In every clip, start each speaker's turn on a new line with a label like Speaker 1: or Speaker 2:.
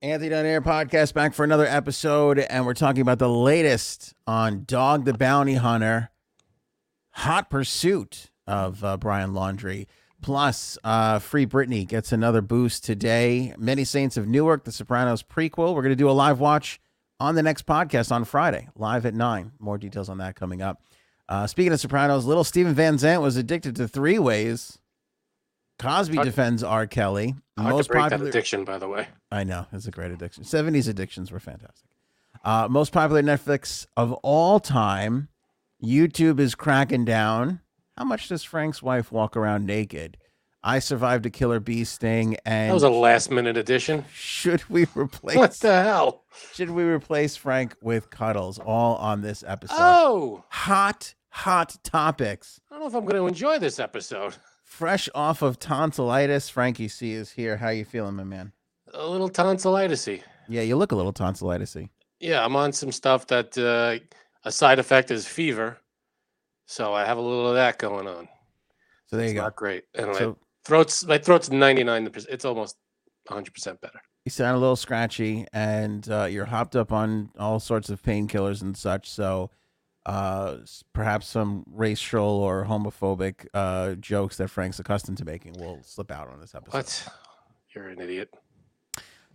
Speaker 1: Anthony Dunn Air podcast back for another episode, and we're talking about the latest on Dog the Bounty Hunter, hot pursuit of uh, Brian Laundry. Plus, uh, Free Britney gets another boost today. Many Saints of Newark, The Sopranos prequel. We're going to do a live watch on the next podcast on Friday, live at nine. More details on that coming up. Uh, speaking of Sopranos, little Steven Van Zant was addicted to three ways. Cosby
Speaker 2: Hard-
Speaker 1: defends R. Kelly.
Speaker 2: Hard to break that addiction, by the way.
Speaker 1: I know. It's a great addiction. 70s addictions were fantastic. Uh, most popular Netflix of all time. YouTube is cracking down. How much does Frank's wife walk around naked? I survived a killer bee sting and
Speaker 2: That was a last minute addition.
Speaker 1: should we replace
Speaker 2: What the hell?
Speaker 1: should we replace Frank with cuddles all on this episode?
Speaker 2: Oh,
Speaker 1: Hot, hot topics.
Speaker 2: I don't know if I'm going to enjoy this episode.
Speaker 1: Fresh off of tonsillitis, Frankie C is here. How you feeling, my man?
Speaker 2: A little tonsillitis
Speaker 1: Yeah, you look a little tonsillitis-y.
Speaker 2: Yeah, I'm on some stuff that uh, a side effect is fever. So I have a little of that going on.
Speaker 1: So there
Speaker 2: it's
Speaker 1: you go.
Speaker 2: not great. And my
Speaker 1: So
Speaker 2: throat's my throat's 99. It's almost 100 percent better.
Speaker 1: you sound a little scratchy and uh, you're hopped up on all sorts of painkillers and such so uh, s- perhaps some racial or homophobic uh, jokes that frank's accustomed to making will slip out on this episode
Speaker 2: What? You're an idiot.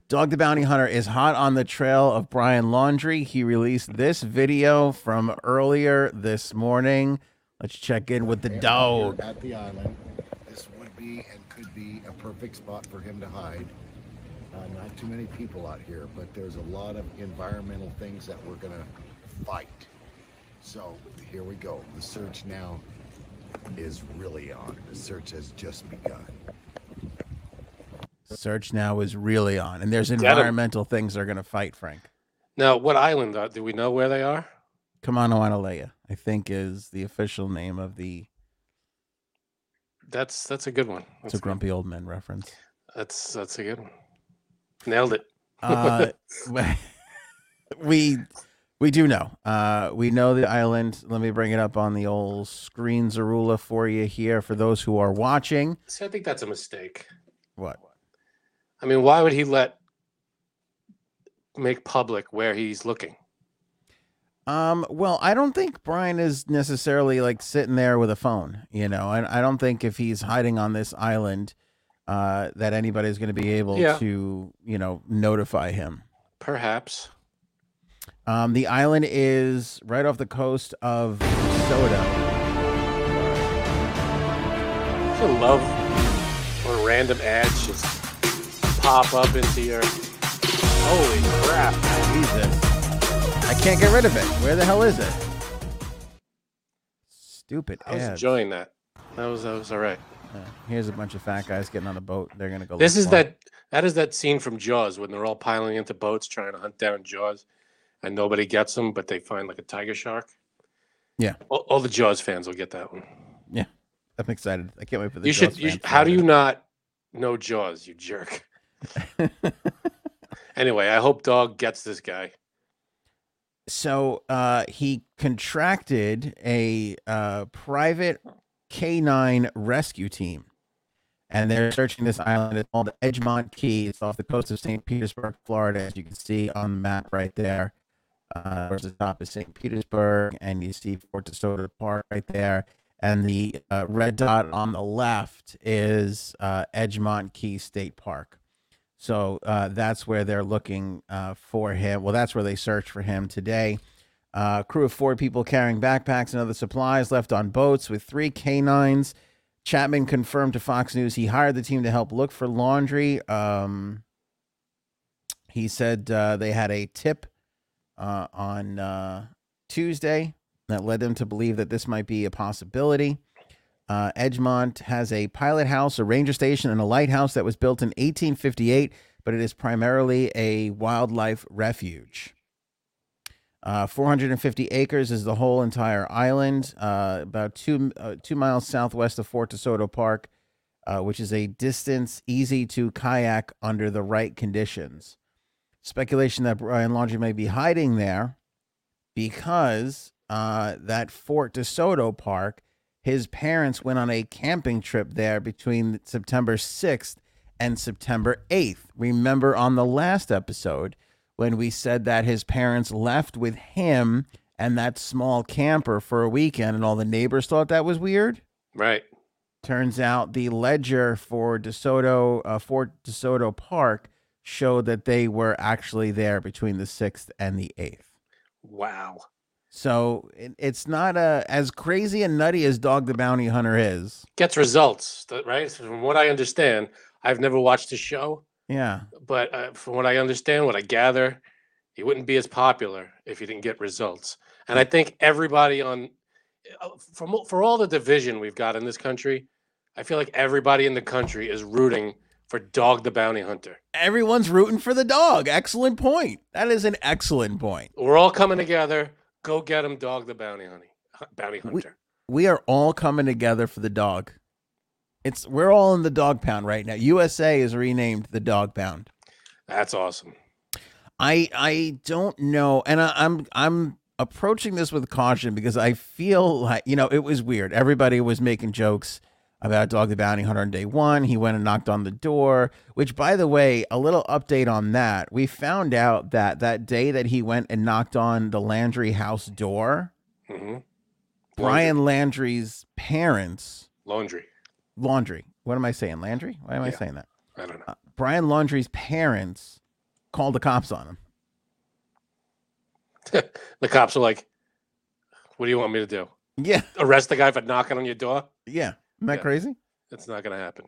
Speaker 1: dog the bounty hunter is hot on the trail of brian laundry he released this video from earlier this morning let's check in with the dog
Speaker 3: At the island, this would be and could be a perfect spot for him to hide. Uh, not too many people out here, but there's a lot of environmental things that we're gonna fight. So here we go. The search now is really on. The search has just begun.
Speaker 1: search now is really on and there's
Speaker 2: him.
Speaker 1: environmental things they're going to fight frank
Speaker 2: Now, what island are? Do we know where they are?
Speaker 1: Kamano Wanalea, I think, is the official name of the.
Speaker 2: That's that's a good one.
Speaker 1: It's
Speaker 2: That's
Speaker 1: a grumpy old men reference.
Speaker 2: That's that's a good one. Nailed it.
Speaker 1: Uh, we we do know. Uh, we know the island. Let me bring it up on the old screen, Zarula, for you here for those who are watching.
Speaker 2: See, I think that's a mistake.
Speaker 1: What?
Speaker 2: I mean, why would he let make public where he's looking?
Speaker 1: Um, well, I don't think Brian is necessarily like sitting there with a phone, you know, and I don't think if he's hiding on this island, uh, that anybody's going to be able
Speaker 2: Yeah.
Speaker 1: to, you know, notify him.
Speaker 2: Perhaps.
Speaker 1: Um, the island is right off the coast of Soda.
Speaker 2: I love when random ads just pop up into your. Holy crap!
Speaker 1: Jesus. I can't get rid of it. Where the hell is it? Stupid
Speaker 2: I was
Speaker 1: ads.
Speaker 2: enjoying that. That was that was all right.
Speaker 1: Uh, here's a bunch of fat guys getting on a boat. They're gonna go.
Speaker 2: This
Speaker 1: look
Speaker 2: is
Speaker 1: for 'em.
Speaker 2: that that is that scene from Jaws when they're all piling into boats trying to hunt down Jaws, and nobody gets them, but they find like a tiger shark.
Speaker 1: Yeah.
Speaker 2: all, all the Jaws fans will get that one.
Speaker 1: I'm excited. I can't wait for the.
Speaker 2: you should.
Speaker 1: Jaws
Speaker 2: You,
Speaker 1: fan
Speaker 2: should- how do you
Speaker 1: trailer.
Speaker 2: not know Jaws, you jerk? anyway, I hope Dog gets this guy.
Speaker 1: So uh, he contracted a uh, private canine rescue team, and they're searching this island. It's called Edgemont Key. It's off the coast of St. Petersburg, Florida, as you can see on the map right there. Uh, towards the top of St. Petersburg, and you see Fort DeSoto Park right there. And the uh, red dot on the left is uh, Edgemont Key State Park. So uh, that's where they're looking uh, for him. Well, that's where they search for him today. Uh, crew of four people carrying backpacks and other supplies left on boats with three canines. Chapman confirmed to Fox News he hired the team to help look for laundry. Um, he said uh, they had a tip uh, on uh, Tuesday that led them to believe that this might be a possibility. Uh, Edgemont has a pilot house, a ranger station, and a lighthouse that was built in 1858, but it is primarily a wildlife refuge. Uh, 450 acres is the whole entire island, uh, about two, uh, two miles southwest of Fort DeSoto Park, uh, which is a distance easy to kayak under the right conditions. Speculation that Brian Laundrie may be hiding there because uh, that Fort DeSoto Park his parents went on a camping trip there between September 6th and September 8th. Remember on the last episode when we said that his parents left with him and that small camper for a weekend and all the neighbors thought that was weird?
Speaker 2: Right.
Speaker 1: Turns out the ledger for DeSoto, uh, Fort DeSoto Park showed that they were actually there between the 6th and the 8th.
Speaker 2: Wow.
Speaker 1: So it, it's not a, as crazy and nutty as Dog the Bounty Hunter is.
Speaker 2: Gets results, th- right? From what I understand, I've never watched the show,
Speaker 1: Yeah.
Speaker 2: but uh, from what I understand, what I gather, he wouldn't be as popular if he didn't get results. And I
Speaker 1: Hmm.
Speaker 2: think everybody on, uh, from all- for all the division we've got in this country, I feel like everybody in the country is rooting for Dog the Bounty Hunter.
Speaker 1: Everyone's rooting for the dog. Excellent point. That is an excellent point.
Speaker 2: We're all coming together. Go get him, Dog the Bounty Hunter. Bounty
Speaker 1: We-
Speaker 2: Hunter.
Speaker 1: We are all coming together for the dog. It's we're all in the dog pound right now. USA is renamed the dog pound.
Speaker 2: That's awesome.
Speaker 1: I I don't know, and I, I'm I'm approaching this with caution because I feel like you know it was weird. Everybody was making jokes about Dog the Bounty Hunter on day one. He went and knocked on the door. Which, by the way, a little update on that. We found out that that day that he went and knocked on the Landry house door,
Speaker 2: hmm
Speaker 1: Brian Landry's parents,
Speaker 2: Laundry.
Speaker 1: Laundry. What am I saying, Landry? Why am I
Speaker 2: Yeah.
Speaker 1: saying that?
Speaker 2: I don't know.
Speaker 1: Uh, Brian Laundry's parents called the cops on him.
Speaker 2: The cops are like, "What do you want me to do?
Speaker 1: Yeah,
Speaker 2: Arrest the guy for knocking on your door?
Speaker 1: yeah. Isn't that
Speaker 2: Yeah.
Speaker 1: crazy?
Speaker 2: That's not going to happen."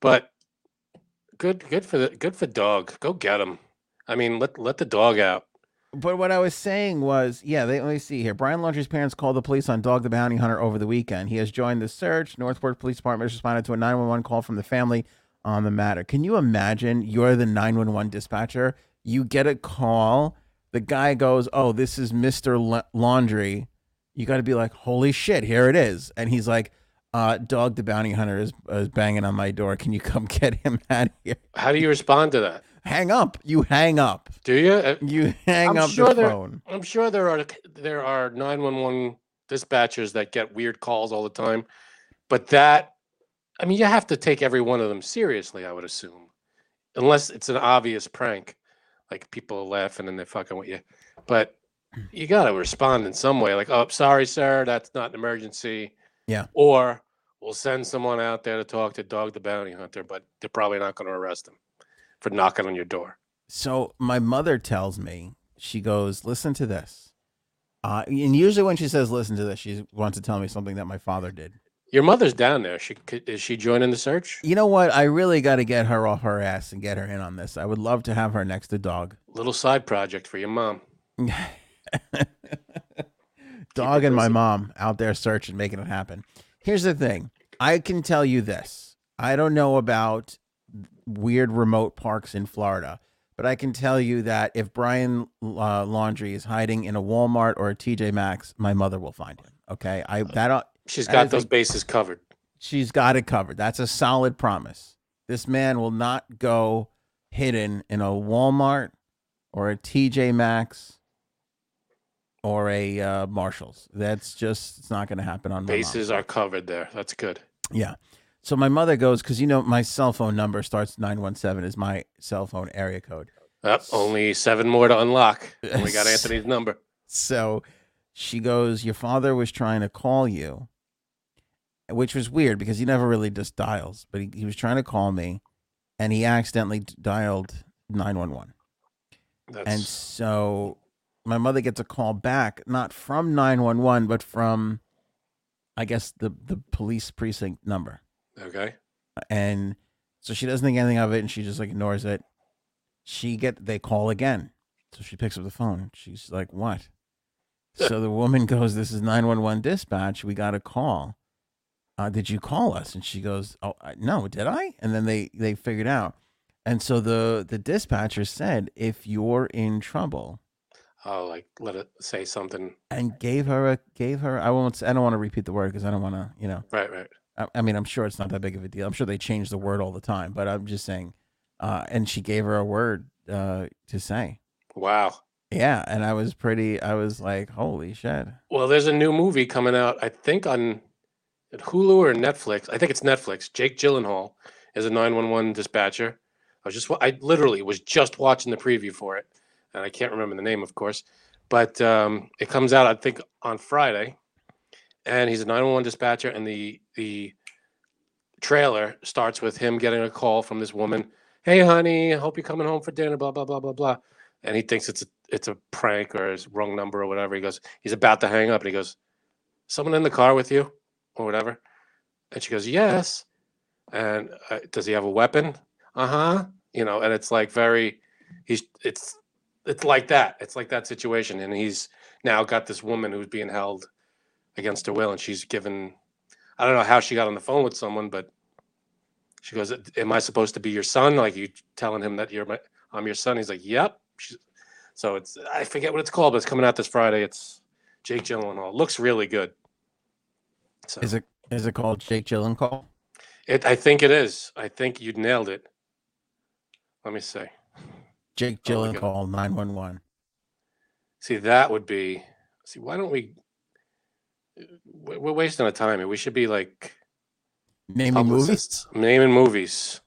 Speaker 2: But good, good for the good for dog. Go get him. I mean, let let the dog out.
Speaker 1: But what I was saying was, yeah, they, let me see here. Brian Laundrie's parents called the police on Dog the Bounty Hunter over the weekend. He has joined the search. Northport Police Department has responded to a 911 call from the family on the matter. Can you imagine? You're the 911 dispatcher. You get a call. The guy goes, Oh, this is Mr. La- Laundry. You got to be like, Holy shit, here it is. And he's like, uh, Dog the Bounty Hunter is, is banging on my door. Can you come get him out of here?
Speaker 2: How do you respond to that?
Speaker 1: Hang up. You hang up.
Speaker 2: Do you? Uh,
Speaker 1: You hang
Speaker 2: I'm
Speaker 1: up
Speaker 2: sure
Speaker 1: the
Speaker 2: there-
Speaker 1: phone.
Speaker 2: I'm sure there are there are nine one one dispatchers that get weird calls all the time, but that, I mean, you have to take every one of them seriously. I would assume, unless it's an obvious prank, like people are laughing and they're fucking with you. But you gotta respond in some way, like, "Oh, sorry, sir, that's not an emergency."
Speaker 1: Yeah.
Speaker 2: Or we'll send someone out there to talk to Dog the Bounty Hunter, but they're probably not going to arrest him for knocking on your door.
Speaker 1: So my mother tells me, she goes, listen to this. Uh, and usually when she says, listen to this, she wants to tell me something that my father did.
Speaker 2: Your mother's down there. She c- is she joining the search?
Speaker 1: You know what? I really got to get her off her ass and get her in on this. I would love to have her next to dog.
Speaker 2: little side project for your mom.
Speaker 1: dog
Speaker 2: it
Speaker 1: and my
Speaker 2: busy.
Speaker 1: mom out there searching, making it happen. Here's the thing I can tell you this I don't know about weird remote parks in Florida, but I can tell you that if Brian uh, Laundry is hiding in a Walmart or a TJ Maxx, my mother will find him. Okay. I that
Speaker 2: She's
Speaker 1: That
Speaker 2: got
Speaker 1: is a-
Speaker 2: those bases covered.
Speaker 1: she's got it covered. That's a solid promise. This man will not go hidden in a Walmart or a TJ Maxx or a uh, Marshalls. That's just it's not going to happen on my mom.
Speaker 2: Bases are covered there. That's good.
Speaker 1: Yeah. So my mother goes because you know my cell phone number starts nine one seven is my cell phone area code.
Speaker 2: Up, only seven more to unlock. And we got
Speaker 1: Yes.
Speaker 2: Anthony's number.
Speaker 1: So she goes, Your father was trying to call you, which was weird because he never really just dials, but he, he was trying to call me and he accidentally d- dialed 911.
Speaker 2: That's
Speaker 1: And so my mother gets a call back, not from 911, but from, I guess, the, the police precinct number.
Speaker 2: okay.
Speaker 1: And so she doesn't think anything of it and she just like ignores it. She get they call again. So she picks up the phone. She's like, "What?" so the woman goes, "This is 911 dispatch. We got a call. Uh, did you call us?" And she goes, "Oh, I, no, did I?" And then they they figured out. And so the the dispatcher said, "If you're in trouble,"
Speaker 2: Oh, like let it say something.
Speaker 1: and gave her a gave her I won't say- I don't want to repeat the word because I don't want to, you know.
Speaker 2: Right, right.
Speaker 1: I, I mean, I'm sure it's not that big of a deal. I'm sure they change the word all the time, but I'm just saying. Uh, and she gave her a word uh, to say.
Speaker 2: Wow.
Speaker 1: Yeah, and I was pretty. I was like, "Holy shit!"
Speaker 2: Well, there's a new movie coming out, I think on at Hulu or Netflix. I think it's Netflix. Jake Gyllenhaal as a 911 dispatcher. I was just, wa- I literally was just watching the preview for it, and I can't remember the name, of course, but um, it comes out I think on Friday, and he's a 911 dispatcher, and the the trailer starts with him getting a call from this woman. Hey, honey, I hope you're coming home for dinner. Blah blah blah blah blah. And he thinks it's a it's a prank or his wrong number or whatever. He goes, he's about to hang up, and he goes, "Someone in the car with you, or whatever." And she goes, "Yes." And uh, does he have a weapon? Uh huh. You know, and it's like very, he's it's it's like that. It's like that situation, and he's now got this woman who's being held against her will, and she's given. I don't know how she got on the phone with someone, but she goes, "Am I supposed to be your son? Like you telling him that you're my, I'm your son?" He's like, "Yep." She's, so it's I forget what it's called, but it's coming out this Friday. It's Jake Gyllenhaal. Looks really good. So
Speaker 1: Is it is it called Jake Gyllenhaal?
Speaker 2: it, I think it is. I think you nailed it. Let me see.
Speaker 1: Jake
Speaker 2: Oh my God.
Speaker 1: Gyllenhaal nine one one.
Speaker 2: See, that would be. See, why don't we? We're we're wasting our time. here. We should be like
Speaker 1: Naming movies.
Speaker 2: publicists, naming movies.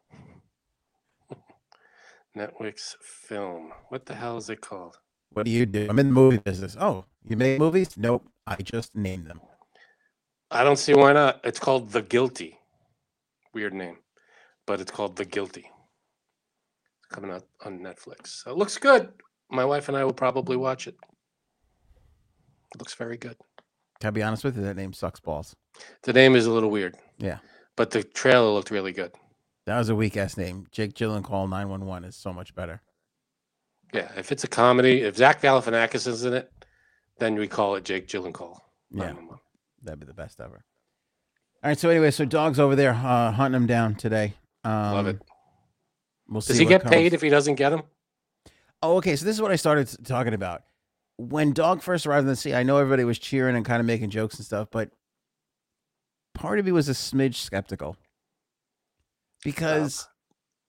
Speaker 2: Netflix film. What the hell is it called?
Speaker 1: What do you do? I'm in the movie business. Oh, you make movies? Nope. I just name them.
Speaker 2: I don't see why not. It's called The Guilty. Weird name, but it's called The Guilty. It's coming out on Netflix. So it looks good. My wife and I will probably watch it. It looks very good.
Speaker 1: Can I be honest with you? That name sucks balls.
Speaker 2: The name is a little weird.
Speaker 1: Yeah.
Speaker 2: But the trailer looked really good.
Speaker 1: That was a weak ass name. Jake Gyllenhaal nine one one is so much better.
Speaker 2: Yeah, if it's a comedy, if Zach Galifianakis is in it, then we call it Jake Gyllenhaal.
Speaker 1: Yeah.
Speaker 2: 911.
Speaker 1: That'd be the best ever. All right. So anyway, so dog's over there uh, hunting him down today. Um,
Speaker 2: Love it.
Speaker 1: We'll
Speaker 2: Does
Speaker 1: see
Speaker 2: he
Speaker 1: what
Speaker 2: get paid
Speaker 1: comes.
Speaker 2: if he doesn't get him?
Speaker 1: Oh, okay. So this is what I started s- talking about. When Dog first arrived on the scene, I know everybody was cheering and kind of making jokes and stuff, but part of me was a smidge skeptical because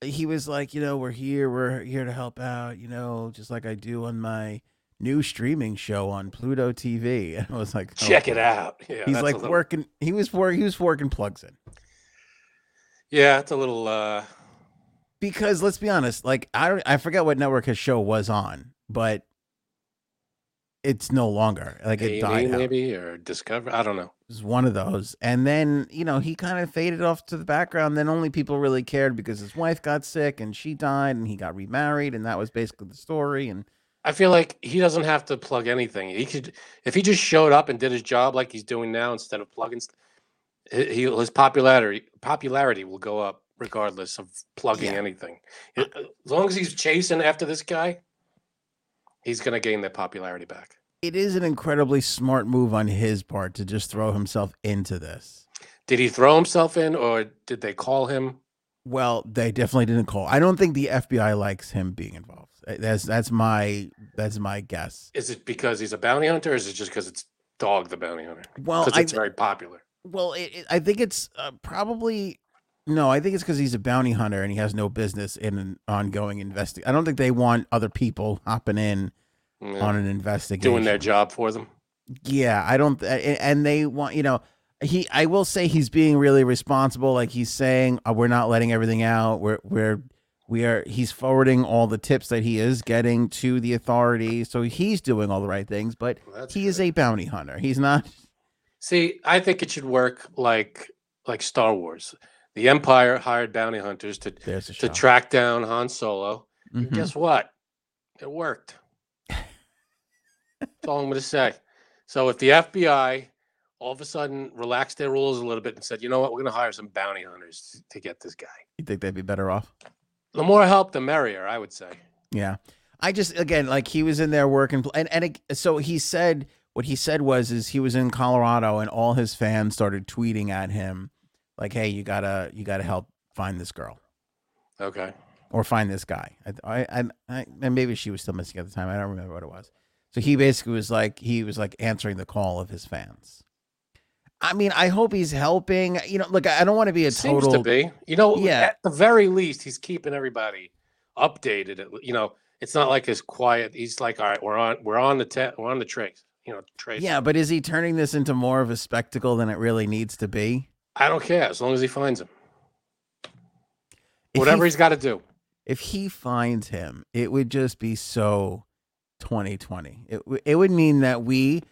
Speaker 1: he was like, you know, we're here, we're here to help out, you know, just like I do on my new streaming show on Pluto TV. And I was like, oh,
Speaker 2: Check it out. Yeah,
Speaker 1: He's
Speaker 2: that's a
Speaker 1: like
Speaker 2: little-
Speaker 1: working. He was working. He was working plugs in
Speaker 2: Yeah, it's a little. uh
Speaker 1: because let's be honest. Like I don't. I forget what network his show was on, but it's no longer. Like it
Speaker 2: A&E
Speaker 1: died. out.
Speaker 2: maybe or Discover. I don't know.
Speaker 1: was one of those. And then, you know, he kind of faded off to the background. Then only people really cared because his wife got sick and she died and he got remarried. And that was basically the story. And
Speaker 2: I feel like he doesn't have to plug anything. He could, if he just showed up and did his job like he's doing now, instead of plugging, st- he he- his popularity popularity will go up regardless of plugging
Speaker 1: Yeah.
Speaker 2: anything. It- as long as he's chasing after this guy, he's gonna gain that popularity back.
Speaker 1: it is an incredibly smart move on his part to just throw himself into this.
Speaker 2: Did he throw himself in, or did they call him?
Speaker 1: Well, they definitely didn't call. I don't think the FBI likes him being involved. Uh, That's that's my that's my guess.
Speaker 2: Is it because he's a bounty hunter, or is it just because it's Dog the bounty hunter?
Speaker 1: Well,
Speaker 2: Because
Speaker 1: I,
Speaker 2: it's very popular.
Speaker 1: Well, it, it, I think it's uh, probably no. I think it's because he's a bounty hunter and he has no business in an ongoing investigation. I don't think they want other people hopping in
Speaker 2: Yeah,
Speaker 1: on an investigation.
Speaker 2: doing their job for them.
Speaker 1: Yeah, I don't. th- a- And they want you know he. I will say he's being really responsible. Like he's saying uh, we're not letting everything out. We're we're we are. He's forwarding all the tips that he is getting to the authorities. So he's doing all the right things. But
Speaker 2: Well, that's
Speaker 1: he is
Speaker 2: good.
Speaker 1: a bounty hunter. He's not.
Speaker 2: See, I think it should work like like Star Wars. The Empire hired bounty hunters to
Speaker 1: There's a
Speaker 2: to
Speaker 1: shot.
Speaker 2: track down Han Solo.
Speaker 1: Mhm.
Speaker 2: Guess what? It worked. That's all I'm going to say. So if the FBI all of a sudden relaxed their rules a little bit and said, you know what, we're going to hire some bounty hunters to get this guy.
Speaker 1: You think they'd be better off?
Speaker 2: The more help, the merrier, I would say.
Speaker 1: Yeah. I just again like he was in there working and and it, so he said what he said was is he was in Colorado and all his fans started tweeting at him like hey you got to you got to help find this girl
Speaker 2: Okay.
Speaker 1: or find this guy. I, I, I, and maybe she was still missing at the time. I don't remember what it was. So he basically was like, he was like answering the call of his fans. I mean, I hope he's helping. You know, look, I I don't want to be a
Speaker 2: Seems
Speaker 1: total
Speaker 2: to be. You know,
Speaker 1: Yeah.
Speaker 2: at the very least, he's keeping everybody updated. at le- You know, it's not like his quiet. He's like, all right, we're on, we're on the, ta- we're on the trace. You know, trace.
Speaker 1: Yeah, but is he turning this into more of a spectacle than it really needs to be?
Speaker 2: I don't care as long as he finds him.
Speaker 1: If
Speaker 2: Whatever
Speaker 1: he-
Speaker 2: he's got to do.
Speaker 1: if he finds him, it would just be so 2020. It w- it would mean that we,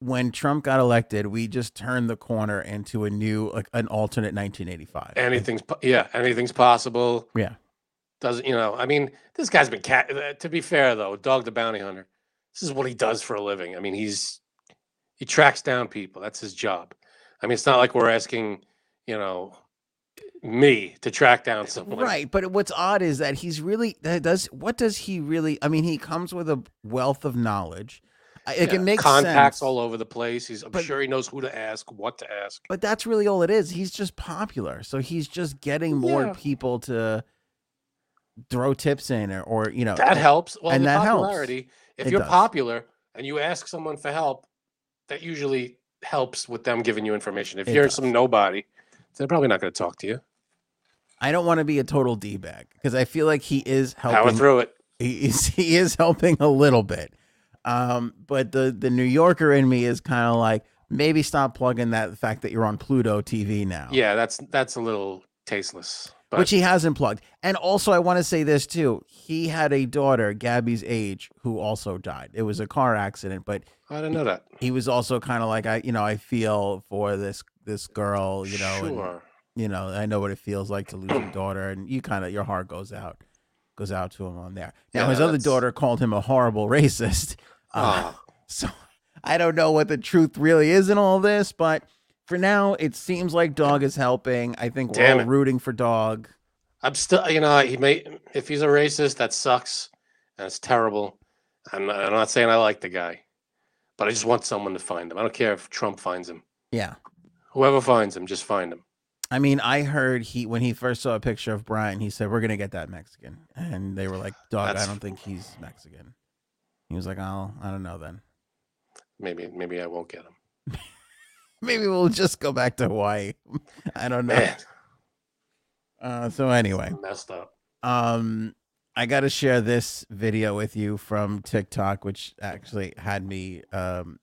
Speaker 1: when Trump got elected, we just turned the corner into a new like an alternate 1985.
Speaker 2: Anything's po- yeah, anything's possible.
Speaker 1: Yeah.
Speaker 2: Doesn't you know? I mean, this guy's been cat. uh, To be fair though, Dog the Bounty Hunter. This is what he does for a living. I mean, he's he tracks down people. That's his job. I mean, it's not like we're asking you know me to track down someone.
Speaker 1: Right, but what's odd is that he's really that does what does he really? I mean, he comes with a wealth of knowledge. I- Like
Speaker 2: Yeah,
Speaker 1: it makes
Speaker 2: contacts
Speaker 1: sense,
Speaker 2: all over the place. He's I'm
Speaker 1: But-
Speaker 2: sure he knows who to ask, what to ask.
Speaker 1: but that's really all it is. He's just popular, so he's just getting more
Speaker 2: Yeah.
Speaker 1: people to throw tips in, or, or you know,
Speaker 2: That helps. Well,
Speaker 1: and
Speaker 2: the
Speaker 1: that helps.
Speaker 2: popularity. If
Speaker 1: It
Speaker 2: you're
Speaker 1: does.
Speaker 2: popular and you ask someone for help, that usually helps with them giving you information. If
Speaker 1: It
Speaker 2: you're
Speaker 1: does.
Speaker 2: some nobody, they're probably not going to talk to you.
Speaker 1: I don't want to be a total d bag because I feel like he is
Speaker 2: Power
Speaker 1: helping.
Speaker 2: through it.
Speaker 1: He is, he is helping a little bit, um, but the the New Yorker in me is kind of like maybe stop plugging that fact that you're on Pluto TV now.
Speaker 2: Yeah, that's that's a little tasteless. But
Speaker 1: Oh. which he hasn't plugged. And also, I want to say this too: he had a daughter, Gabby's age, who also died. It was a car accident, but
Speaker 2: I don't know that.
Speaker 1: he was also kind of like I, you know, I feel for this this girl, you know, and,
Speaker 2: sure.
Speaker 1: you know, I know what it feels like to lose your daughter, and you kind of your heart goes out goes out to him on there. Now
Speaker 2: Yeah,
Speaker 1: his other
Speaker 2: that's-
Speaker 1: daughter called him a horrible racist. Uh,
Speaker 2: Ah,
Speaker 1: so I don't know what the truth really is in all this, but for now it seems like Dog is helping. I think we're
Speaker 2: Damn
Speaker 1: all
Speaker 2: it.
Speaker 1: rooting for Dog.
Speaker 2: I'm still, you know, he may if he's a racist, that sucks, and it's terrible. I'm not, I'm not saying I like the guy, but I just want someone to find him. I don't care if Trump finds him.
Speaker 1: Yeah.
Speaker 2: Whoever finds him, just find him.
Speaker 1: I mean, I heard he when he first saw a picture of Brian, he said, "We're gonna get that Mexican," and they were like, "Dog, I
Speaker 2: That's-
Speaker 1: don't think he's Mexican." He was like, "I'll, I don't know then.
Speaker 2: Maybe maybe I won't get him.
Speaker 1: Maybe we'll just go back to Hawaii. I don't know."
Speaker 2: Man,
Speaker 1: Uh, so anyway,
Speaker 2: messed up.
Speaker 1: um, I got to share this video with you from TikTok, which actually had me. Um,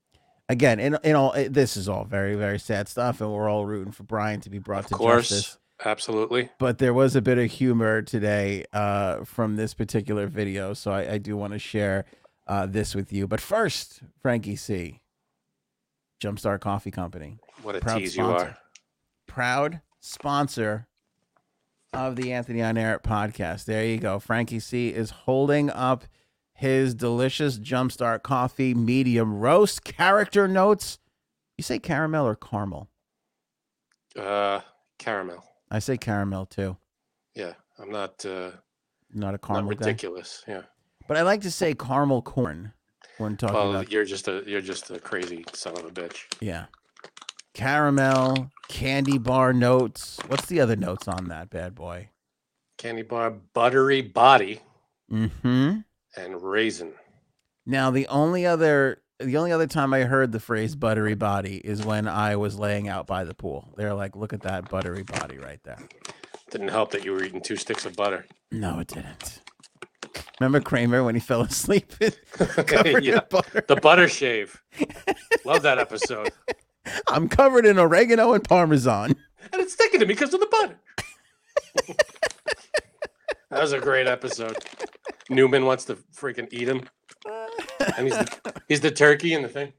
Speaker 1: again, in in all, this is all very very sad stuff, and we're all rooting for Brian to be brought
Speaker 2: Of
Speaker 1: to
Speaker 2: course,
Speaker 1: justice.
Speaker 2: absolutely.
Speaker 1: but there was a bit of humor today uh, from this particular video, so I, I do want to share uh, this with you. But first, Frankie C, Jumpstart Coffee Company,
Speaker 2: What a
Speaker 1: Proud
Speaker 2: tease you
Speaker 1: sponsor.
Speaker 2: are.
Speaker 1: proud sponsor of the Anthony on Air podcast. There you go. Frankie C is holding up his delicious Jumpstart Coffee medium roast character notes. You say caramel or caramel?
Speaker 2: Uh, caramel.
Speaker 1: I say caramel too.
Speaker 2: Yeah, I'm not uh,
Speaker 1: Not a caramel.
Speaker 2: not
Speaker 1: guy.
Speaker 2: ridiculous. Yeah.
Speaker 1: But I like to say caramel corn when talking
Speaker 2: Well,
Speaker 1: about
Speaker 2: you're just a you're just a crazy son of a bitch.
Speaker 1: yeah. Caramel, candy bar notes. What's the other notes on that bad boy?
Speaker 2: Candy bar, buttery body,
Speaker 1: Mhm.
Speaker 2: and raisin.
Speaker 1: Now the only other the only other time I heard the phrase buttery body is when I was laying out by the pool. They're like, "Look at that buttery body right there."
Speaker 2: Didn't help that you were eating two sticks of butter.
Speaker 1: No, it didn't. Remember Kramer when he fell asleep covered
Speaker 2: Yeah.
Speaker 1: in butter?
Speaker 2: The butter shave. Love that episode.
Speaker 1: I'm covered in oregano and parmesan.
Speaker 2: And it's sticking to me because of the butter. that was a great episode. Newman wants to freaking eat him. And he's the, he's the turkey in the thing.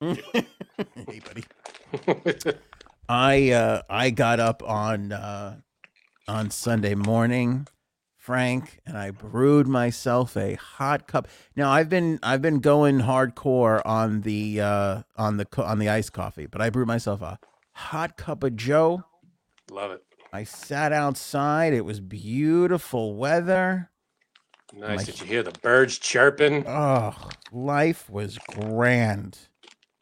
Speaker 1: hey, buddy. I uh, I got up on uh, on Sunday morning, Frank, and I brewed myself a hot cup. Now I've been I've been going hardcore on the uh, on the co- on the iced coffee, but I brewed myself a hot cup of Joe.
Speaker 2: Love it.
Speaker 1: I sat outside. It was beautiful weather.
Speaker 2: Nice.
Speaker 1: Like-
Speaker 2: Did you hear the birds chirping?
Speaker 1: Oh, life was grand.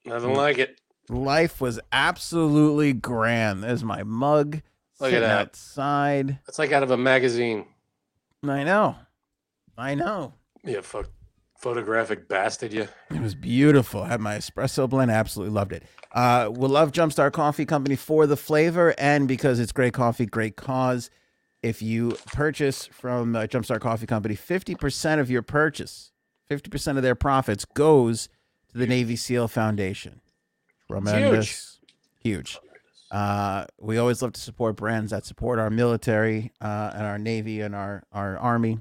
Speaker 2: Nothing like it.
Speaker 1: Life was absolutely grand. There's my mug
Speaker 2: Look at
Speaker 1: sitting
Speaker 2: that.
Speaker 1: outside.
Speaker 2: That's like out of a magazine.
Speaker 1: I know. I know.
Speaker 2: Yeah, fuck. Photographic bastard, you.
Speaker 1: It was beautiful. had my espresso blend. Absolutely loved it. Uh, we love Jumpstart Coffee Company for the flavor and because it's great coffee, great cause. If you purchase from uh, Jumpstart Coffee Company, 50% of your purchase, 50% of their profits goes to the Navy SEAL Foundation. Tremendous. Huge. Uh, we always love to support brands that support our military uh, and our navy and our our army.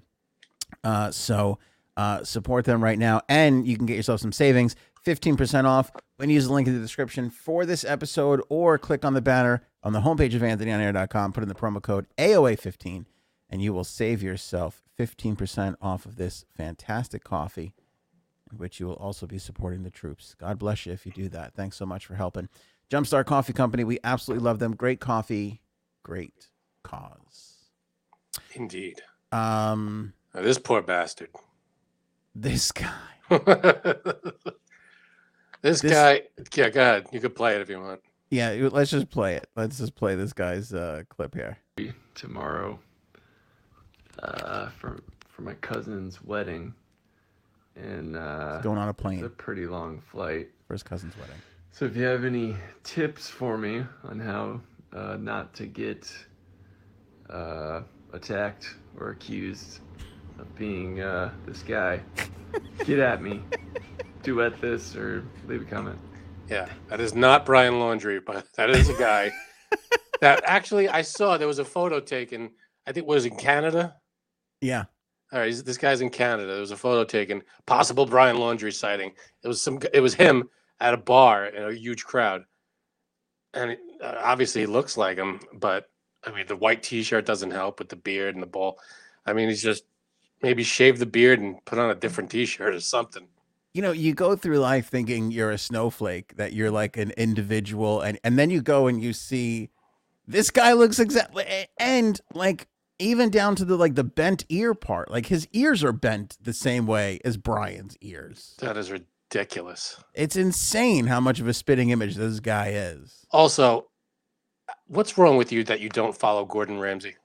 Speaker 1: Uh, so uh, support them right now, and you can get yourself some savings, fifteen percent off when you use the link in the description for this episode, or click on the banner on the homepage of AnthonyOnAir.com. Put in the promo code AOA fifteen, and you will save yourself fifteen percent off of this fantastic coffee. in Which you will also be supporting the troops. God bless you if you do that. Thanks so much for helping. Jumpstart Coffee Company. We absolutely love them. Great coffee, great cause.
Speaker 2: Indeed.
Speaker 1: Um,
Speaker 2: Now, this poor bastard.
Speaker 1: this guy.
Speaker 2: this,
Speaker 1: This-
Speaker 2: guy. Yeah, go ahead. You could play it if you want.
Speaker 1: Yeah, you- let's just play it. Let's just play this guy's uh, clip here.
Speaker 4: tomorrow uh, for for my cousin's wedding, and uh,
Speaker 1: He's going on a
Speaker 4: it's a
Speaker 1: plane
Speaker 4: pretty long flight.
Speaker 1: for his cousin's wedding.
Speaker 4: So if you have any tips for me on how uh, not to get uh, attacked or accused of being uh, this guy, get at me. Duet this or leave a comment.
Speaker 2: Yeah, that is not Brian Laundry, but that is a guy that actually I saw there was a photo taken. I think it was in Canada.
Speaker 1: Yeah,
Speaker 2: All right, he's- this guy's in Canada. There was a photo taken, possible Brian Laundry sighting. It was some. g- It was him at a bar in a huge crowd, and it, uh, obviously he looks like him. But I mean, the white T-shirt doesn't help with the beard and the ball. I mean, he's just maybe shave the beard and put on a different T-shirt or something.
Speaker 1: you know, you go through life thinking you're a snowflake, that you're like an individual, and and then you go and you see this guy looks exactly and like even down to the like the bent ear part, like his ears are bent the same way as Brian's ears.
Speaker 2: That is ridiculous.
Speaker 1: It's insane how much of a spitting image this guy is.
Speaker 2: Also, what's wrong with you that you don't follow Gordon Ramsay?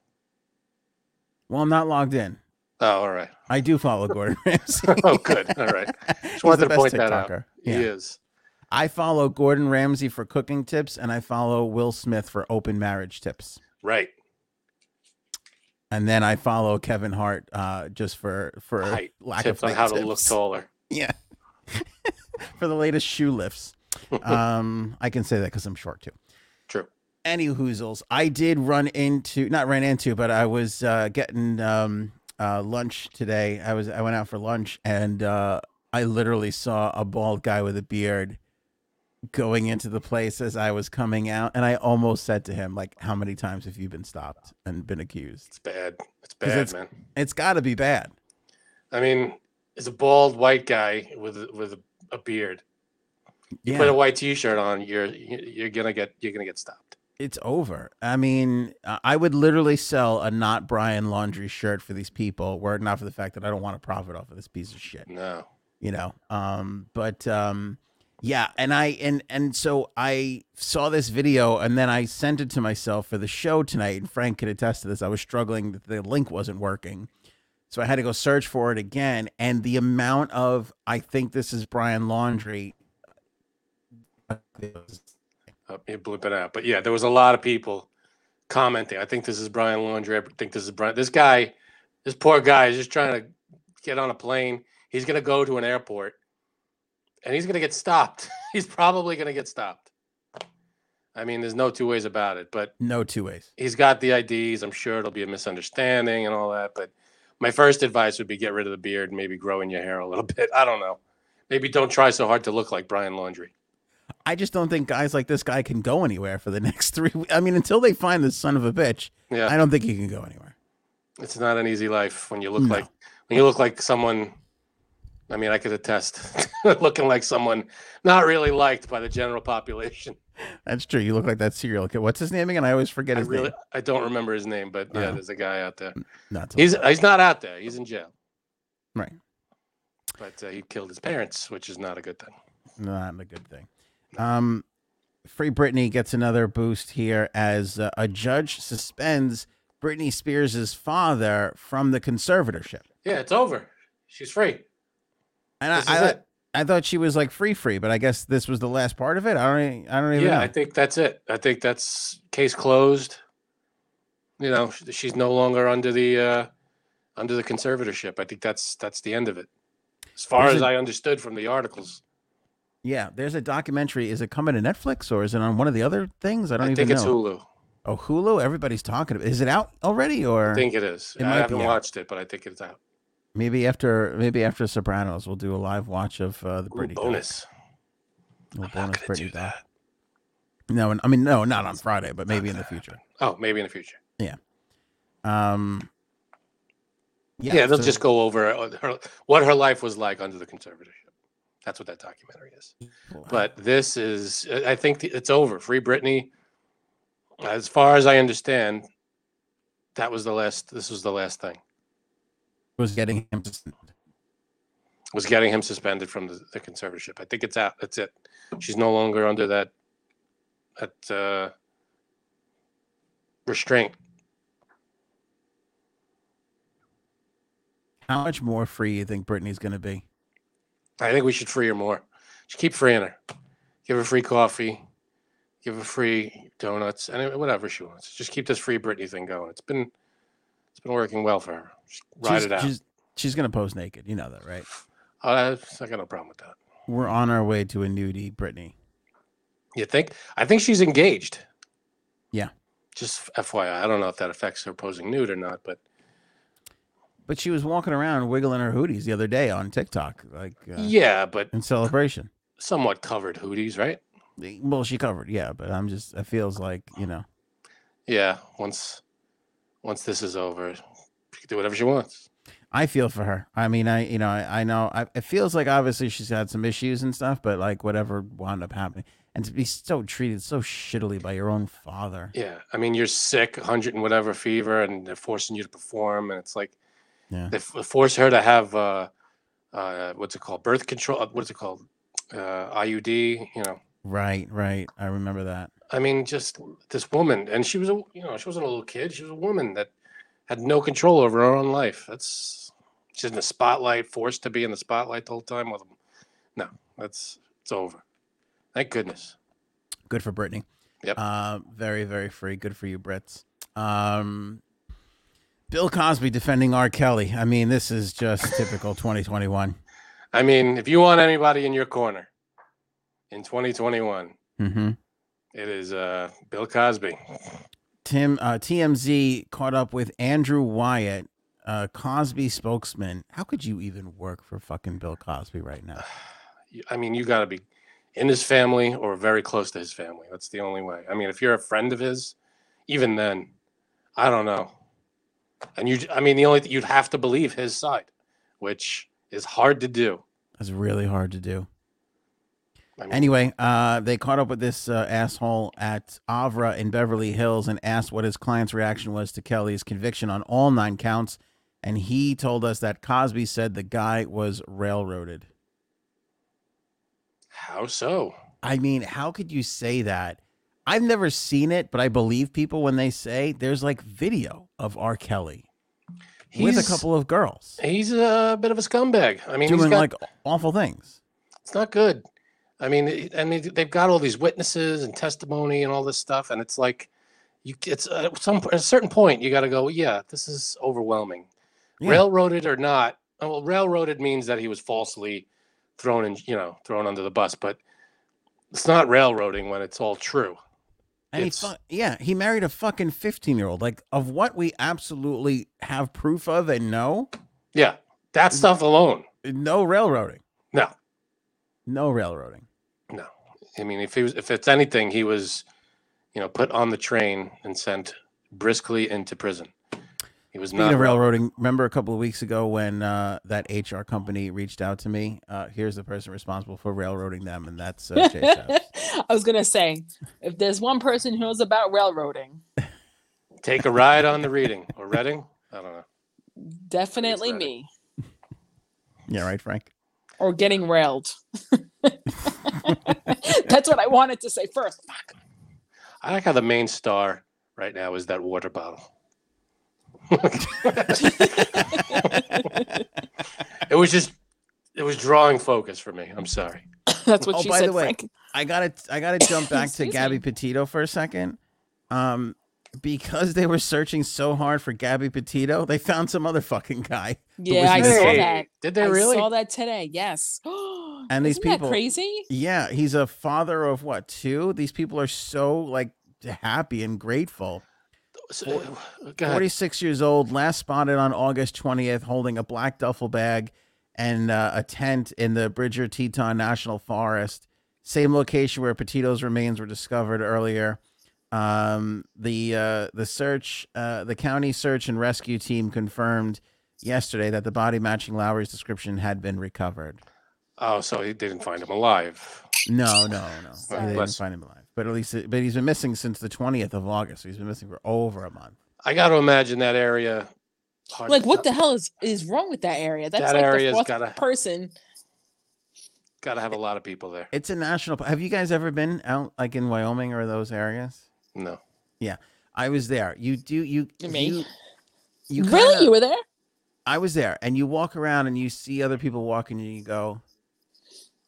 Speaker 1: Well, I'm not logged in.
Speaker 2: Oh, all right.
Speaker 1: I do follow Gordon Ramsay.
Speaker 2: Oh, good. All right.
Speaker 1: He's
Speaker 2: wanted
Speaker 1: the
Speaker 2: to
Speaker 1: best
Speaker 2: point that out.
Speaker 1: TikToker.
Speaker 2: He
Speaker 1: Yeah.
Speaker 2: is.
Speaker 1: I follow Gordon Ramsay for cooking tips, and I follow Will Smith for open marriage tips,
Speaker 2: Right.
Speaker 1: and then I follow Kevin Hart uh, just for for
Speaker 2: Height
Speaker 1: lack
Speaker 2: Tips
Speaker 1: of
Speaker 2: on
Speaker 1: height
Speaker 2: how to look
Speaker 1: tips.
Speaker 2: taller.
Speaker 1: Yeah, for the latest shoe lifts. um, I can say that because I'm short too.
Speaker 2: True.
Speaker 1: any hoozles i did run into not ran into but i was uh getting um uh lunch today i was i went out for lunch and uh i literally saw a bald guy with a beard going into the place as i was coming out and i almost said to him like how many times have you been stopped and been accused
Speaker 2: It's bad. It's
Speaker 1: 'Cause
Speaker 2: bad,
Speaker 1: it's-
Speaker 2: man.
Speaker 1: it's got to be bad
Speaker 2: I mean, it's a bald white guy with a- with a, a beard.
Speaker 1: yeah
Speaker 2: Put a white T-shirt on. You're you're gonna get you're gonna get stopped.
Speaker 1: it's over i mean uh, i would literally sell a not brian laundry shirt for these people were it not for the fact that i don't want to profit off of this piece of shit
Speaker 2: No.
Speaker 1: you know um but um yeah and i and and so i saw this video and then i sent it to myself for the show tonight and frank could attest to this i was struggling that the link wasn't working so i had to go search for it again and the amount of i think this is brian laundry
Speaker 2: Uh, you blip it out. But yeah, there was a lot of people commenting. I think this is Brian Laundrie. I think this is Brian. This guy, this poor guy is just trying to get on a plane. He's going to go to an airport and he's going to get stopped. he's probably going to get stopped. I mean, there's no two ways about it. But
Speaker 1: no two ways
Speaker 2: he's got the IDs. I'm sure it'll be a misunderstanding and all that. But my first advice would be get rid of the beard, maybe grow in your hair a little bit. I don't know. Maybe don't try so hard to look like Brian Laundrie.
Speaker 1: i just don't think guys like this guy can go anywhere for the next three we- i mean until they find this son of a bitch
Speaker 2: Yeah.
Speaker 1: i don't think he can go anywhere
Speaker 2: it's not an easy life when you look
Speaker 1: No.
Speaker 2: like when you look like someone i mean i could attest looking like someone not really liked by the general population
Speaker 1: that's true you look like that serial killer what's his name again i always forget
Speaker 2: i
Speaker 1: his
Speaker 2: really
Speaker 1: name
Speaker 2: i don't remember his name but yeah
Speaker 1: Uh-huh.
Speaker 2: there's a guy out there
Speaker 1: not to-
Speaker 2: he's he's not out there he's in jail
Speaker 1: Right.
Speaker 2: but uh, he killed his parents which is not a good thing
Speaker 1: not a good thing. Um, Free Britney gets another boost here as uh, a judge suspends Britney Spears' father from the conservatorship.
Speaker 2: yeah it's over she's free
Speaker 1: And
Speaker 2: this
Speaker 1: I,
Speaker 2: is
Speaker 1: I,
Speaker 2: it.
Speaker 1: I thought she was like free, free, but I guess this was the last part of it. I don't, e- I don't even
Speaker 2: yeah
Speaker 1: know.
Speaker 2: i think that's it i think that's case closed you know sh- she's no longer under the uh under the conservatorship i think that's that's the end of it as far
Speaker 1: There's
Speaker 2: as
Speaker 1: a-
Speaker 2: I understood from the articles
Speaker 1: Yeah, there's a documentary. Is it coming to Netflix or is it on one of the other things? I
Speaker 2: I,
Speaker 1: don't even
Speaker 2: think it's
Speaker 1: know.
Speaker 2: Hulu.
Speaker 1: Oh, Hulu. Everybody's talking about. Is it out already or
Speaker 2: I think it is.
Speaker 1: It
Speaker 2: I
Speaker 1: might be
Speaker 2: haven't
Speaker 1: out.
Speaker 2: watched it, but I think it's out.
Speaker 1: maybe after maybe after Sopranos we'll do a live watch of uh, the
Speaker 2: Ooh,
Speaker 1: Britney doc.
Speaker 2: bonus.
Speaker 1: Little
Speaker 2: I'm not
Speaker 1: bonus
Speaker 2: gonna do
Speaker 1: Britney doc.
Speaker 2: that.
Speaker 1: No, and- I mean no, not on Friday, but maybe in the future.
Speaker 2: Oh, maybe in the future.
Speaker 1: Um.
Speaker 2: Yeah, they'll
Speaker 1: so-
Speaker 2: just go over uh, her, what her life was like under the conservatorship. That's what that documentary is. But this is, I- I think th- it's over. Free Britney. As far as I understand, that was the last. This was the last thing.
Speaker 1: was getting him. to-
Speaker 2: Was getting him suspended from the, the conservatorship. I think it's out. That's it. She's no longer under that that uh, restraint.
Speaker 1: How much more free you think Britney's going to be?
Speaker 2: I think we should free her more. Just keep freeing her. Give her free coffee. Give her free donuts and whatever she wants. Just keep this free Britney thing going. It's been it's been working well for her. Just ride
Speaker 1: she's,
Speaker 2: it out.
Speaker 1: She's, she's going to pose naked. You know that, right?
Speaker 2: Uh, I got no problem with that.
Speaker 1: We're on our way to a nudie Britney.
Speaker 2: You think? I think she's engaged.
Speaker 1: Yeah.
Speaker 2: Just FYI, I don't know if that affects her posing nude or not, but
Speaker 1: But she was walking around wiggling her hooties the other day on TikTok, like uh,
Speaker 2: yeah, but
Speaker 1: in celebration.
Speaker 2: somewhat covered hooties, right?
Speaker 1: Well, she covered, yeah. But I'm just, it feels like you know.
Speaker 2: Yeah. Once once this is over, she can do whatever she wants.
Speaker 1: I feel for her. I mean, I you know, I, I know. I, it feels like obviously she's had some issues and stuff, but like whatever wound up happening, and to be so treated so shittily by your own father.
Speaker 2: Yeah, I mean, you're sick, hundred and whatever fever, and they're forcing you to perform, and it's like
Speaker 1: Yeah.
Speaker 2: they f- force her to have uh, uh, what's it called, birth control? uh, What's it called, uh, IUD? You know,
Speaker 1: Right, right. I remember that.
Speaker 2: I mean, just this woman, and she was a, you know, she wasn't a little kid. She was a woman that had no control over her own life. That's she's in the spotlight, forced to be in the spotlight the whole time with them. No, that's it's over. Thank goodness.
Speaker 1: Good for Brittany.
Speaker 2: Yep.
Speaker 1: Uh, very, very free. Good for you, Brits. Um, Bill Cosby defending R. Kelly. I mean, this is just typical 2021.
Speaker 2: I mean, if you want anybody in your corner in 2021.
Speaker 1: Mm-hmm.
Speaker 2: It is uh, Bill Cosby.
Speaker 1: Tim uh, TMZ caught up with Andrew Wyatt, uh, Cosby spokesman. How could you even work for fucking Bill Cosby right now?
Speaker 2: You- I mean, you got to be in his family or very close to his family. That's the only way. I mean, if you're a friend of his, even then, I don't know. And you, I mean, the only th- you'd have to believe his side, which is hard to do.
Speaker 1: That's really hard to do.
Speaker 2: I mean,
Speaker 1: Anyway, uh, they caught up with this uh, asshole at Avra in Beverly Hills and asked what his client's reaction was to Kelly's conviction on all nine counts. And he told us that Cosby said the guy was railroaded.
Speaker 2: how so?
Speaker 1: I mean, how could you say that? I've never seen it, but I believe people when they say there's like video of R. Kelly
Speaker 2: He's
Speaker 1: with a couple of girls
Speaker 2: He's a bit of a scumbag. I mean, he's
Speaker 1: doing
Speaker 2: got-
Speaker 1: like awful things.
Speaker 2: it's not good. I mean, it- and they, they've got all these witnesses and testimony and all this stuff, and it's like, you it's at some at a certain point you got to go. Yeah, this is overwhelming.
Speaker 1: Yeah.
Speaker 2: Railroaded or not? oh, Well, railroaded means that he was falsely thrown in, you know, thrown under the bus, but it's not railroading when it's all true.
Speaker 1: And he
Speaker 2: It's-
Speaker 1: fu- yeah, he married a fucking 15 year old. Like, of what we absolutely have proof of and know,
Speaker 2: Yeah,
Speaker 1: Mm.
Speaker 2: that stuff alone.
Speaker 1: no railroading.
Speaker 2: No,
Speaker 1: No railroading.
Speaker 2: no. I mean, if he was, if it's anything, he was, you know, put on the train and sent briskly into prison. He was
Speaker 1: Speaking
Speaker 2: not
Speaker 1: of railroading, remember a couple of weeks ago when uh, that HR company reached out to me? Uh, here's the person responsible for railroading them, and that's uh, Jay Shabs.
Speaker 5: I was gonna say, if there's one person who knows about railroading,
Speaker 2: Take a ride on the reading or Reading. I don't know.
Speaker 5: definitely
Speaker 2: Reddit.
Speaker 5: me.
Speaker 1: Yeah, right, Frank?
Speaker 5: Or getting railed. That's what I wanted to say first. Fuck.
Speaker 2: I like how the main star right now is that water bottle. it was just, it was drawing focus for me. I'm sorry.
Speaker 5: That's what
Speaker 1: Oh,
Speaker 5: she
Speaker 1: by
Speaker 5: said,
Speaker 1: the way,
Speaker 5: Frank.
Speaker 1: I gotta I gotta jump back to
Speaker 5: Excuse
Speaker 1: Gabby
Speaker 5: me.
Speaker 1: Petito for a second. Um because they were searching so hard for Gabby Petito, they found some other fucking guy.
Speaker 5: Yeah, I
Speaker 1: was
Speaker 5: saw
Speaker 1: Hey.
Speaker 5: that.
Speaker 2: Did they
Speaker 5: I
Speaker 2: really?
Speaker 5: saw that today. Yes.
Speaker 1: and these
Speaker 5: Isn't
Speaker 1: people
Speaker 5: that crazy?
Speaker 1: yeah he's a father of what two these people are so like happy and grateful
Speaker 2: So, uh, go ahead.
Speaker 1: 46 years old last spotted on august 20th holding a black duffel bag and uh, a tent in the bridger teton national forest same location where petito's remains were discovered earlier um, the uh, the search uh, the county search and rescue team confirmed yesterday that the body matching lowry's description had been recovered
Speaker 2: Oh, so he didn't find him alive.
Speaker 1: No, no, no.
Speaker 5: Sorry.
Speaker 1: They didn't
Speaker 2: Bless
Speaker 1: find him alive. But at least, but he's been missing since the twentieth of August. So he's been missing for over a month.
Speaker 2: I got to imagine that area. hard
Speaker 5: Like,
Speaker 2: to
Speaker 5: what
Speaker 2: tell-
Speaker 5: the hell is is wrong with that area? That's
Speaker 2: That
Speaker 5: like
Speaker 2: area's
Speaker 5: the fourth
Speaker 2: gotta-
Speaker 5: person.
Speaker 2: Gotta have a lot of people there.
Speaker 1: It's a national. pa- Have you guys ever been out like in Wyoming or those areas?
Speaker 2: No,
Speaker 1: I was there. You do you
Speaker 5: Me?
Speaker 1: you, you
Speaker 5: really,
Speaker 1: kinda-
Speaker 5: you were there?
Speaker 1: I was there, and you walk around and you see other people walking, and you go,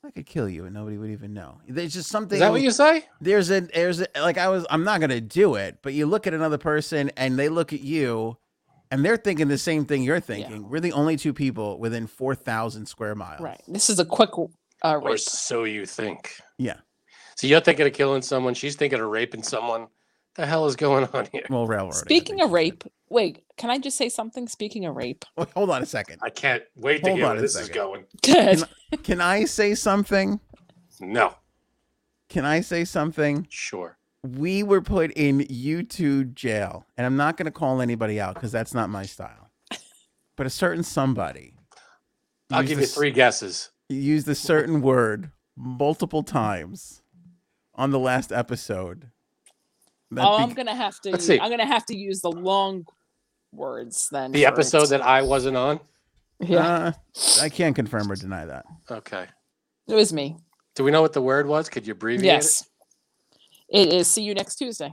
Speaker 1: "I could kill you," and nobody would even know. There's just something.
Speaker 2: is that what you say?
Speaker 1: there's a there's a, like I was I'm not gonna do it, but you look at another person and they look at you, and they're thinking the same thing you're thinking. We're the only two people within four thousand square miles.
Speaker 5: Right. This is a quick uh,
Speaker 2: Or
Speaker 5: race.
Speaker 2: so you think?
Speaker 1: Yeah.
Speaker 2: So you're thinking of killing someone. She's thinking of raping someone. The hell is going on here?
Speaker 1: Well, railroad.
Speaker 5: Speaking of rape, wait, can I just say something? Speaking of rape,
Speaker 1: hold on a second.
Speaker 2: I can't wait to
Speaker 1: Hold
Speaker 2: hear
Speaker 1: on
Speaker 2: where
Speaker 1: a
Speaker 2: this is
Speaker 1: second.
Speaker 2: going.
Speaker 5: Good.
Speaker 1: Can I say something?
Speaker 2: No,
Speaker 1: Can I say something?
Speaker 2: sure.
Speaker 1: We were put in YouTube jail, and I'm not gonna call anybody out because that's not my style. But a certain somebody.
Speaker 2: I'll
Speaker 1: used
Speaker 2: give
Speaker 1: the
Speaker 2: you
Speaker 1: s-
Speaker 2: three guesses.
Speaker 1: you used a certain word multiple times on the last episode. That
Speaker 5: oh,
Speaker 1: be-
Speaker 5: I'm gonna have to.
Speaker 2: Let's
Speaker 5: u-
Speaker 2: see.
Speaker 5: I'm gonna have to use the long words then.
Speaker 2: The
Speaker 5: for
Speaker 2: episode
Speaker 5: it.
Speaker 2: that I wasn't on.
Speaker 5: yeah,
Speaker 1: uh, I can't confirm or deny that.
Speaker 2: Okay.
Speaker 5: it was me.
Speaker 2: Do we know what the word was? Could you abbreviate it?
Speaker 5: Yes, it is. See you next Tuesday.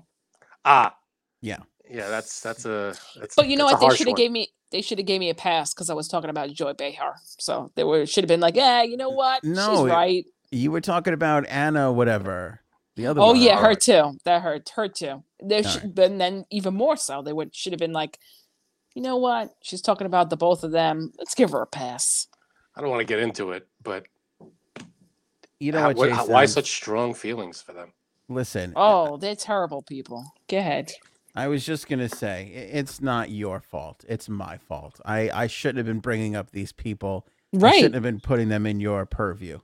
Speaker 2: Ah.
Speaker 1: Yeah.
Speaker 2: Yeah, that's that's a. That's,
Speaker 5: But you know
Speaker 2: that's a
Speaker 5: what? They
Speaker 2: harsh
Speaker 5: should have
Speaker 2: one.
Speaker 5: gave me. They should have gave me a pass because I was talking about Joy Behar. So they were should have been like, yeah, you know what?
Speaker 1: no, it-
Speaker 5: She's right.
Speaker 1: You were talking about Anna, whatever. The other
Speaker 5: Oh
Speaker 1: one.
Speaker 5: yeah, her too. That hurt. Her too. There
Speaker 1: All
Speaker 5: should been then even more so. They would should have been like, you know what? She's talking about the both of them. Let's give her a pass.
Speaker 2: I don't want to get into it, but
Speaker 1: You know
Speaker 2: how-
Speaker 1: what,
Speaker 2: what- how-
Speaker 1: Jason?
Speaker 2: why such strong feelings for them?
Speaker 1: Listen.
Speaker 5: Oh, they're terrible people. Go ahead.
Speaker 1: I was just gonna say i- it's not your fault. It's my fault. I I shouldn't have been bringing up these people. I
Speaker 5: Right.
Speaker 1: shouldn't have been putting them in your purview.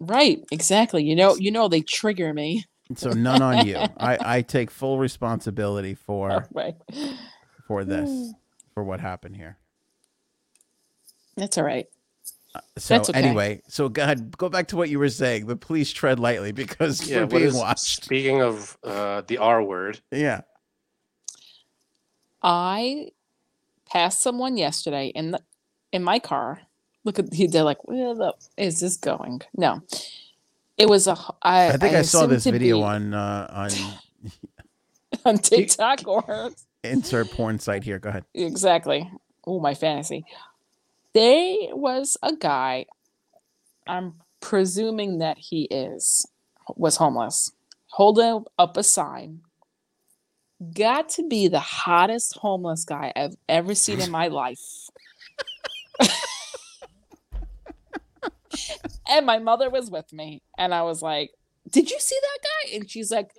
Speaker 5: Right. Exactly. You know. You know they trigger me.
Speaker 1: So none on you. I I take full responsibility
Speaker 5: Oh,
Speaker 1: for
Speaker 5: right.
Speaker 1: for this for what happened here.
Speaker 5: That's all right.
Speaker 1: So
Speaker 5: That's okay.
Speaker 1: anyway, so God, go back to what you were saying, but please tread lightly because
Speaker 2: Yeah.
Speaker 1: we're
Speaker 2: What
Speaker 1: being
Speaker 2: is,
Speaker 1: watched.
Speaker 2: speaking of uh, the R word,
Speaker 1: Yeah.
Speaker 5: I passed someone yesterday in the, in my car. Look at they're like, where the is this going? No, it was a. h- I
Speaker 1: I think I, saw
Speaker 5: assume
Speaker 1: this
Speaker 5: to
Speaker 1: video
Speaker 5: be
Speaker 1: on uh, on
Speaker 5: on TikTok or
Speaker 1: insert porn site here. Go ahead.
Speaker 5: exactly. Oh, my fantasy. There was a guy. I'm presuming that he is was homeless. Holding up a sign. Got to be the hottest homeless guy I've ever seen in my life. and my mother was with me, and I was like, "Did you see that guy?" And she's like,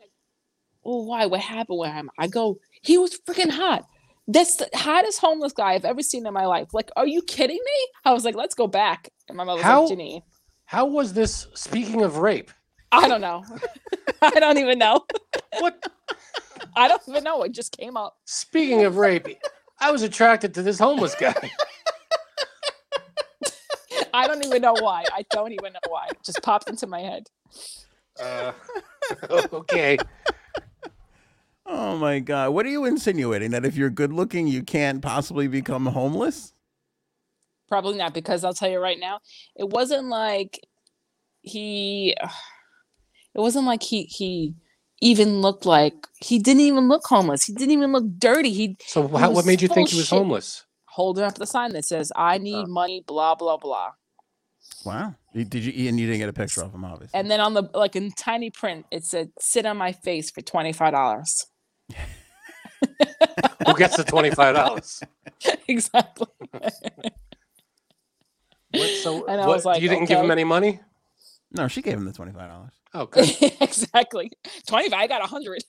Speaker 5: "Oh, why? What happened with him?" I go, "He was freaking hot." That's the hottest homeless guy I've ever seen in my life. Like, are you kidding me? I was like, let's go back. And my mother's
Speaker 2: How-
Speaker 5: like, Janine,
Speaker 2: how was this? Speaking of rape,
Speaker 5: I don't know. I don't even know.
Speaker 2: what?
Speaker 5: I don't even know. It just came up.
Speaker 2: Speaking of rape, I was attracted to this homeless guy.
Speaker 5: I don't even know why. I don't even know why. It just popped into my head.
Speaker 2: Uh, okay.
Speaker 1: Oh my god. What are you insinuating? That if you're good looking you can't possibly become homeless?
Speaker 5: Probably not because I'll tell you right now, it wasn't like he it wasn't like he he even looked like he didn't even look homeless. He didn't even look dirty. He
Speaker 2: So how, what
Speaker 5: was
Speaker 2: made you think he was
Speaker 5: bullshit.
Speaker 2: homeless?
Speaker 5: holding up the sign that says, I need money, blah, blah, blah.
Speaker 1: Wow. You- Did you and you didn't get a picture of him, obviously.
Speaker 5: And then on the like in tiny print, it said, sit on my face for twenty five dollars.
Speaker 2: Who gets the twenty five dollars?
Speaker 5: exactly.
Speaker 2: So
Speaker 5: And I
Speaker 2: what-
Speaker 5: was like,
Speaker 2: you didn't give him
Speaker 5: okay.
Speaker 2: any money?
Speaker 1: No, she gave him the twenty five dollars.
Speaker 2: Oh, good.
Speaker 5: exactly. 25, I got 100.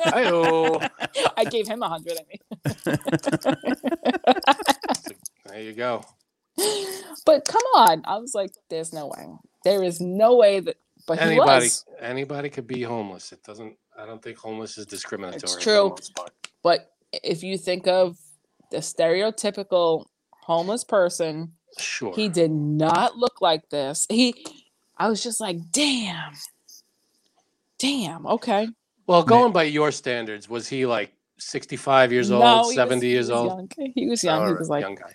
Speaker 2: Hi-oh.
Speaker 5: I gave him 100, I mean.
Speaker 2: There you go.
Speaker 5: But come on. I was like, there's no way. There is no way that. But he
Speaker 2: Anybody,
Speaker 5: was.
Speaker 2: anybody could be homeless. It doesn't. I don't think homeless is discriminatory. for the
Speaker 5: true.
Speaker 2: most part.
Speaker 5: But if you think of the stereotypical homeless person,
Speaker 2: Sure.
Speaker 5: he did not look like this. He, I was just like, damn, damn, okay.
Speaker 2: well, going by your standards, was he like sixty-five years old,
Speaker 5: No, he was-
Speaker 2: seventy
Speaker 5: he
Speaker 2: years
Speaker 5: was
Speaker 2: old?
Speaker 5: young. He was young.
Speaker 2: All
Speaker 5: He
Speaker 2: right,
Speaker 5: was like
Speaker 2: young guy.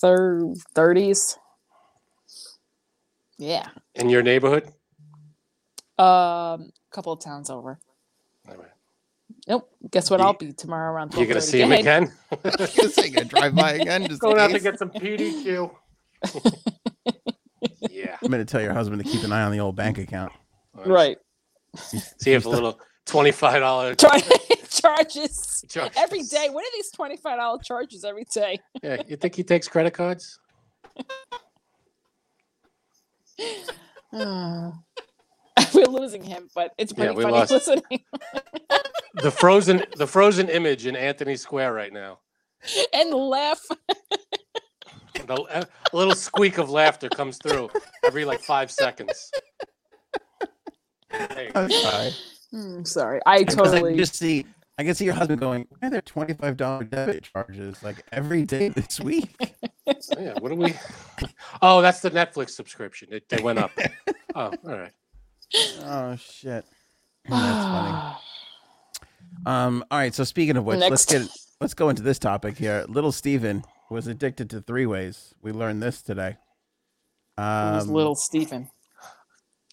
Speaker 5: thir- 30s. Yeah.
Speaker 2: In your neighborhood?
Speaker 5: Um, a couple of towns over.
Speaker 2: All right.
Speaker 5: Nope. Guess what?
Speaker 2: You-
Speaker 5: I'll be tomorrow around.
Speaker 2: You're gonna
Speaker 5: 12:30.
Speaker 2: see
Speaker 5: Go
Speaker 2: him
Speaker 5: ahead.
Speaker 2: again?
Speaker 1: this ain't gonna drive by again. Just
Speaker 2: Going out
Speaker 1: in
Speaker 2: to
Speaker 1: case.
Speaker 2: get some PDQ. yeah.
Speaker 1: I'm gonna tell your husband to keep an eye on the old bank account.
Speaker 5: Right.
Speaker 2: See if a little twenty-five dollar
Speaker 5: Char- charges
Speaker 2: charge.
Speaker 5: every day. What are these twenty-five dollar charges every day?
Speaker 2: Yeah, you think he takes credit cards?
Speaker 5: Ah. We're losing him, but it's
Speaker 2: Yeah,
Speaker 5: pretty
Speaker 2: we
Speaker 5: funny
Speaker 2: lost-
Speaker 5: listening.
Speaker 2: The frozen, the frozen image in Anthony Square right now.
Speaker 5: and laugh.
Speaker 2: The, a little squeak of laughter comes through every like five seconds. There you go.
Speaker 1: I'm sorry.
Speaker 5: Hmm, sorry, I
Speaker 1: Because I
Speaker 5: totally.
Speaker 1: can just see. I can see your husband going. Why are there twenty five dollar debit charges like every day this week?
Speaker 2: Yeah, what do we? Oh, that's the Netflix subscription. It, it went up. Oh, all right.
Speaker 1: oh shit. That's funny. Um. All right. So speaking of which, let's
Speaker 5: Next.
Speaker 1: get let's go into this topic here. Little Steven was addicted to three ways. We learned this today.
Speaker 5: It was
Speaker 1: Um,
Speaker 5: little Stephen.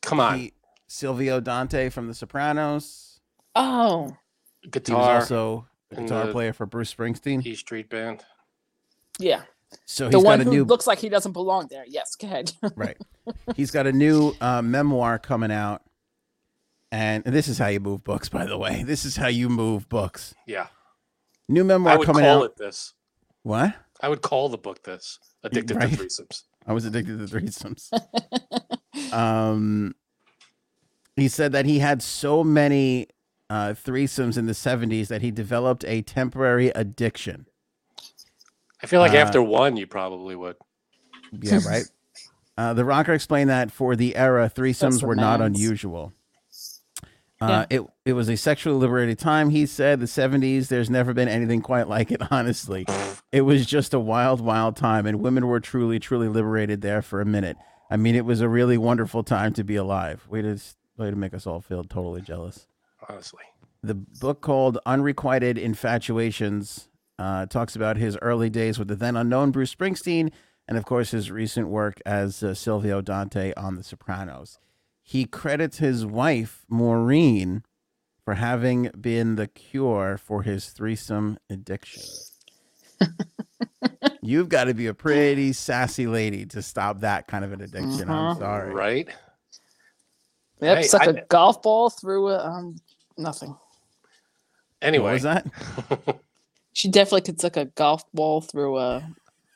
Speaker 2: Come on,
Speaker 1: he- Silvio Dante from The Sopranos.
Speaker 5: Oh,
Speaker 1: He was
Speaker 2: guitar,
Speaker 1: also a
Speaker 2: in
Speaker 1: guitar
Speaker 2: the-
Speaker 1: player for Bruce Springsteen.
Speaker 2: E Street Band.
Speaker 5: yeah,
Speaker 1: So
Speaker 5: the
Speaker 1: he's
Speaker 5: one
Speaker 1: got a
Speaker 5: who
Speaker 1: new
Speaker 5: looks like he doesn't belong there. Yes, go ahead.
Speaker 1: right. He's got a new uh, memoir coming out, and, and this is how you move books. By the way, this is how you move books.
Speaker 2: Yeah,
Speaker 1: New
Speaker 2: I
Speaker 1: memoir
Speaker 2: would
Speaker 1: coming out.
Speaker 2: call it this.
Speaker 1: What?
Speaker 2: I would call the book this. Addicted
Speaker 1: Right.
Speaker 2: to threesomes.
Speaker 1: I was addicted to threesomes. um, he said that he had so many uh, threesomes in the 70s that he developed a temporary addiction.
Speaker 2: I feel like
Speaker 1: Uh,
Speaker 2: after one, you probably would.
Speaker 1: Yeah, right? uh, the rocker explained that for the era, threesomes
Speaker 5: the
Speaker 1: were not
Speaker 5: man's.
Speaker 1: unusual. Uh, It it was a sexually liberated time, he said. The 70s, there's never been anything quite like it, honestly. It was just a wild, wild time, and women were truly, truly liberated there for a minute. I mean, it was a really wonderful time to be alive. Way to, way to make us all feel totally jealous.
Speaker 2: Honestly,
Speaker 1: The book called Unrequited Infatuations uh, talks about his early days with the then unknown Bruce Springsteen, and of course, his recent work as uh, Silvio Dante on The Sopranos. He credits his wife, Maureen, for having been the cure for his threesome addiction. You've got to be a pretty sassy lady to stop that kind of an addiction. I'm
Speaker 5: Mhm.
Speaker 1: sorry.
Speaker 2: right?
Speaker 5: Yep,
Speaker 2: Hey,
Speaker 5: suck
Speaker 2: I-
Speaker 5: a golf ball through a, um nothing.
Speaker 1: What
Speaker 2: Anyway,
Speaker 1: was that?
Speaker 5: She definitely could suck a golf ball through a.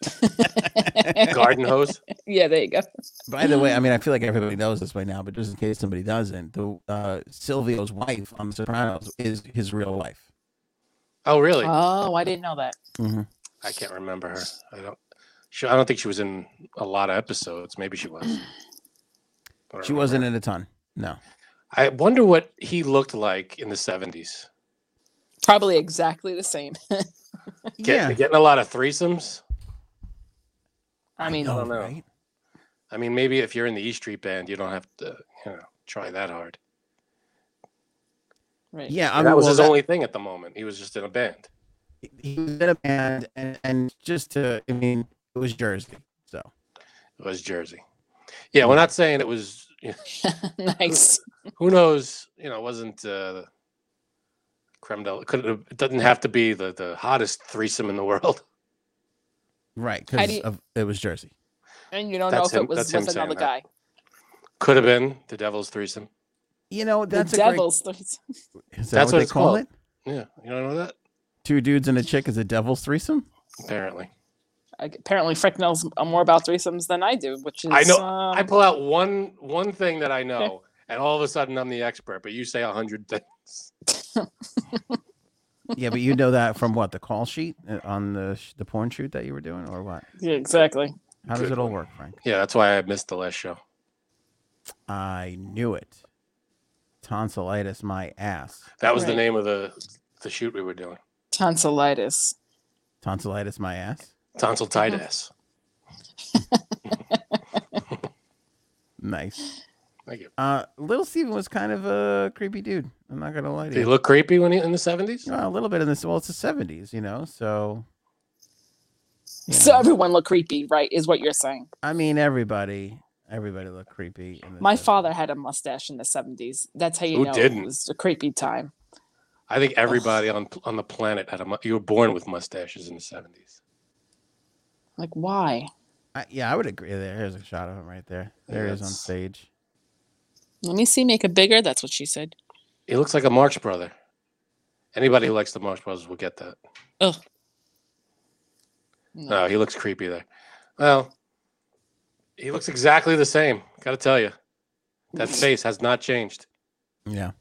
Speaker 2: garden hose.
Speaker 5: yeah, there you go.
Speaker 1: By the way, I mean, I feel like everybody knows this by now, but just in case somebody doesn't, the uh, Silvio's wife on The Sopranos is his real wife.
Speaker 2: Oh, really?
Speaker 5: Oh, I didn't know that.
Speaker 2: I can't remember her. I don't. She, I don't think she was in a lot of episodes. Maybe she was. I don't
Speaker 1: She
Speaker 2: remember.
Speaker 1: wasn't in a ton. No,
Speaker 2: I wonder what he looked like in the seventies.
Speaker 5: Probably exactly the same.
Speaker 1: Yeah.
Speaker 2: getting a lot of threesomes.
Speaker 5: I mean,
Speaker 2: I don't know. I mean, maybe if you're in the E Street Band, you don't have to, you know, try that hard.
Speaker 5: right.
Speaker 1: Yeah, I
Speaker 2: And
Speaker 1: mean,
Speaker 2: that was
Speaker 1: well,
Speaker 2: his
Speaker 1: that-
Speaker 2: only thing at the moment. He was just in a band.
Speaker 1: He was in a band, and, and just to, I mean, it was Jersey. So
Speaker 2: It was Jersey. Yeah, we're not saying it was.
Speaker 5: nice.
Speaker 2: Who knows? You know, it wasn't uh, creme de. Could have, it doesn't have to be the the hottest threesome in the world.
Speaker 1: right,
Speaker 5: How
Speaker 1: because
Speaker 5: do you-
Speaker 1: of it was Jersey.
Speaker 5: And you don't know
Speaker 2: That's
Speaker 5: if
Speaker 2: him-
Speaker 5: it was
Speaker 2: that's him
Speaker 5: with another
Speaker 2: saying
Speaker 5: guy.
Speaker 2: that. Could have been the Devil's threesome.
Speaker 1: You know, that's
Speaker 5: the
Speaker 1: a great.
Speaker 5: devil's.
Speaker 1: Is
Speaker 2: That's
Speaker 1: that
Speaker 2: what
Speaker 1: what they
Speaker 2: it's
Speaker 1: call
Speaker 2: called.
Speaker 1: it?
Speaker 2: Yeah, you don't know that
Speaker 1: Two dudes and a chick is a devil's threesome.
Speaker 2: apparently.
Speaker 5: apparently Frick knows more about threesomes than I do, which is
Speaker 2: I know-
Speaker 5: um,
Speaker 2: I pull out one one thing that I know, and all of a sudden I'm the expert. But you say a hundred things.
Speaker 1: yeah, but you know that from what the call sheet uh, on the sh- the porn shoot that you were doing, or what?
Speaker 5: yeah, exactly.
Speaker 1: How does
Speaker 2: Good
Speaker 1: it all
Speaker 2: one.
Speaker 1: work, Frank?
Speaker 2: Yeah, that's why I missed the last show.
Speaker 1: I knew it. Tonsillitis, my ass.
Speaker 2: That was the
Speaker 5: Right.
Speaker 2: name of the the shoot we were doing.
Speaker 5: Tonsillitis.
Speaker 1: Tonsillitis, my ass.
Speaker 2: Tonsillitis.
Speaker 1: Nice.
Speaker 2: Thank you.
Speaker 1: Uh, little Steven was kind of a creepy dude. I'm not gonna lie to
Speaker 2: Did he
Speaker 1: you.
Speaker 2: look creepy when he in the seventies?
Speaker 1: Uh, a little bit in this. Well, it's the '70s, you know. So, you
Speaker 5: So
Speaker 1: know,
Speaker 5: everyone looked creepy, right? Is what you're saying.
Speaker 1: I mean, everybody, everybody looked creepy. In the
Speaker 5: My
Speaker 1: 70s.
Speaker 5: father had a mustache in the 70s. That's how you
Speaker 2: Who
Speaker 5: know
Speaker 2: didn't?
Speaker 5: it was a creepy time.
Speaker 2: I think everybody on on the planet had a. mu- You were born with mustaches in the seventies.
Speaker 5: Like, why?
Speaker 1: I, yeah, I would agree. There, here's a shot of him right there.
Speaker 2: Yeah,
Speaker 1: There he is on
Speaker 2: that's-
Speaker 1: stage.
Speaker 5: Let me see, make it bigger. That's what she said.
Speaker 2: He looks like a Marx brother. Anybody who likes the Marx Brothers will get that.
Speaker 5: No.
Speaker 2: No, he looks creepy there. Well, he looks exactly the same. Got to tell you, that face has not changed.
Speaker 1: Yeah,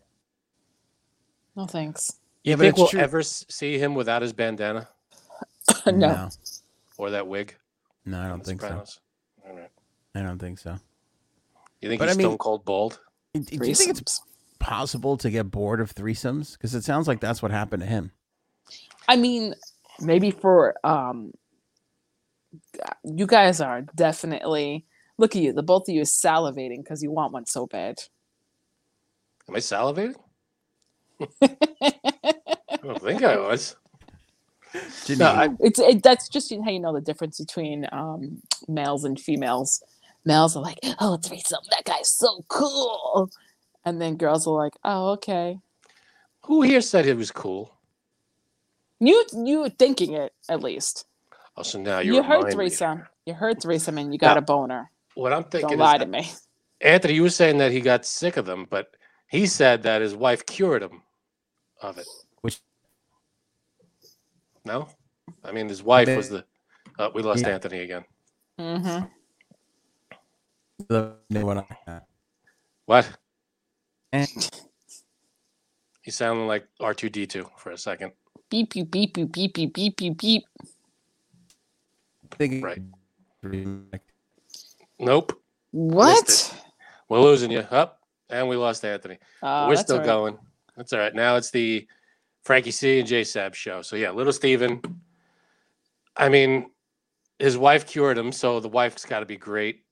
Speaker 5: No, thanks.
Speaker 1: yeah,
Speaker 2: think we'll ever s- see him without his bandana
Speaker 5: no.
Speaker 1: no,
Speaker 2: or that wig?
Speaker 1: no, I
Speaker 2: on
Speaker 1: don't
Speaker 2: The
Speaker 1: think so.
Speaker 2: Sopranos? All right.
Speaker 1: I don't think so.
Speaker 2: You think
Speaker 1: But
Speaker 2: he's
Speaker 1: I mean-
Speaker 2: stone cold bald?
Speaker 1: Do you think it's
Speaker 5: Threesomes.
Speaker 1: possible to get bored of threesomes? Because it sounds like that's what happened to him.
Speaker 5: I mean, maybe for um you guys are definitely look at you, the both of you is salivating because you want one so bad.
Speaker 2: Am I salivating? I don't think I was.
Speaker 1: Didn't
Speaker 2: No,
Speaker 1: he?
Speaker 2: I,
Speaker 5: It's it, that's just how you know the difference between um males and females. Males are like, oh threesome, that guy's so cool. And then girls are like, oh, okay.
Speaker 2: who here said he was cool?
Speaker 5: You you were thinking it at least.
Speaker 2: Oh, so now you,
Speaker 5: You, heard
Speaker 2: remind me.
Speaker 5: threesome. You heard threesome and you got
Speaker 2: Now,
Speaker 5: a boner.
Speaker 2: What I'm thinking
Speaker 5: Don't
Speaker 2: is
Speaker 5: lie
Speaker 2: that-
Speaker 5: to me.
Speaker 2: Anthony, you were saying that he got sick of them, but he said that his wife cured him of it.
Speaker 1: Which-
Speaker 2: No, I mean his wife was the. Uh, we lost
Speaker 1: Yeah.
Speaker 2: Anthony again.
Speaker 5: hmm
Speaker 1: the no, what I-
Speaker 2: What?
Speaker 1: Eh.
Speaker 2: He sounded like R two D two for a second.
Speaker 5: Beep you beep you beep you beep you beep.
Speaker 1: I think
Speaker 2: Right.
Speaker 1: right.
Speaker 2: Nope,
Speaker 5: What?
Speaker 2: we're losing you. Up and we lost Anthony. But
Speaker 5: Uh,
Speaker 2: we're
Speaker 5: that's
Speaker 2: still
Speaker 5: all right.
Speaker 2: going. That's all right. Now it's the Frankie C and J Sab show. So yeah, little Steven. I mean, his wife cured him, so the wife's got to be great.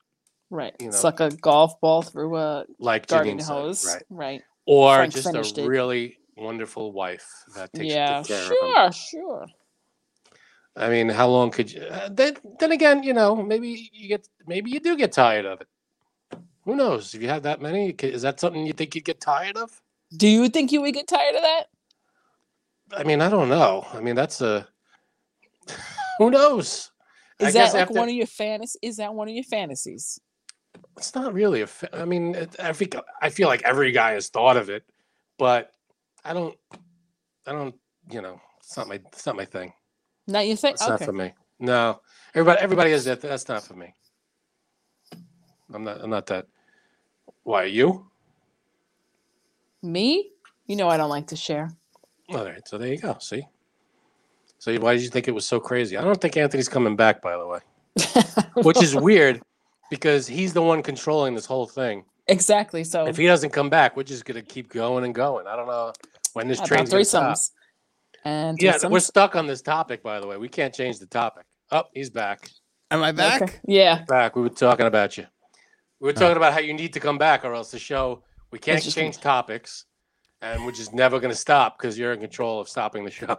Speaker 5: Right.
Speaker 2: you know.
Speaker 5: Suck a golf ball through a
Speaker 2: Like
Speaker 5: garden
Speaker 2: Janine said,
Speaker 5: hose.
Speaker 2: right?
Speaker 5: Right. right.
Speaker 2: or
Speaker 5: Frank
Speaker 2: just
Speaker 5: finished
Speaker 2: a
Speaker 5: it.
Speaker 2: really wonderful wife that takes
Speaker 5: Yeah.
Speaker 2: good care of him.
Speaker 5: Sure. Sure.
Speaker 2: I mean, how long could you? Uh, then, then again, you know, maybe you get, maybe you do get tired of it. Who knows? If you have that many, c- is that something you think you'd get tired of?
Speaker 5: Do you think you would get tired of that?
Speaker 2: I mean, I don't know. I mean, that's a who knows. I
Speaker 5: Is
Speaker 2: guess
Speaker 5: that like
Speaker 2: after-
Speaker 5: one of your fantasies? Is that one of your fantasies?
Speaker 2: It's not really a. fa- I mean, it, I think I feel like every guy has thought of it, but I don't. I don't. You know, it's not my. It's not my thing.
Speaker 5: Not your thing.
Speaker 2: That's not
Speaker 5: Eh, Okay.
Speaker 2: for me. No, everybody, everybody is that. That's not for me. I'm not. I'm not that. Why you?
Speaker 5: Me? You know I don't like to share.
Speaker 2: All right. So there you go. See. So why did you think it was so crazy? I don't think Anthony's coming back, by the way, which is weird because he's the one controlling this whole thing.
Speaker 5: exactly. So
Speaker 2: If he doesn't come back, we're just gonna keep going and going. I don't know when this
Speaker 5: about
Speaker 2: train's gonna stop.
Speaker 5: threesomes. And
Speaker 2: Yeah,
Speaker 5: threesomes?
Speaker 2: we're stuck on this topic, by the way. We can't change the topic. Oh, he's back.
Speaker 1: Am I back?
Speaker 5: Okay. Yeah.
Speaker 2: back. We were talking about you. We were
Speaker 1: Oh.
Speaker 2: talking about how you need to come back, or else the show we can't
Speaker 5: just-
Speaker 2: change topics, and we're just never going to stop because you're in control of stopping the show.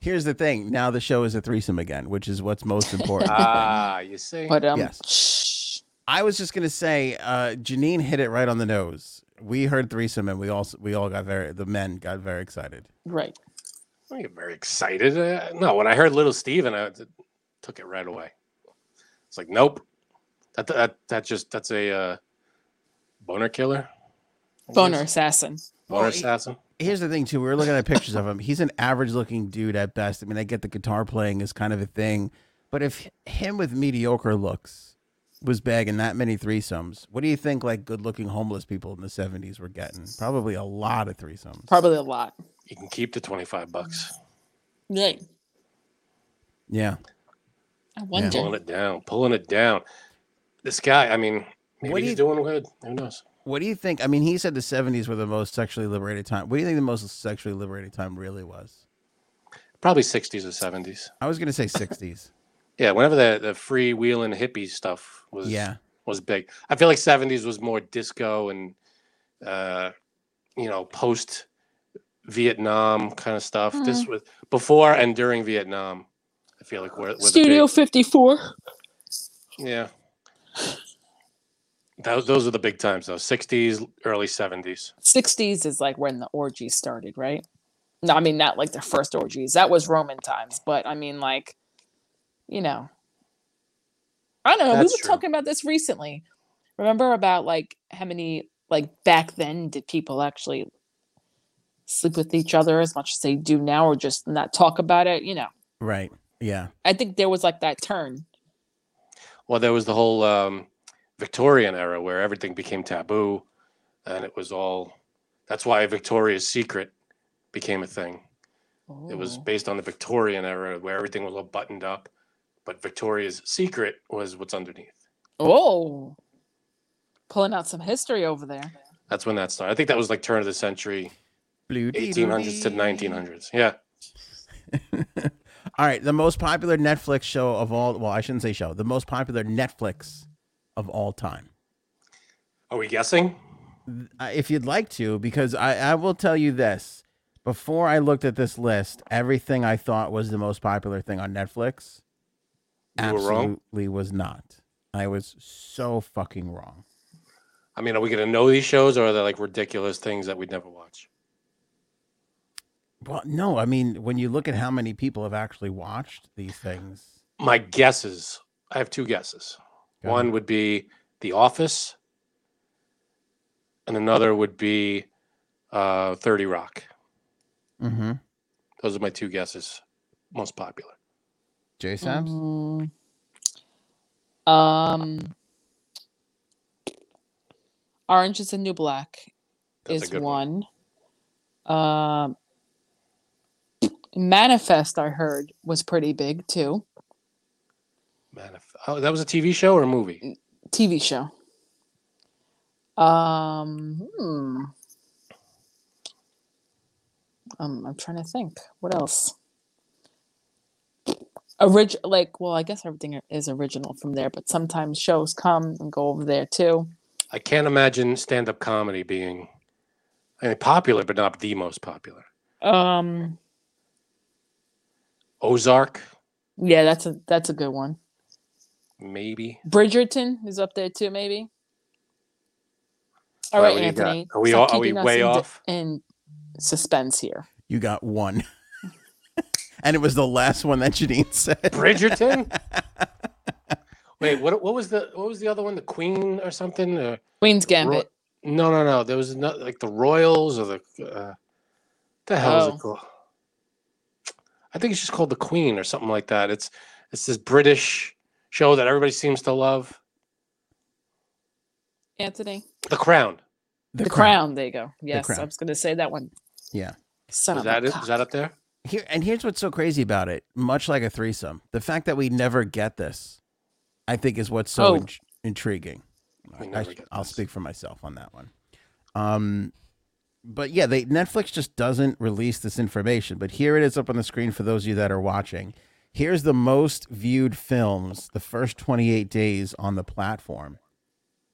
Speaker 1: Here's the thing. Now the show is a threesome again, which is what's most important.
Speaker 2: Ah, you see.
Speaker 5: But um
Speaker 1: Yes.
Speaker 5: shh.
Speaker 1: I was just gonna say, uh, Janine hit it right on the nose. We heard threesome, and we all we all got very the men got very excited.
Speaker 5: Right.
Speaker 2: I don't get very excited. Uh, no, when I heard Little Steven, I t- took it right away. It's like, nope. That that that just that's a uh, boner killer. I guess.
Speaker 5: Boner assassin.
Speaker 2: Boner
Speaker 1: Well, he-
Speaker 2: assassin.
Speaker 1: here's the thing too. We were looking at pictures of him. He's an average looking dude at best. I mean, I get the guitar playing is kind of a thing, but if him with mediocre looks was bagging that many threesomes, what do you think like good looking homeless people in the seventies were getting? Probably a lot of threesomes.
Speaker 5: Probably a lot.
Speaker 2: You can keep the 25 bucks.
Speaker 5: Yeah.
Speaker 1: Yeah.
Speaker 5: I
Speaker 1: Mm.
Speaker 5: wonder.
Speaker 2: Pulling it down, pulling it down. This guy, I mean, maybe
Speaker 1: What do
Speaker 2: he's
Speaker 1: you-
Speaker 2: doing good. Who knows?
Speaker 1: What do you think? I mean, he said the seventies were the most sexually liberated time. What do you think the most sexually liberated time really was?
Speaker 2: Probably 60s or 70s.
Speaker 1: I was gonna say sixties.
Speaker 2: Yeah, whenever the, the free wheeling hippie stuff was
Speaker 1: yeah.
Speaker 2: was big. I feel like 70s was more disco and uh you know, post Vietnam kind of stuff.
Speaker 1: Mm-hmm.
Speaker 2: This was before and during Vietnam. I feel like we're,
Speaker 5: Studio 54.
Speaker 2: yeah. Those those are the big times though. 60s, early 70s.
Speaker 5: 60s is like when the orgies started, right? No, I mean, not like the first orgies. That was Roman times. But I mean, like, you know, I don't know.
Speaker 2: That's
Speaker 5: we were
Speaker 2: true.
Speaker 5: talking about this recently. Remember about like how many, like back then, did people actually sleep with each other as much as they do now or just not talk about it? You know,
Speaker 1: Right. Yeah.
Speaker 5: I think there was like that turn.
Speaker 2: Well, there was the whole um, Victorian era where everything became taboo, and it was all. That's why Victoria's Secret became a thing. It was
Speaker 5: Ooh.
Speaker 2: based on the Victorian era where everything was all buttoned up, but Victoria's Secret was what's underneath.
Speaker 5: Oh, pulling out some history over there.
Speaker 2: That's when that started. I think that was like turn of the century,
Speaker 1: Blue
Speaker 2: 1800s to
Speaker 1: dee-doo-dee.
Speaker 2: 1900s. Yeah,
Speaker 1: All right, the most popular Netflix show of all well, I shouldn't say show, the most popular Netflix of all time.
Speaker 2: are we guessing?
Speaker 1: Uh, if you'd like to, because I, I will tell you this. Before I looked at this list, everything I thought was the most popular thing on Netflix
Speaker 2: You were wrong?
Speaker 1: absolutely was not. I was so fucking wrong.
Speaker 2: I mean, are we gonna know these shows, or are they like ridiculous things that we'd never watch?
Speaker 1: Well, no, I mean, when you look at how many people have actually watched these things,
Speaker 2: My guesses. I have two guesses.
Speaker 1: go
Speaker 2: One
Speaker 1: ahead.
Speaker 2: would be The Office, and another would be uh, 30 Rock.
Speaker 1: Mhm.
Speaker 2: Those are my two guesses, most popular.
Speaker 1: Jay Sabs?
Speaker 5: Mm. Um, Orange is the New Black
Speaker 2: That's a
Speaker 5: is
Speaker 2: good
Speaker 5: one. Um, Manifest, I heard, was pretty big too.
Speaker 2: Manif- oh, that was a TV show or a movie?
Speaker 5: TV show. Um, hmm. um I'm trying to think. What else? Orig- like, well, I guess everything is original from there, but sometimes shows come and go over there too.
Speaker 2: I can't imagine stand up comedy being I mean, popular, but not the most popular.
Speaker 5: Um,
Speaker 2: Ozark,
Speaker 5: yeah, that's a that's a good one.
Speaker 2: maybe.
Speaker 5: Bridgerton is up there too, maybe. All
Speaker 2: All right,
Speaker 5: right,
Speaker 2: what do you got?
Speaker 5: Anthony.
Speaker 2: Are we
Speaker 5: stop
Speaker 2: all- are we
Speaker 5: keeping us
Speaker 2: way
Speaker 5: in di-
Speaker 2: off?
Speaker 5: in suspense here.
Speaker 1: You got one. and it was the last one that Janine said.
Speaker 2: Bridgerton? Wait, what, what was the what was the other one? The Queen or something? Uh, Or
Speaker 5: Queen's Gambit.
Speaker 2: No, no, no. There was no, like the Royals or the uh, the hell is
Speaker 5: Oh.
Speaker 2: it called? I think it's just called the Queen or something like that. It's it's this British show that everybody seems to love.
Speaker 5: Anthony.
Speaker 2: The Crown.
Speaker 5: The, crown. There you go. Yes, I
Speaker 1: Crown.
Speaker 5: was going to say that one.
Speaker 1: Yeah.
Speaker 5: Son
Speaker 1: Oh
Speaker 2: Is
Speaker 5: of
Speaker 2: that
Speaker 5: a
Speaker 2: it?
Speaker 5: cock.
Speaker 2: Is that up there?
Speaker 1: Here and here's what's so crazy about it. Much like a threesome, the fact that we never get this, I think, is what's so
Speaker 5: Oh.
Speaker 1: int- intriguing.
Speaker 2: We
Speaker 1: I,
Speaker 2: never get
Speaker 1: will
Speaker 2: this.
Speaker 1: speak for myself on that one. Um, but yeah, they Netflix just doesn't release this information. But here it is up on the screen for those of you that are watching. Here's the most viewed films the first 28 days on the platform.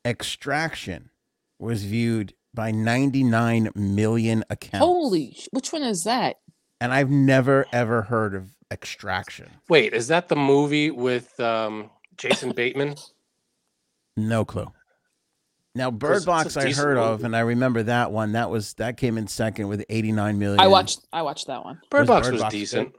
Speaker 1: Extraction was viewed by 99 million accounts.
Speaker 5: Holy, sh- which one is that?
Speaker 1: and I've never ever heard of Extraction.
Speaker 2: Wait, is that the movie with um, Jason Bateman?
Speaker 1: No clue. Now
Speaker 2: It's-
Speaker 1: Bird
Speaker 2: it's a
Speaker 1: Box I
Speaker 2: decent
Speaker 1: heard of
Speaker 2: movie.
Speaker 1: and I remember that one. That was that came in second with 89 million.
Speaker 5: I watched. I watched that one.
Speaker 2: Bird
Speaker 1: Was
Speaker 2: Box
Speaker 1: Bird
Speaker 2: was
Speaker 1: Box good?
Speaker 2: decent.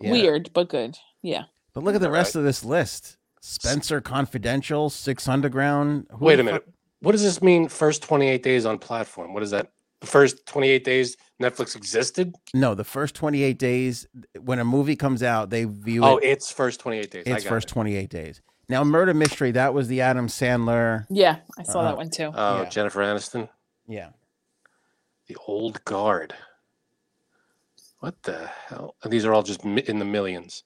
Speaker 1: Yeah.
Speaker 5: Weird, but good. Yeah.
Speaker 1: But look at the
Speaker 2: All
Speaker 1: rest of this list. Spencer Confidential, Six Underground. who
Speaker 2: Wait
Speaker 1: the
Speaker 2: a minute.
Speaker 1: fuck-
Speaker 2: What does this mean? First twenty eight days on platform. What is that? the first 28 days Netflix existed?
Speaker 1: No, the first 28 days when a movie comes out, they view
Speaker 2: Oh,
Speaker 1: it
Speaker 2: it's first 28 days. I
Speaker 1: its
Speaker 2: got
Speaker 1: first
Speaker 2: it.
Speaker 1: 28 days. Now, Murder Mystery, that was the Adam Sandler.
Speaker 5: Yeah, I saw
Speaker 1: Uh-huh.
Speaker 5: that one too.
Speaker 2: Oh,
Speaker 1: yeah.
Speaker 2: Jennifer Aniston,
Speaker 1: Yeah.
Speaker 2: the old guard. What the hell? And These are all just mi- in the millions.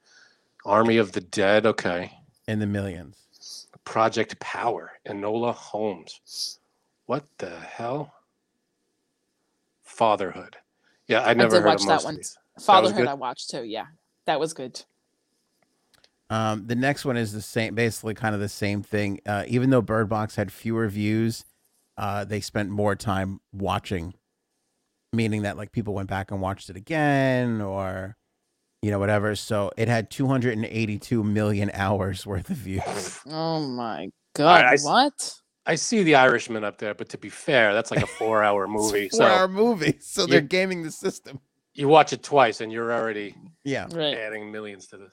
Speaker 2: Army of the Dead. Okay.
Speaker 1: In the millions.
Speaker 2: Project Power, Enola Holmes. What the hell? Fatherhood. Yeah, I never
Speaker 5: did
Speaker 2: heard
Speaker 5: watch
Speaker 2: of most
Speaker 5: that
Speaker 2: of
Speaker 5: one.
Speaker 2: these.
Speaker 5: Fatherhood
Speaker 2: good.
Speaker 5: I watched too. Yeah, that was good.
Speaker 1: Um, the next one is the same, basically kind of the same thing. Uh, even though Bird Box had fewer views, uh, they spent more time watching, meaning that like people went back and watched it again or, you know, whatever. So it had 282 million hours worth of views.
Speaker 5: Oh my god,
Speaker 2: I s-
Speaker 5: what?
Speaker 2: I see The Irishman up there, but to be fair, that's like a four-hour movie.
Speaker 1: Four
Speaker 2: so
Speaker 1: hour movie. So
Speaker 2: You-
Speaker 1: they're gaming the system.
Speaker 2: you watch it twice, and you're already
Speaker 1: Yeah.
Speaker 5: Right.
Speaker 2: adding millions to the.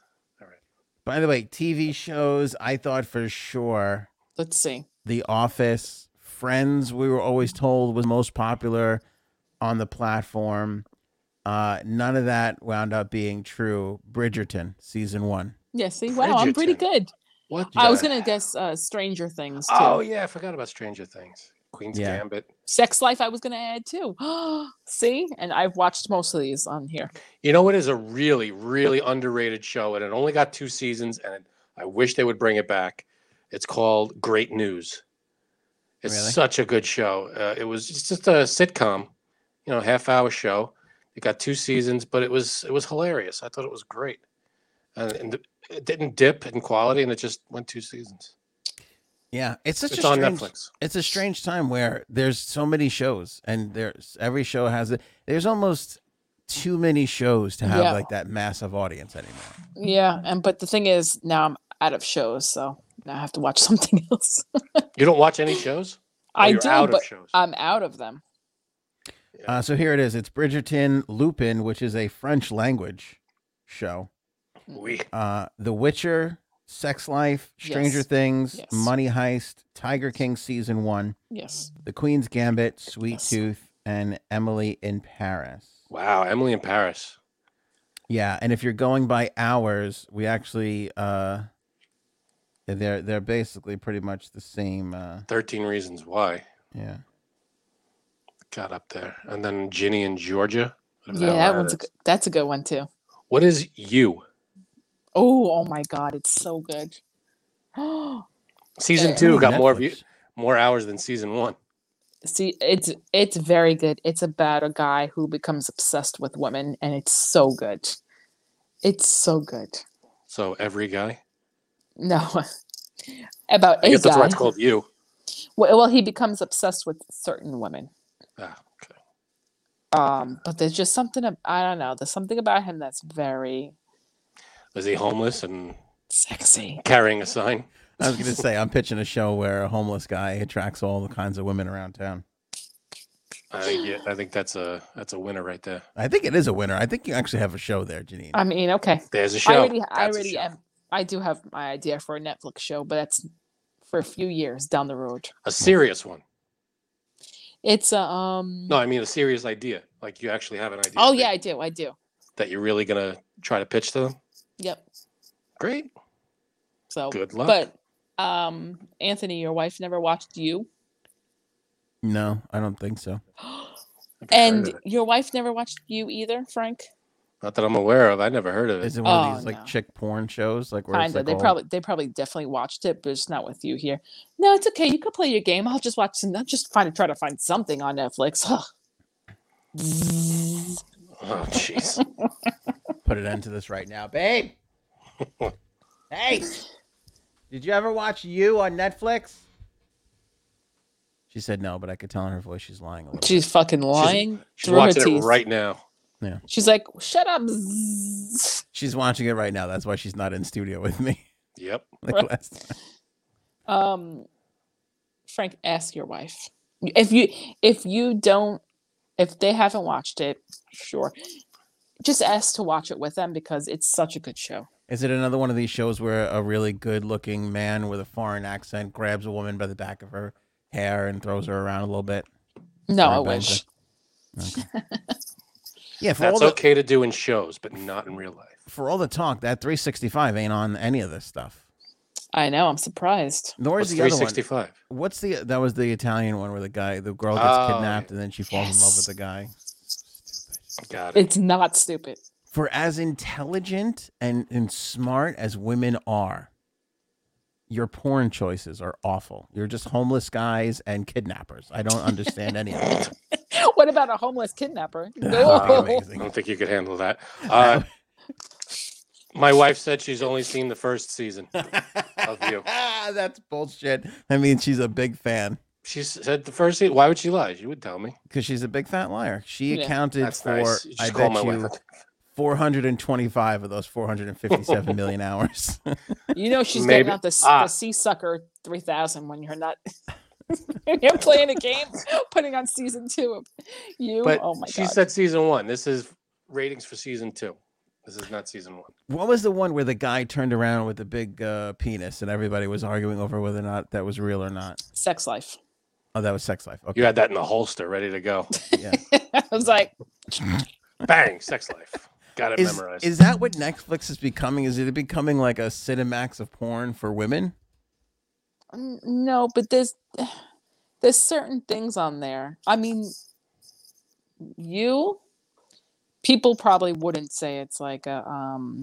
Speaker 2: All right.
Speaker 1: By the way, TV shows, I thought for sure
Speaker 5: Let's see.
Speaker 1: The Office, Friends, we were always told was most popular on the platform. Uh, none of that wound up being true. Bridgerton, season one.
Speaker 5: Yeah, see, wow, I'm pretty
Speaker 2: Bridgerton.
Speaker 5: good.
Speaker 2: What?
Speaker 5: I was
Speaker 2: the-
Speaker 5: gonna guess uh, Stranger Things too.
Speaker 2: Oh yeah, I forgot about Stranger Things, Queen's
Speaker 1: Yeah.
Speaker 2: Gambit.
Speaker 5: Sex Life I was gonna add too. see, and I've watched most of these on here.
Speaker 2: You know, it is a really, really underrated show, and it only got two seasons, and I wish they would bring it back. It's called Great News. It's
Speaker 1: Really?
Speaker 2: such a good show. Uh, it was it's just a sitcom, you know, half hour show. It got two seasons, but it was it was hilarious. I thought it was great, and, and th- it didn't dip in quality, and it just went two seasons.
Speaker 1: Yeah, it's such
Speaker 2: It's,
Speaker 1: a
Speaker 2: on
Speaker 1: strange,
Speaker 2: Netflix.
Speaker 1: It's a strange time where there's so many shows, and there's every show has it. There's almost too many shows to have
Speaker 5: Yeah.
Speaker 1: like that massive audience anymore.
Speaker 5: Yeah, and but the thing is, now I'm out of shows, so now I have to watch something else.
Speaker 2: You don't watch any shows? Oh,
Speaker 5: I
Speaker 2: you're
Speaker 5: do,
Speaker 2: out
Speaker 5: but
Speaker 2: of shows.
Speaker 5: I'm out of them.
Speaker 1: Uh, so here it is. It's Bridgerton, Lupin, which is a French language show.
Speaker 2: we
Speaker 1: uh The Witcher, Sex Life, Stranger
Speaker 5: Yes.
Speaker 1: Things,
Speaker 5: Yes.
Speaker 1: Money Heist, Tiger King season 1,
Speaker 5: Yes.
Speaker 1: The Queen's Gambit, Sweet
Speaker 5: Yes.
Speaker 1: Tooth, and Emily in Paris.
Speaker 2: wow, Emily in Paris.
Speaker 1: Yeah, and if you're going by hours, we actually uh they're they're basically pretty much the same uh
Speaker 2: Thirteen Reasons Why.
Speaker 1: yeah.
Speaker 2: got up there. And then Ginny in Georgia. whatever the
Speaker 5: Yeah,
Speaker 2: hell
Speaker 5: that
Speaker 2: that
Speaker 5: one's a
Speaker 2: is.
Speaker 5: good, that's a good one too.
Speaker 2: What is you?
Speaker 5: Oh, oh my god, it's so good.
Speaker 2: Season
Speaker 5: Yeah.
Speaker 2: two got more view,
Speaker 1: Netflix.
Speaker 2: more hours than season one.
Speaker 5: See, it's it's very good. It's about a guy who becomes obsessed with women, and it's so good. It's so good.
Speaker 2: So every guy.
Speaker 5: No, about
Speaker 2: I
Speaker 5: a
Speaker 2: guess that's why
Speaker 5: guy.
Speaker 2: it's called you.
Speaker 5: Well, well, he becomes obsessed with certain women.
Speaker 2: Ah, okay.
Speaker 5: Um, but there's just something ab- I don't know. There's something about him that's very
Speaker 2: Was he homeless and
Speaker 5: sexy.
Speaker 2: carrying a sign?
Speaker 1: I was going to say I'm pitching a show where a homeless guy attracts all the kinds of women around town.
Speaker 2: I think yeah, I think that's a that's a winner right there.
Speaker 1: I think it is a winner. I think you actually have a show there, Janine.
Speaker 5: I mean, okay,
Speaker 2: There's a show.
Speaker 5: I already, I
Speaker 2: That's a
Speaker 5: already
Speaker 2: show.
Speaker 5: am. I do have my idea for a Netflix show, but that's for a few years down the road.
Speaker 2: A serious one.
Speaker 5: It's a um.
Speaker 2: No, I mean a serious idea. Like you actually have an idea.
Speaker 5: oh
Speaker 2: that-
Speaker 5: yeah, I do. I do.
Speaker 2: That you're really gonna try to pitch to them.
Speaker 5: Yep.
Speaker 2: Great.
Speaker 5: So
Speaker 2: Good luck.
Speaker 5: Oh, But um, Anthony, your wife never watched you,
Speaker 1: no, I don't think so.
Speaker 2: I've heard
Speaker 5: and
Speaker 2: of it.
Speaker 5: your wife never watched you either, Frank.
Speaker 2: not that I'm aware of. I never heard of it.
Speaker 1: Is it one
Speaker 5: Oh,
Speaker 1: of these like
Speaker 5: no.
Speaker 1: chick porn shows? Like where it's,
Speaker 5: Kinda.
Speaker 1: like, oh,
Speaker 5: they
Speaker 1: all-
Speaker 5: probably they probably definitely watched it, but it's not with you here. No, it's okay. You can play your game. I'll just watch some. I'll just find try to find something on Netflix. Ugh.
Speaker 2: Oh jeez.
Speaker 1: put an end to this right now, babe. hey, did you ever watch You on Netflix? She said no, but I could tell in her voice she's lying a little.
Speaker 5: She's fucking lying
Speaker 2: She's
Speaker 5: through her
Speaker 2: watching it
Speaker 5: teeth.
Speaker 2: right now.
Speaker 5: She's like, shut up. zzz."
Speaker 1: She's watching it right now. That's why she's not in studio with me.
Speaker 2: Yep.
Speaker 1: Like
Speaker 5: Right.
Speaker 1: last time.
Speaker 5: Um, Frank, ask your wife if you if you don't if they haven't watched it. Sure, just ask to watch it with them because it's such a good show.
Speaker 1: Is it another one of these shows where a really good-looking man with a foreign accent grabs a woman by the back of her hair and throws her around a little bit?
Speaker 5: No,
Speaker 1: Sorry,
Speaker 5: I
Speaker 1: Benza.
Speaker 5: wish.
Speaker 1: Okay. yeah, for all
Speaker 2: That's
Speaker 1: the
Speaker 2: okay to do in shows, but not in real life.
Speaker 1: for all the talk, that 365 ain't on any of this stuff.
Speaker 5: I know. I'm surprised.
Speaker 1: Nor is
Speaker 2: What's
Speaker 1: the other one.
Speaker 2: 365?
Speaker 1: What's the that was the Italian one where the guy the girl gets
Speaker 2: Oh,
Speaker 1: kidnapped and then she falls in love with
Speaker 5: yes.
Speaker 1: the guy.
Speaker 2: Got it.
Speaker 5: It's not stupid.
Speaker 1: For as intelligent and, and smart as women are, your porn choices are awful. You're just homeless guys and kidnappers. I don't understand any of it.
Speaker 5: what about a homeless kidnapper?
Speaker 1: That would be
Speaker 5: No.
Speaker 2: I
Speaker 1: amazing.
Speaker 2: don't think you could handle that. Uh, my wife said she's only seen the first season. you.
Speaker 1: That's bullshit. I mean, she's a big fan
Speaker 2: She said the first season. Why would she lie? She would tell me.
Speaker 1: because she's a big fat liar. She
Speaker 5: Yeah.
Speaker 1: accounted
Speaker 2: That's
Speaker 1: for,
Speaker 2: nice. You
Speaker 1: I
Speaker 2: Just call
Speaker 1: bet
Speaker 2: my
Speaker 1: you,
Speaker 2: wife.
Speaker 1: 425 of those 457 million hours.
Speaker 5: You know she's
Speaker 2: Maybe-
Speaker 5: getting out the, s-
Speaker 2: ah.
Speaker 5: the Sea Sucker 3000 when you're not when you're playing a game, putting on season two of you.
Speaker 2: But
Speaker 5: oh my
Speaker 2: she
Speaker 5: god.
Speaker 2: said season one. This is ratings for season two. This is not season one.
Speaker 1: What was the one where the guy turned around with the big uh, penis and everybody was arguing over whether or not that was real or not?
Speaker 5: Sex life.
Speaker 1: Oh, that was Sex Life. Okay.
Speaker 2: You had that in the holster, ready to go.
Speaker 1: Yeah.
Speaker 5: I was like,
Speaker 2: Bang, sex life. Got it
Speaker 1: Is,
Speaker 2: memorized.
Speaker 1: is that what Netflix is becoming? Is it becoming like a Cinemax of porn for women?
Speaker 5: "Mm, no, but there's there's certain things on there. I mean, you people probably wouldn't say it's like a um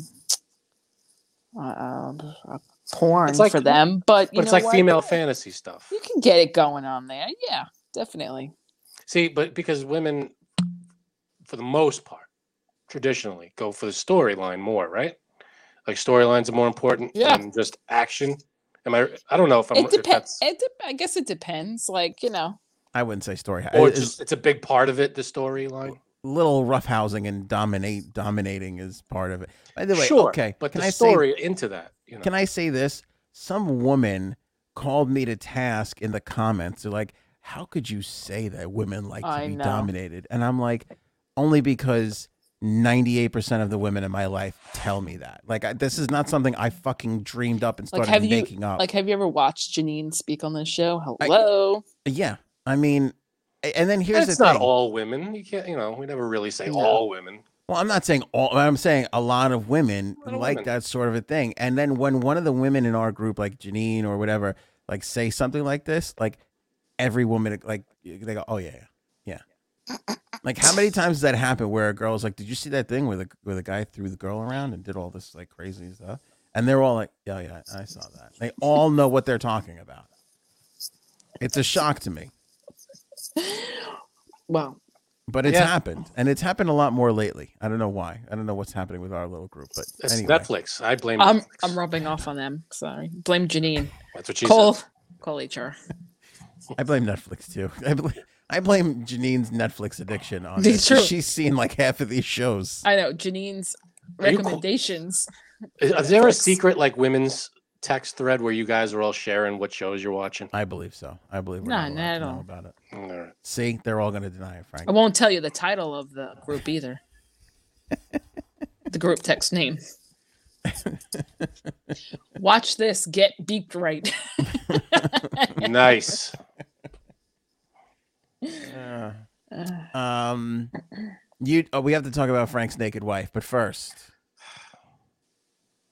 Speaker 5: a, a, a porn
Speaker 2: like-
Speaker 5: for them, but you
Speaker 2: but it's
Speaker 5: know
Speaker 2: like
Speaker 5: what?
Speaker 2: female fantasy stuff.
Speaker 5: You can get it going on there. Yeah, definitely.
Speaker 2: See, but because women, for the most part, traditionally go for the storyline more, right? Like storylines are more important
Speaker 5: Yeah.
Speaker 2: than just action. Am I? I don't know if I'm.
Speaker 5: it
Speaker 2: if
Speaker 5: depends.
Speaker 2: that's-
Speaker 5: It de- I guess it depends. Like you know,
Speaker 1: I wouldn't say story.
Speaker 2: Or
Speaker 1: is-
Speaker 2: just it's a big part of it. The storyline.
Speaker 1: little roughhousing and dominate dominating is part of it. By the way,
Speaker 2: sure.
Speaker 1: okay,
Speaker 2: But
Speaker 1: can
Speaker 2: the
Speaker 1: I say
Speaker 2: story into that. You know.
Speaker 1: Can I say this? Some woman called me to task in the comments. They're like, "How could you say that women like to
Speaker 5: I
Speaker 1: be
Speaker 5: know.
Speaker 1: dominated?" And I'm like, "Only because 98% of the women in my life tell me that. Like, I, this is not something I fucking dreamed up and
Speaker 5: Like,
Speaker 1: started
Speaker 5: have you-
Speaker 1: making
Speaker 2: Oh.
Speaker 1: up.
Speaker 5: like have you ever watched Janine speak on this show?
Speaker 1: I-
Speaker 5: Hello.
Speaker 1: yeah, I mean, a- and then
Speaker 2: And
Speaker 1: here's
Speaker 2: it's
Speaker 1: the
Speaker 2: not
Speaker 1: thing.
Speaker 2: all women. You can't. You know, we never really say
Speaker 5: No.
Speaker 2: all women.
Speaker 1: Well, I'm not saying all. I'm saying a lot of women
Speaker 2: A lot of
Speaker 1: like
Speaker 2: women.
Speaker 1: that sort of a thing. And then when one of the women in our group, like Janine or whatever, like say something like this, like every woman, like they go, "Oh yeah, yeah." like how many times does that happen where a girl's like, "Did you see that thing where the where the guy threw the girl around and did all this like crazy stuff?" And they're all like, "Yeah, yeah, I saw that." They all know what they're talking about. It's a shock to me,
Speaker 5: Well,
Speaker 1: but it's
Speaker 2: Yeah.
Speaker 1: happened, and it's happened a lot more lately. I don't know why. I don't know what's happening with our little group, but
Speaker 2: That's
Speaker 1: anyway.
Speaker 2: Netflix. I blame.
Speaker 5: I'm
Speaker 2: Netflix.
Speaker 5: I'm rubbing off on them. Sorry. Blame Janine.
Speaker 2: That's what she
Speaker 5: Call
Speaker 2: said.
Speaker 5: call HR.
Speaker 1: I blame Netflix too. I blame, I blame Janine's Netflix addiction on
Speaker 5: It's
Speaker 1: this. 'cause
Speaker 5: true.
Speaker 1: She's seen like half of these shows.
Speaker 5: I know Janine's
Speaker 2: Are you call-
Speaker 5: recommendations.
Speaker 2: Is, is there a
Speaker 5: Netflix.
Speaker 2: secret like women's text thread where you guys are all sharing what shows you're watching?
Speaker 1: I believe so. I believe we're
Speaker 5: No,
Speaker 1: not allowed
Speaker 5: not
Speaker 1: to
Speaker 5: at
Speaker 1: know
Speaker 5: all.
Speaker 1: about it.
Speaker 2: All right.
Speaker 1: See, they're all going to deny it, Frank.
Speaker 5: I won't tell you the title of the group either. the group text name. Watch this. Get beeped right.
Speaker 2: nice.
Speaker 1: Uh, um, you. Oh, we have to talk about Frank's naked wife, but first,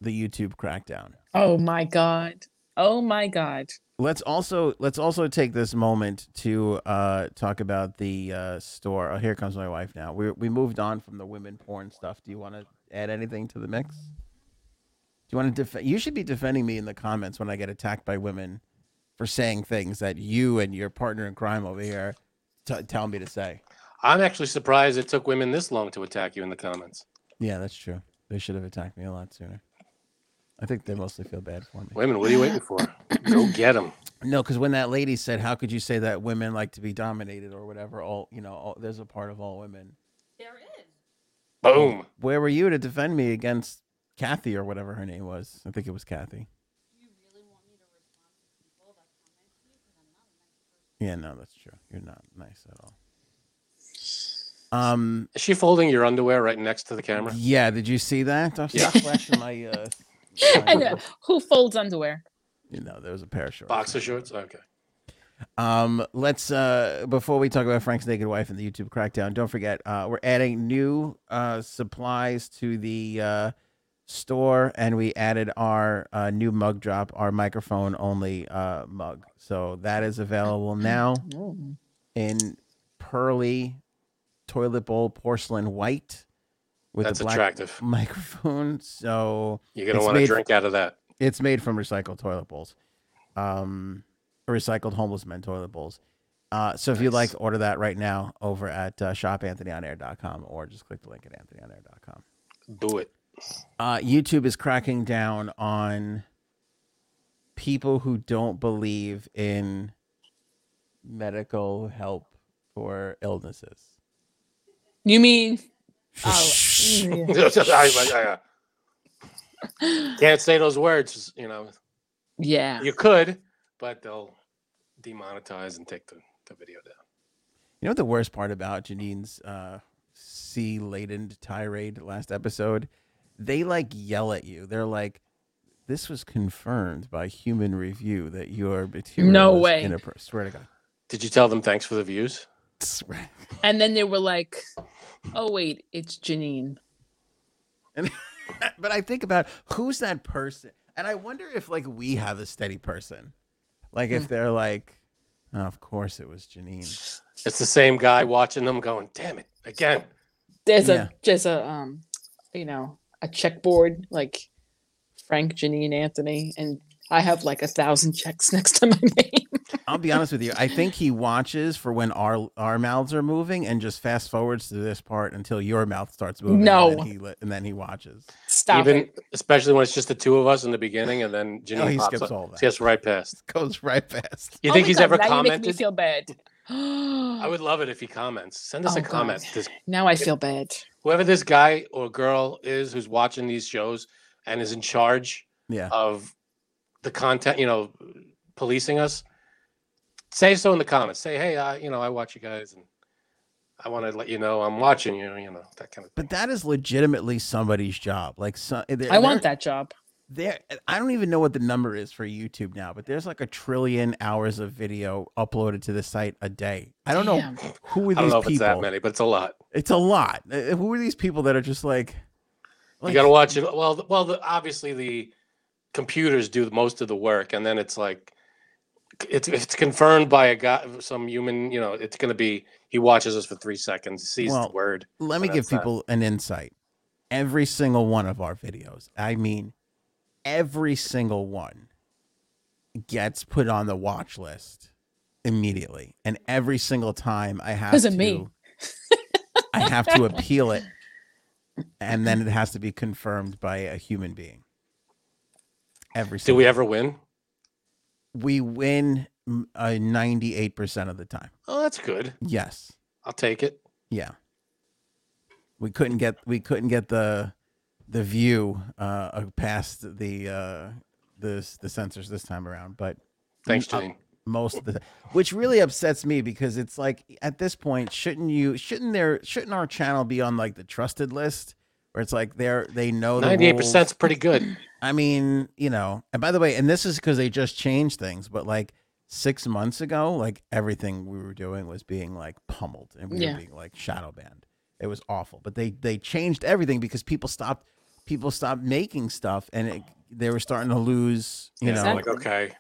Speaker 1: the YouTube crackdown.
Speaker 5: Oh my god. Oh my god.
Speaker 1: Let's also let's also take this moment to uh, talk about the uh, store. Oh, here comes my wife now. We we moved on from the women porn stuff. Do you want to add anything to the mix? Do you want to defend? You should be defending me in the comments when I get attacked by women for saying things that you and your partner in crime over here t- tell me to say.
Speaker 2: I'm actually surprised it took women this long to attack you in the comments.
Speaker 1: Yeah, that's true. They should have attacked me a lot sooner. I think they mostly feel bad for me.
Speaker 2: Women, what are you waiting for? Go get them.
Speaker 1: No, because when that lady said, "How could you say that women like to be dominated or whatever?" All you know, all, there's a part of all women.
Speaker 2: Boom.
Speaker 1: Where were you to defend me against Kathy or whatever her name was? I think it was Kathy. Yeah, no, that's true. You're not nice at all. Um,
Speaker 2: Is she folding your underwear right next to the camera?
Speaker 1: yeah, did you see that? Don't
Speaker 2: Yeah.
Speaker 1: stop flashing my. Uh,
Speaker 5: I know. uh, Who folds underwear?
Speaker 1: You know, there was a pair of shorts.
Speaker 2: Boxer shorts? Okay.
Speaker 1: Um, let's uh before we talk about Frank's naked wife and the YouTube crackdown, don't forget uh we're adding new uh supplies to the uh store and we added our uh, new mug drop, our microphone only uh mug. So that is available now
Speaker 5: Mm.
Speaker 1: in pearly toilet bowl porcelain white with
Speaker 2: That's
Speaker 1: the black
Speaker 2: attractive.
Speaker 1: microphone. So
Speaker 2: You're gonna
Speaker 1: It's
Speaker 2: want to
Speaker 1: made-
Speaker 2: drink out of that.
Speaker 1: it's made from recycled toilet bowls, um, recycled homeless men toilet bowls. Uh, so if you'd like,
Speaker 2: Nice.
Speaker 1: order that right now over at uh, shopanthonyonair.com or just click the link at anthonyonair.com.
Speaker 2: Do it.
Speaker 1: Uh, YouTube is cracking down on people who don't believe in medical help for illnesses.
Speaker 5: You mean
Speaker 1: Oh,
Speaker 5: oh,
Speaker 2: I- I- I- Can't say those words. You know,
Speaker 5: yeah.
Speaker 2: you could, but they'll demonetize and take the, the video down.
Speaker 1: You know what the worst part about Janine's uh, C laden tirade last episode? They like yell at you. They're like, "This was confirmed by human review that your material
Speaker 5: No
Speaker 1: is
Speaker 5: way.
Speaker 1: inappro- Swear to God.
Speaker 2: Did you tell them thanks for the views?
Speaker 1: Swear.
Speaker 5: And then they were like, "Oh wait, it's Janine."
Speaker 1: but I think about who's that person, and I wonder if like we have a steady person, like
Speaker 5: Hmm.
Speaker 1: if they're like, "Oh, "Of course it was Janine."
Speaker 2: It's the same guy watching them going, damn it, again.
Speaker 5: There's
Speaker 1: Yeah.
Speaker 5: a there's a um, you know, a checkboard like Frank, Janine, Anthony, and I have like a thousand checks next to my name.
Speaker 1: I'll be honest with you. I think he watches for when our our mouths are moving and just fast forwards to this part until your mouth starts moving. and
Speaker 5: No.
Speaker 1: then he, li- and then he watches.
Speaker 5: Stop
Speaker 2: Even
Speaker 5: it.
Speaker 2: especially when it's just the two of us in the beginning and then Janine
Speaker 1: No, Oh, he
Speaker 2: pops
Speaker 1: skips
Speaker 2: up.
Speaker 1: all that.
Speaker 2: Skips right past.
Speaker 1: Goes right past.
Speaker 2: You
Speaker 5: Oh
Speaker 2: think
Speaker 5: my
Speaker 2: he's
Speaker 5: God,
Speaker 2: ever
Speaker 5: now You
Speaker 2: commented?
Speaker 5: make me feel bad.
Speaker 2: I would love it if he comments. Send us
Speaker 5: Oh,
Speaker 2: a comment.
Speaker 5: God.
Speaker 2: This-
Speaker 5: now I feel bad.
Speaker 2: whoever this guy or girl is who's watching these shows and is in charge
Speaker 1: Yeah.
Speaker 2: of the content, you know, policing us, say so in the comments. Say, hey, I, you know, I watch you guys and I want to let you know I'm watching you, you know, that kind of thing.
Speaker 1: But that is legitimately somebody's job. Like, so, eh, there,
Speaker 5: I want
Speaker 1: there-
Speaker 5: that job.
Speaker 1: There, I don't even know what the number is for YouTube now, but there's like a trillion hours of video uploaded to the site a day. I don't know
Speaker 5: Damn.
Speaker 1: who are
Speaker 2: I don't
Speaker 1: these
Speaker 2: know if
Speaker 1: people.
Speaker 2: it's that many, but it's a lot.
Speaker 1: It's a lot. Uh, Who are these people that are just like, like
Speaker 2: you got to watch it. Well, th- well, the, obviously the computers do most of the work, and then it's like it's it's confirmed by a guy, some human. You know, it's going to be he watches us for three seconds, sees
Speaker 1: Well,
Speaker 2: the word.
Speaker 1: let me
Speaker 2: But
Speaker 1: give
Speaker 2: that's not-
Speaker 1: people an insight. Every single one of our videos, I mean, every single one gets put on the watch list immediately. And every single time I have
Speaker 5: 'Cause
Speaker 1: to,
Speaker 5: of me.
Speaker 1: I have to appeal it. And then it has to be confirmed by a human being. Every
Speaker 2: Do
Speaker 1: single
Speaker 2: we ever win?
Speaker 1: we win mm, uh, 98% of the time.
Speaker 2: Oh, that's good.
Speaker 1: Yes.
Speaker 2: I'll take it.
Speaker 1: Yeah. We couldn't get we couldn't get the the view uh uh, past the uh the s- the sensors this time around, but
Speaker 2: Thanks,
Speaker 1: Up-
Speaker 2: Janine.
Speaker 1: most of the which really upsets me because it's like at this point shouldn't you shouldn't there shouldn't our channel be on like the trusted list where it's like they're they know the
Speaker 2: Ninety-eight
Speaker 1: rules.
Speaker 2: percent's pretty good.
Speaker 1: I mean, you know, and by the way, and this is because they just changed things, but like six months ago, like everything we were doing was being like pummeled and we
Speaker 5: Yeah.
Speaker 1: were being like shadow banned. It was awful. But they they changed everything because people stopped people stopped making stuff and it, they were starting to lose, you
Speaker 2: Yeah,
Speaker 1: know,
Speaker 2: I'm like okay.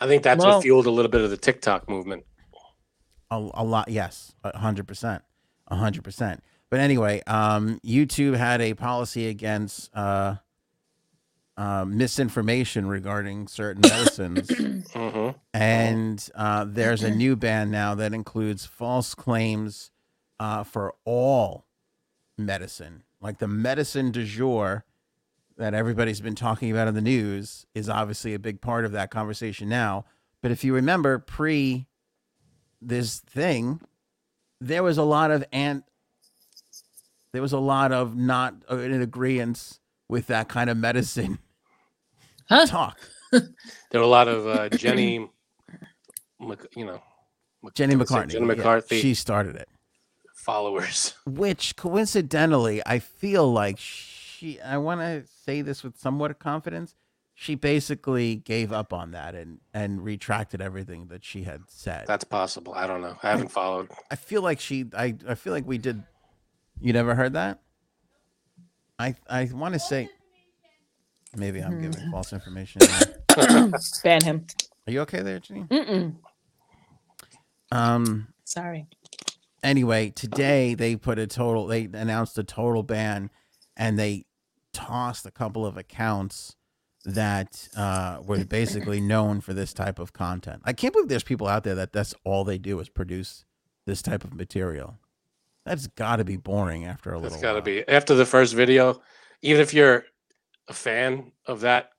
Speaker 2: I think that's
Speaker 5: Well-
Speaker 2: what fueled a little bit of the TikTok movement.
Speaker 1: a, a lot yes a 100% a 100% but anyway um youtube had a policy against uh uh, misinformation regarding certain medicines
Speaker 2: hmm
Speaker 1: and uh, there's a new ban now that includes false claims uh, for all medicine. Like the medicine du jour that everybody's been talking about in the news is obviously a big part of that conversation now. But if you remember, pre this thing, there was a lot of and there was a lot of not uh, in agreement with that kind of medicine
Speaker 5: Huh?
Speaker 1: talk.
Speaker 2: There were a lot of uh, Jenny, Mc, you know, Mc-
Speaker 1: Jenny
Speaker 2: I would say
Speaker 1: McCartney.
Speaker 2: Jenny
Speaker 1: yeah,
Speaker 2: McCarthy
Speaker 1: she started it.
Speaker 2: followers.
Speaker 1: which coincidentally i feel like she i want to say this with somewhat of confidence she basically gave up on that and and retracted everything that she had said.
Speaker 2: That's possible. I don't know. I haven't followed.
Speaker 1: I feel like she I I feel like we did you never heard that? I I want to say maybe I'm giving false information. Are
Speaker 5: Ban him.
Speaker 1: you okay there, Janine?
Speaker 5: Mm-mm.
Speaker 1: Um
Speaker 5: Sorry.
Speaker 1: anyway, today they put a total. They announced a total ban, and they tossed a couple of accounts that uh, were basically known for this type of content. I can't believe there's people out there that that's all they do is produce this type of material. That's got to be boring after a little.
Speaker 2: It's got to
Speaker 1: while.
Speaker 2: be after the first video. Even if you're a fan of that,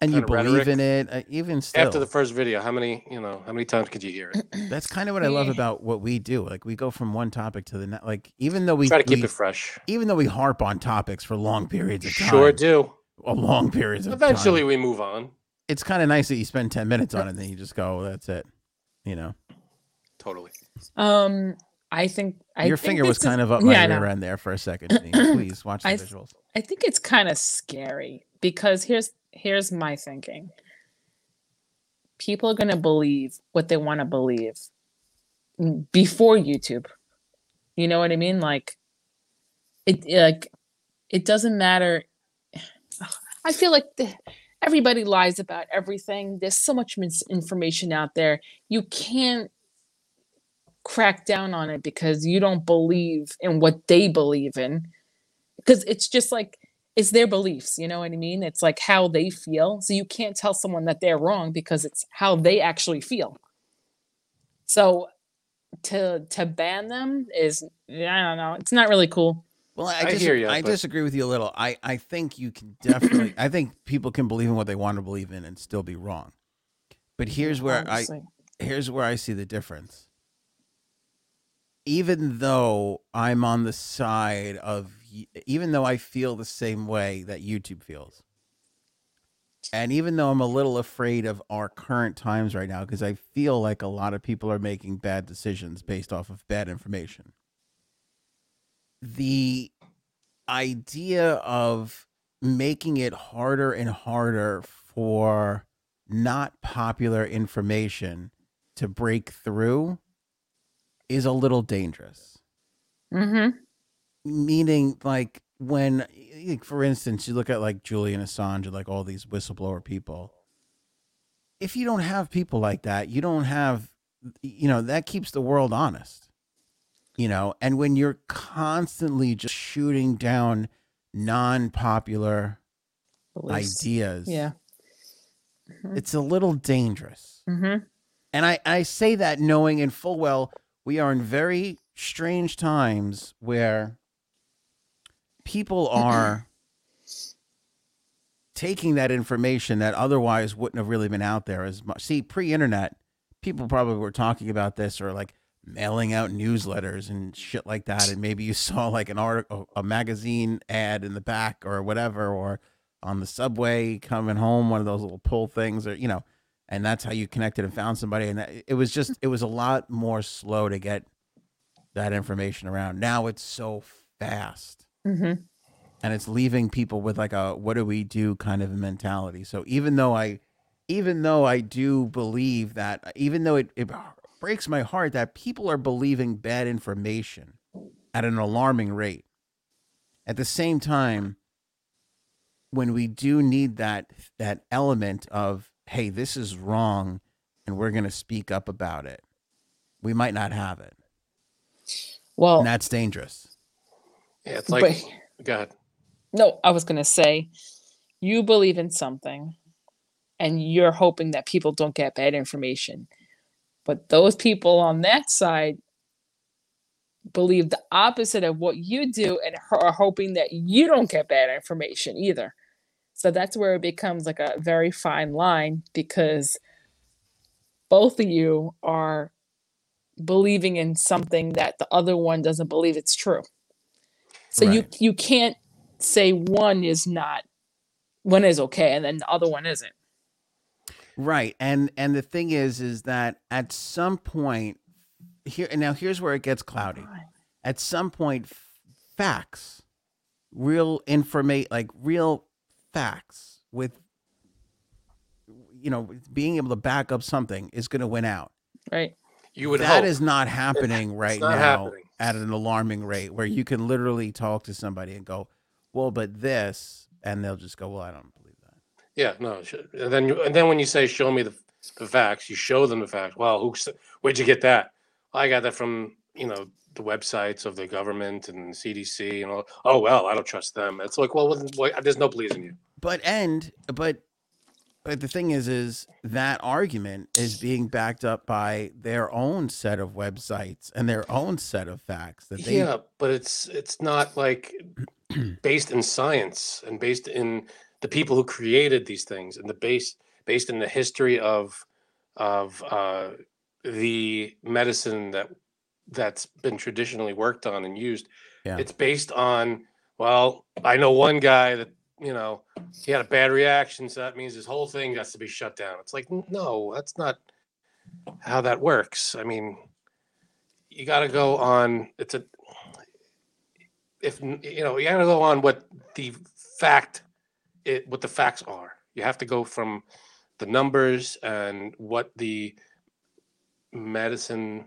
Speaker 1: and you
Speaker 2: kinda
Speaker 1: believe
Speaker 2: rhetoric.
Speaker 1: in it, uh, even still.
Speaker 2: after the first video, how many you know? How many times could you hear it?
Speaker 1: that's kind of what I love about what we do. Like we go from one topic to the next. Like even though we
Speaker 2: Try to keep
Speaker 1: we-
Speaker 2: it fresh.
Speaker 1: even though we harp on topics for long periods of time,
Speaker 2: Sure do.
Speaker 1: a long periods of time.
Speaker 2: Eventually, we move on.
Speaker 1: it's kind of nice that you spend 10 minutes on it and then you just go "Oh, that's it you know
Speaker 2: Totally.
Speaker 5: Um, I think I
Speaker 1: your
Speaker 5: think
Speaker 1: finger was
Speaker 5: this is-
Speaker 1: kind of up
Speaker 5: yeah,
Speaker 1: my
Speaker 5: I know.
Speaker 1: rear end there for a second Janine. please watch the
Speaker 5: I-
Speaker 1: visuals
Speaker 5: I think it's kind of scary because here's here's my thinking. People are going to believe what they want to believe m- before YouTube. You know what I mean? Like it like it doesn't matter. I feel like the, everybody lies about everything. There's so much misinformation out there. You can't crack down on it because you don't believe in what they believe in because it's just like it's their beliefs you know what i mean it's like how they feel so you can't tell someone that they're wrong because it's how they actually feel so to to ban them is i don't know it's not really cool
Speaker 1: well i,
Speaker 2: I
Speaker 1: dis-
Speaker 2: hear ya,
Speaker 1: I
Speaker 2: but-
Speaker 1: disagree with you a little I, I think you can definitely i think people can believe in what they want to believe in and still be wrong but here's where i
Speaker 5: honestly.
Speaker 1: here's where I see the difference. Even though I'm on the side of, y- even though I feel the same way that YouTube feels, and even though I'm a little afraid of our current times right now, because I feel like a lot of people are making bad decisions based off of bad information, the idea of making it harder and harder for not popular information to break through is a little dangerous.
Speaker 5: Mhm.
Speaker 1: Meaning, like, when, like, for instance, you look at like Julian Assange and like all these whistleblower people, if you don't have people like that, you don't have, you know, that keeps the world honest, you know, and when you're constantly just shooting down non popular
Speaker 5: Beliefs.
Speaker 1: ideas,
Speaker 5: yeah
Speaker 1: it's a little dangerous.
Speaker 5: hmm
Speaker 1: And I, I say that knowing in full well we are in very strange times where people are taking that information that otherwise wouldn't have really been out there as much. See, pre internet, people probably were talking about this or like mailing out newsletters and shit like that. And maybe you saw like an article, a magazine ad in the back or whatever, or on the subway coming home, one of those little pull things, or, you know, and that's how you connected and found somebody. And that, it was just, it was a lot more slow to get that information around. Now it's so fast
Speaker 5: hmm
Speaker 1: and it's leaving people with like a what do we do kind of a mentality so even though i even though i do believe that even though it, it breaks my heart that people are believing bad information at an alarming rate at the same time when we do need that that element of hey this is wrong and we're going to speak up about it we might not have it
Speaker 5: well
Speaker 1: and that's dangerous
Speaker 2: Yeah, it's like
Speaker 5: but-
Speaker 2: go ahead.
Speaker 5: No, I was going to say you believe in something and you're hoping that people don't get bad information. But those people on that side believe the opposite of what you do and ho- are hoping that you don't get bad information either. So that's where it becomes like a very fine line because both of you are believing in something that the other one doesn't believe it's true. So you
Speaker 1: Right.
Speaker 5: you can't say one is not one is okay and then the other one isn't.
Speaker 1: Right. And and the thing is is that at some point here and now here's where it gets cloudy. At some point f- facts, real information like real facts with you know, being able to back up something is going to win out.
Speaker 5: right?
Speaker 2: You would
Speaker 1: That
Speaker 2: hope.
Speaker 1: is not happening right
Speaker 2: it's not
Speaker 1: now
Speaker 2: happening.
Speaker 1: at an alarming rate where you can literally talk to somebody and go, well, but this, and they'll just go, well, I don't believe that.
Speaker 2: Yeah, no. it should- And then, you- and then when you say, "Show me the, the facts," you show them the facts. Well, who? s- Where'd you get that? I got that from you know the websites of the government and CDC and all. Oh well, I don't trust them. It's like, well, then why- there's no pleasing you.
Speaker 1: But and but but the thing is is that argument is being backed up by their own set of websites and their own set of facts that they
Speaker 2: yeah, but it's it's not like based in science and based in the people who created these things and the base based in the history of of uh, the medicine that that's been traditionally worked on and used.
Speaker 1: Yeah.
Speaker 2: It's based on well, I know one guy that you know he had a bad reaction, so that means his whole thing has to be shut down. It's like "N- no, that's not how that works. I mean, you got to go on. It's a if n- you know you got to go on what the fact it what the facts are. You have to go from the numbers and what the medicine.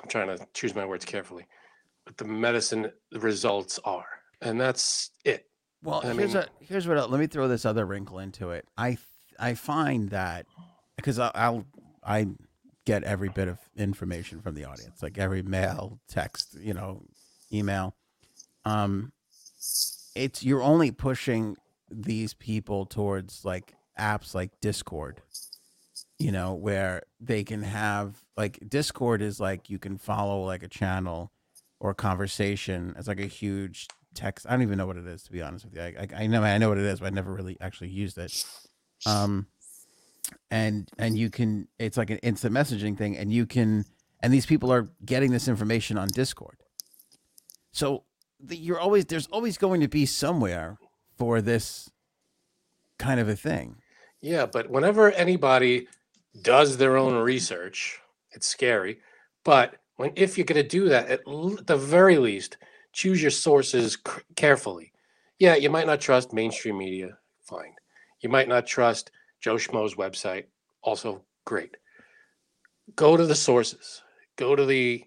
Speaker 2: I'm trying to choose my words carefully. What the medicine results are, and that's it.
Speaker 1: Well,
Speaker 2: I
Speaker 1: here's
Speaker 2: mean-
Speaker 1: a here's what. I'll, let me throw this other wrinkle into it. I th- I find that because I'll, I'll I get every bit of information from the audience, like every mail, text, you know, email. Um, it's you're only pushing these people towards like apps like Discord, you know, where they can have like Discord is like you can follow like a channel or a conversation. It's like a huge text. I don't even know what it is to be honest with you. I, I, I know I know what it is, but I never really actually used it. Um, and and you can it's like an instant messaging thing, and you can and these people are getting this information on Discord. So the, you're always there's always going to be somewhere for this kind of a thing.
Speaker 2: Yeah, but whenever anybody does their own research, it's scary. But when if you're going to do that, at l- the very least, choose your sources c- carefully. Yeah, you might not trust mainstream media. Fine. You might not trust Joe Schmo's website. Also great. Go to the sources. Go to the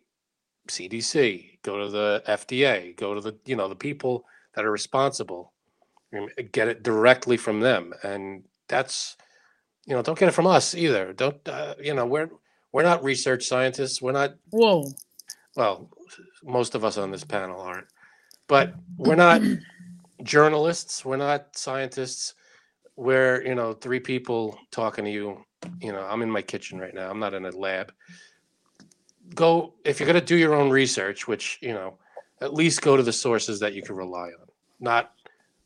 Speaker 2: CDC. Go to the FDA. Go to the you know the people that are responsible um, get it directly from them and that's you know don't get it from us either don't uh, you know we're we're not research scientists we're not
Speaker 5: Whoa.
Speaker 2: well most of us on this panel aren't but we're not journalists we're not scientists we're you know three people talking to you you know i'm in my kitchen right now i'm not in a lab go if you're going to do your own research which you know at least go to the sources that you can rely on not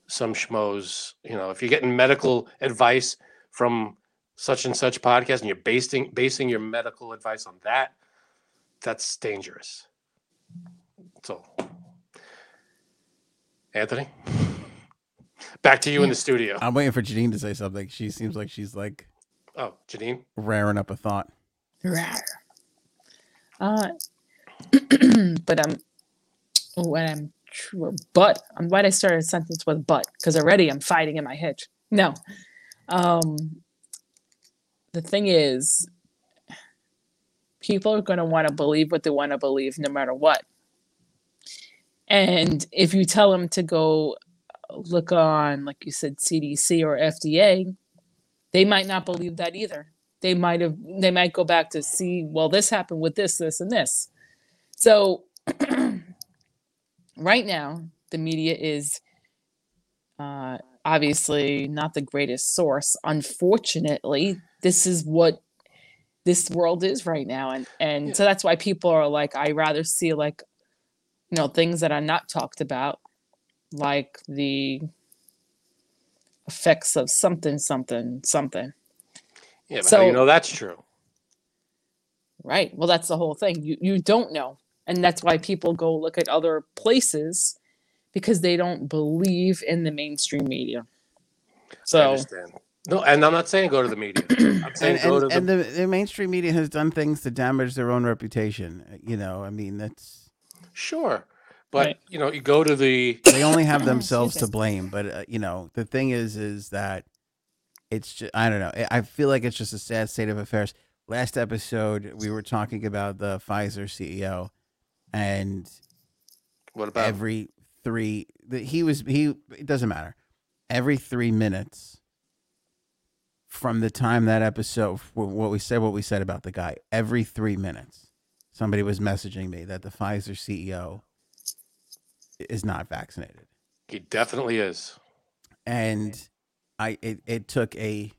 Speaker 2: some schmoes you know if you're getting medical advice from such and such podcast and you're basing basing your medical advice on that that's dangerous so anthony back to you in the studio
Speaker 1: I'm waiting for Janine to say something. She seems like she's like
Speaker 2: oh janine
Speaker 1: raring up a thought.
Speaker 5: Rawr. Uh, but I'm when I'm tr- but I'm glad I started a sentence with but because already I'm fighting in my head. No, um, the thing is, people are going to want to believe what they want to believe no matter what. And if you tell them to go look on, like you said, CDC or FDA, they might not believe that either they might have they might go back to see well this happened with this this and this so right now the media is uh, obviously not the greatest source unfortunately this is what this world is right now and and so that's why people are like i rather see like you know things that are not talked about like the effects of something something something
Speaker 2: yeah but how do you
Speaker 5: So-
Speaker 2: know that's true
Speaker 5: Right. Well, that's the whole thing. You you don't know, and that's why people go look at other places because they don't believe in the mainstream media.
Speaker 2: I
Speaker 5: So
Speaker 2: understand. No, and I'm not saying go to the media. I'm saying
Speaker 1: and,
Speaker 2: go
Speaker 1: and,
Speaker 2: to
Speaker 1: and
Speaker 2: the,
Speaker 1: the, the mainstream media has done things to damage their own reputation. Uh, You know, I mean, that's
Speaker 2: sure, but
Speaker 5: Right.
Speaker 2: you know, you go to the
Speaker 1: they only have
Speaker 5: Excuse
Speaker 1: themselves
Speaker 5: me.
Speaker 1: to blame. But uh, you know, the thing is, is that It's just, I don't know. I- I feel like it's just a sad state of affairs. Last episode, we were talking about the Pfizer CEO, and
Speaker 2: What about
Speaker 1: every three the, he was he it doesn't matter every three minutes from the time that episode wh- what we said what we said about the guy every three minutes somebody was messaging me that the pfizer ceo is not vaccinated
Speaker 2: he definitely is.
Speaker 1: and i it, it took a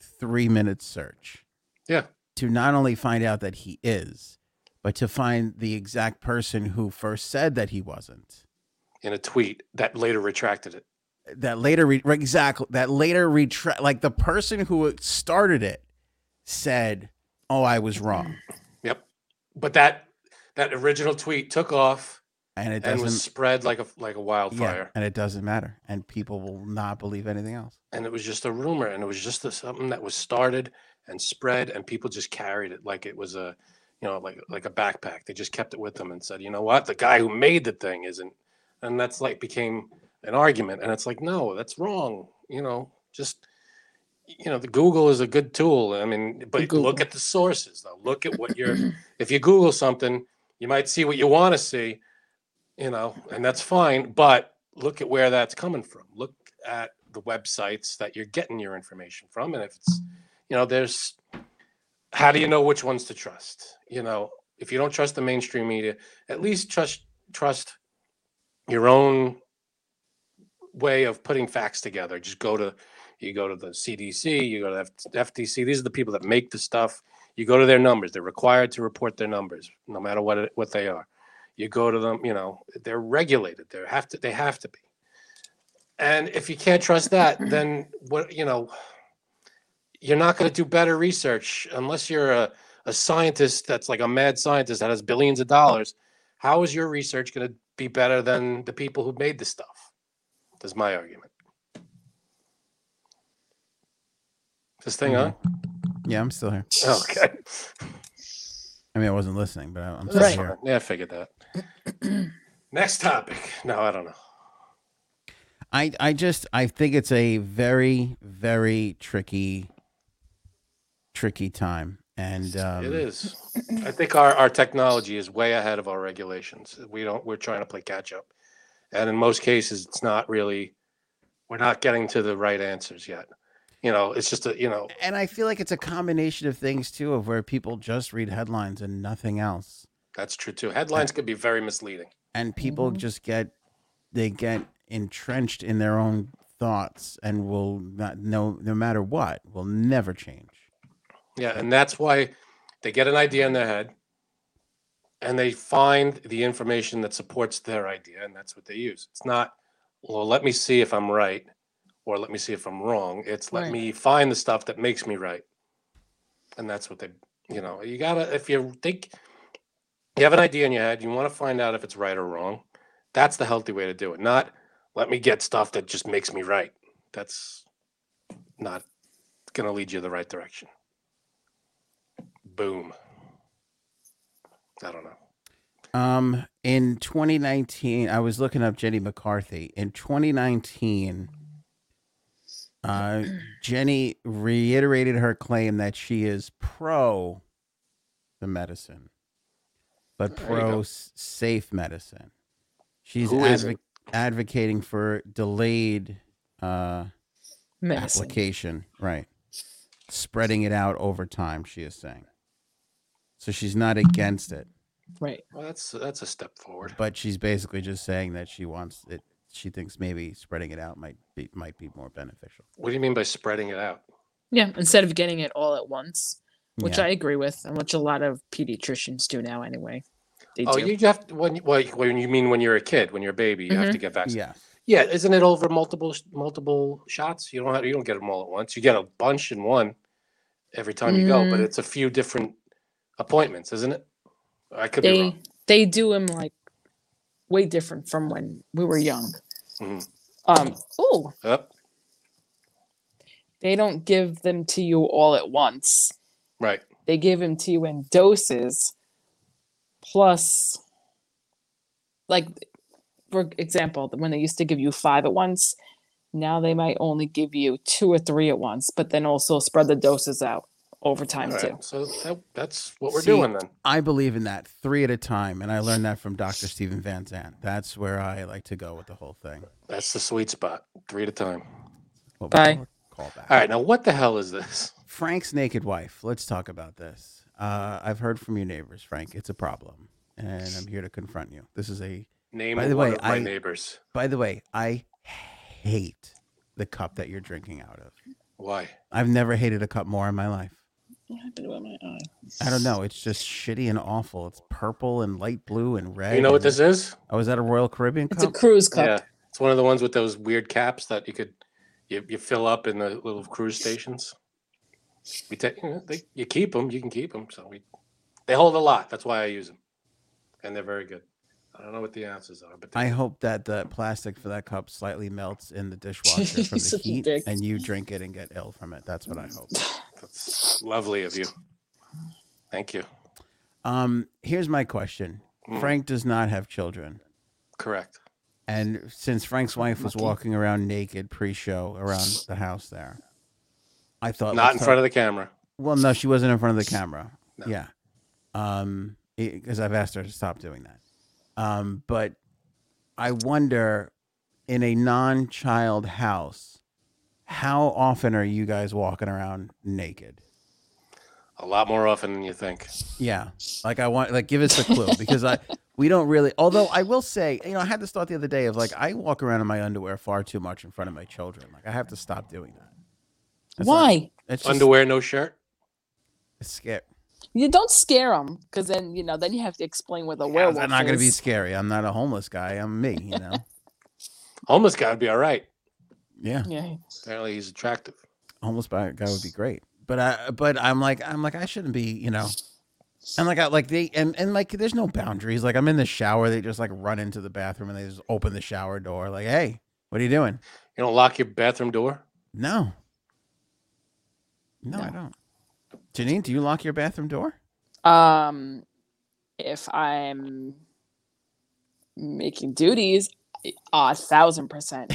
Speaker 1: three minute search
Speaker 2: Yeah.
Speaker 1: to not only find out that he is but to find the exact person who first said that he wasn't
Speaker 2: In a tweet that later retracted it.
Speaker 1: that later re- right, exactly that later retract like the person who started it said oh i was wrong
Speaker 2: Yep. But that that original tweet took off
Speaker 1: and it
Speaker 2: and was
Speaker 1: doesn't
Speaker 2: spread like a like a
Speaker 1: yeah,
Speaker 2: wildfire.
Speaker 1: and it doesn't matter and people will not believe anything else
Speaker 2: And it was just a rumor and it was just a, something that was started and spread and people just carried it like it was a you know like like a backpack. They just kept it with them and said, "You know what? The guy who made the thing isn't." And that's like became an argument and it's like, "No, that's wrong." You know, just you know, the Google is a good tool. I mean, but
Speaker 5: Google.
Speaker 2: look at the sources though. Look at what you're if you Google something, you might see what you want to see, you know, and that's fine. But look at where that's coming from. Look at the websites that you're getting your information from. And if it's, you know, there's, how do you know which ones to trust? You know, if you don't trust the mainstream media, at least trust, trust your own way of putting facts together. Just go to, you go to the CDC, you go to the F- FTC. These are the people that make the stuff you go to their numbers they're required to report their numbers no matter what it, what they are you go to them you know they're regulated they have to they have to be and if you can't trust that then what you know you're not going to do better research unless you're a, a scientist that's like a mad scientist that has billions of dollars how is your research going to be better than the people who made the stuff that's my argument this thing on
Speaker 1: yeah i'm still here
Speaker 2: okay
Speaker 1: i mean i wasn't listening but I- i'm still
Speaker 2: That's
Speaker 1: here
Speaker 2: fine. Yeah, I figured that. Next topic. No, I don't know.
Speaker 1: I, I just I think it's a very very tricky tricky time and um,
Speaker 2: it is. I think our, our technology is way ahead of our regulations. We don't. We're trying to play catch up, and in most cases, it's not really. We're not getting to the right answers yet. You know, it's just a you know.
Speaker 1: and I feel like it's a combination of things too of where people just read headlines and nothing else
Speaker 2: That's true too. Headlines could be very misleading.
Speaker 1: and people
Speaker 5: Mhm.
Speaker 1: just get they get entrenched in their own thoughts and will not no no matter what will never change
Speaker 2: Yeah, and that's why they get an idea in their head and they find the information that supports their idea and that's what they use. It's not, well, let me see if I'm right or let me see if I'm wrong. It's let
Speaker 5: Right.
Speaker 2: me find the stuff that makes me right. And that's what they, you know, you got to if you think you have an idea in your head, you want to find out if it's right or wrong. That's the healthy way to do it. Not let me get stuff that just makes me right. That's not going to lead you the right direction. Boom. I don't know.
Speaker 1: um in 2019 I was looking up Jenny McCarthy in 2019 uh Jenny reiterated her claim that she is pro the medicine but
Speaker 2: There you go.
Speaker 1: pro s- safe medicine she's
Speaker 2: Who isn't?
Speaker 1: advoc advocating for delayed uh
Speaker 5: Medicine.
Speaker 1: application, right? Spreading it out over time, she is saying. So she's not against it,
Speaker 5: Right.
Speaker 2: Well, that's that's a step forward.
Speaker 1: but she's basically just saying that she wants it. She thinks maybe spreading it out might be might be more beneficial.
Speaker 2: What do you mean by spreading it out?
Speaker 5: Yeah. Instead of getting it all at once, which
Speaker 1: Yeah.
Speaker 5: I agree with, and which a lot of pediatricians do now anyway. They
Speaker 2: Oh,
Speaker 5: do.
Speaker 2: you have to, when well, when you mean when you're a kid, when you're a baby, you have to get vaccinated.
Speaker 1: Mm-hmm. yeah,
Speaker 2: Yeah. isn't it over multiple sh- multiple shots? You don't have, you don't get them all at once. You get a bunch in one every time you go, but
Speaker 5: Mm.
Speaker 2: it's a few different appointments, isn't it? I could be
Speaker 5: they
Speaker 2: wrong.
Speaker 5: they do them like way different from when we were young.
Speaker 2: Mhm.
Speaker 5: Um. Oh,
Speaker 2: Yep.
Speaker 5: they don't give them to you all at once.
Speaker 2: Right.
Speaker 5: They give them to you in doses, plus, like, for example, when they used to give you five at once, Now they might only give you two or three at once, but then also spread the doses out over time
Speaker 2: All right,
Speaker 5: too.
Speaker 2: So that, that's what we're
Speaker 1: See,
Speaker 2: doing then.
Speaker 1: I believe in that three at a time, and I learned that from Dr. Stephen Van Zandt. That's where I like to go with the whole thing.
Speaker 2: That's the sweet spot. Three at a time.
Speaker 1: Well,
Speaker 5: Bye.
Speaker 1: Call back.
Speaker 2: All right. Now, what the hell is this?
Speaker 1: Frank's naked wife. Let's talk about this. Uh, I've heard from your neighbors, Frank. It's a problem, and I'm here to confront you. This is a.
Speaker 2: Name
Speaker 1: By the
Speaker 2: one
Speaker 1: way,
Speaker 2: of my
Speaker 1: I-
Speaker 2: neighbors.
Speaker 1: By the way, I hate the cup that you're drinking out of.
Speaker 2: Why?
Speaker 1: I've never hated a cup more in my life. I don't know. It's just shitty and awful. It's purple and light blue and red.
Speaker 2: You know what
Speaker 1: and-
Speaker 2: this is?
Speaker 1: Oh, is that a Royal Caribbean
Speaker 5: It's a
Speaker 1: cup?
Speaker 5: cruise cup.
Speaker 2: Yeah, it's one of the ones with those weird caps that you could you, you fill up in the little cruise stations. We take you, know, they, you keep them. You can keep them. So we they hold a lot. That's why I use them, and they're very good. I don't know what the ounces are, but they,
Speaker 1: I hope that the plastic for that cup slightly melts in the dishwasher from
Speaker 5: He's
Speaker 1: the
Speaker 5: such a
Speaker 1: heat,
Speaker 5: dick.
Speaker 1: and you drink it and get ill from it. That's what I hope.
Speaker 2: that's lovely of you. Thank you.
Speaker 1: Um, here's my question:
Speaker 2: Mm.
Speaker 1: Frank does not have children,
Speaker 2: Correct.
Speaker 1: and since Frank's wife was walking around naked pre-show around the house there, I thought
Speaker 2: Not in front of the camera.
Speaker 1: Of- well, no, she wasn't in front of the camera.
Speaker 2: No.
Speaker 1: Yeah, um, because I've asked her to stop doing that. Um, but I wonder, in a non-child house, how often are you guys walking around naked?
Speaker 2: A lot more often than you think.
Speaker 1: Yeah. Like I want like give us a clue because I we don't really although I will say, you know, I had this thought the other day of like I walk around in my underwear far too much in front of my children. Like I have to stop doing that. It's like-
Speaker 5: Why?
Speaker 1: it's just
Speaker 2: Underwear, no shirt.
Speaker 1: it's sca-
Speaker 5: You don't scare them because then you know. Then you have to explain what the
Speaker 1: Yeah,
Speaker 5: werewolf
Speaker 1: I'm not gonna be
Speaker 5: is.
Speaker 1: scary. I'm not a homeless guy. I'm me, you know.
Speaker 2: Homeless guy would be all right.
Speaker 1: yeah.
Speaker 5: Yeah.
Speaker 2: Apparently, he's attractive.
Speaker 1: Homeless bi- guy would be great. But I but I'm like I'm like I shouldn't be, you know. And like I like they and, and like there's no boundaries. Like I'm in the shower, they just like run into the bathroom and they just open the shower door, like, hey, what are you doing?
Speaker 2: You don't lock your bathroom door.
Speaker 1: No. No, I don't. Janine, do you lock your bathroom door?
Speaker 5: Um, if I'm making duties, a thousand percent.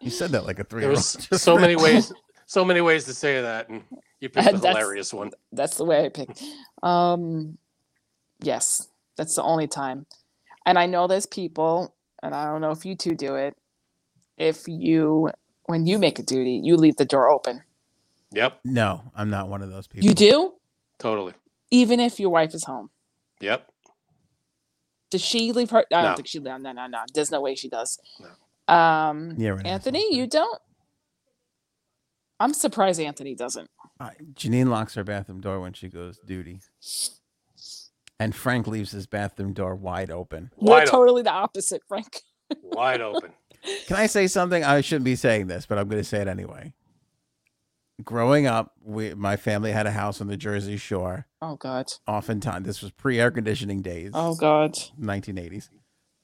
Speaker 1: You said that like a three
Speaker 2: There
Speaker 1: year old.
Speaker 2: was so many ways, so many ways to say that, and you picked the
Speaker 5: That's-
Speaker 2: hilarious one.
Speaker 5: That's the way I picked. Um, yes, that's the only time. And I know there's people, and I don't know if you two do it. If you, when you make a duty, you leave the door open.
Speaker 2: Yep,
Speaker 1: No, I'm not one of those people.
Speaker 5: You do,
Speaker 2: totally.
Speaker 5: even if your wife is home.
Speaker 2: Yep.
Speaker 5: Does she leave her? I don't
Speaker 2: No.
Speaker 5: think she. No, no, no, no. There's no way she does. Um,
Speaker 1: Yeah, right.
Speaker 5: Anthony, you don't. I'm surprised Anthony doesn't.
Speaker 1: I, Uh, Janine locks her bathroom door when she goes duty. And Frank leaves his bathroom door wide open.
Speaker 5: We're
Speaker 2: Wide open.
Speaker 5: totally the opposite, Frank.
Speaker 2: Wide open.
Speaker 1: Can I say something? I shouldn't be saying this, but I'm going to say it anyway. Growing up, we, my family had a house on the Jersey Shore.
Speaker 5: Oh God.
Speaker 1: Oftentimes, this was pre air conditioning days.
Speaker 5: Oh God.
Speaker 1: 1980s.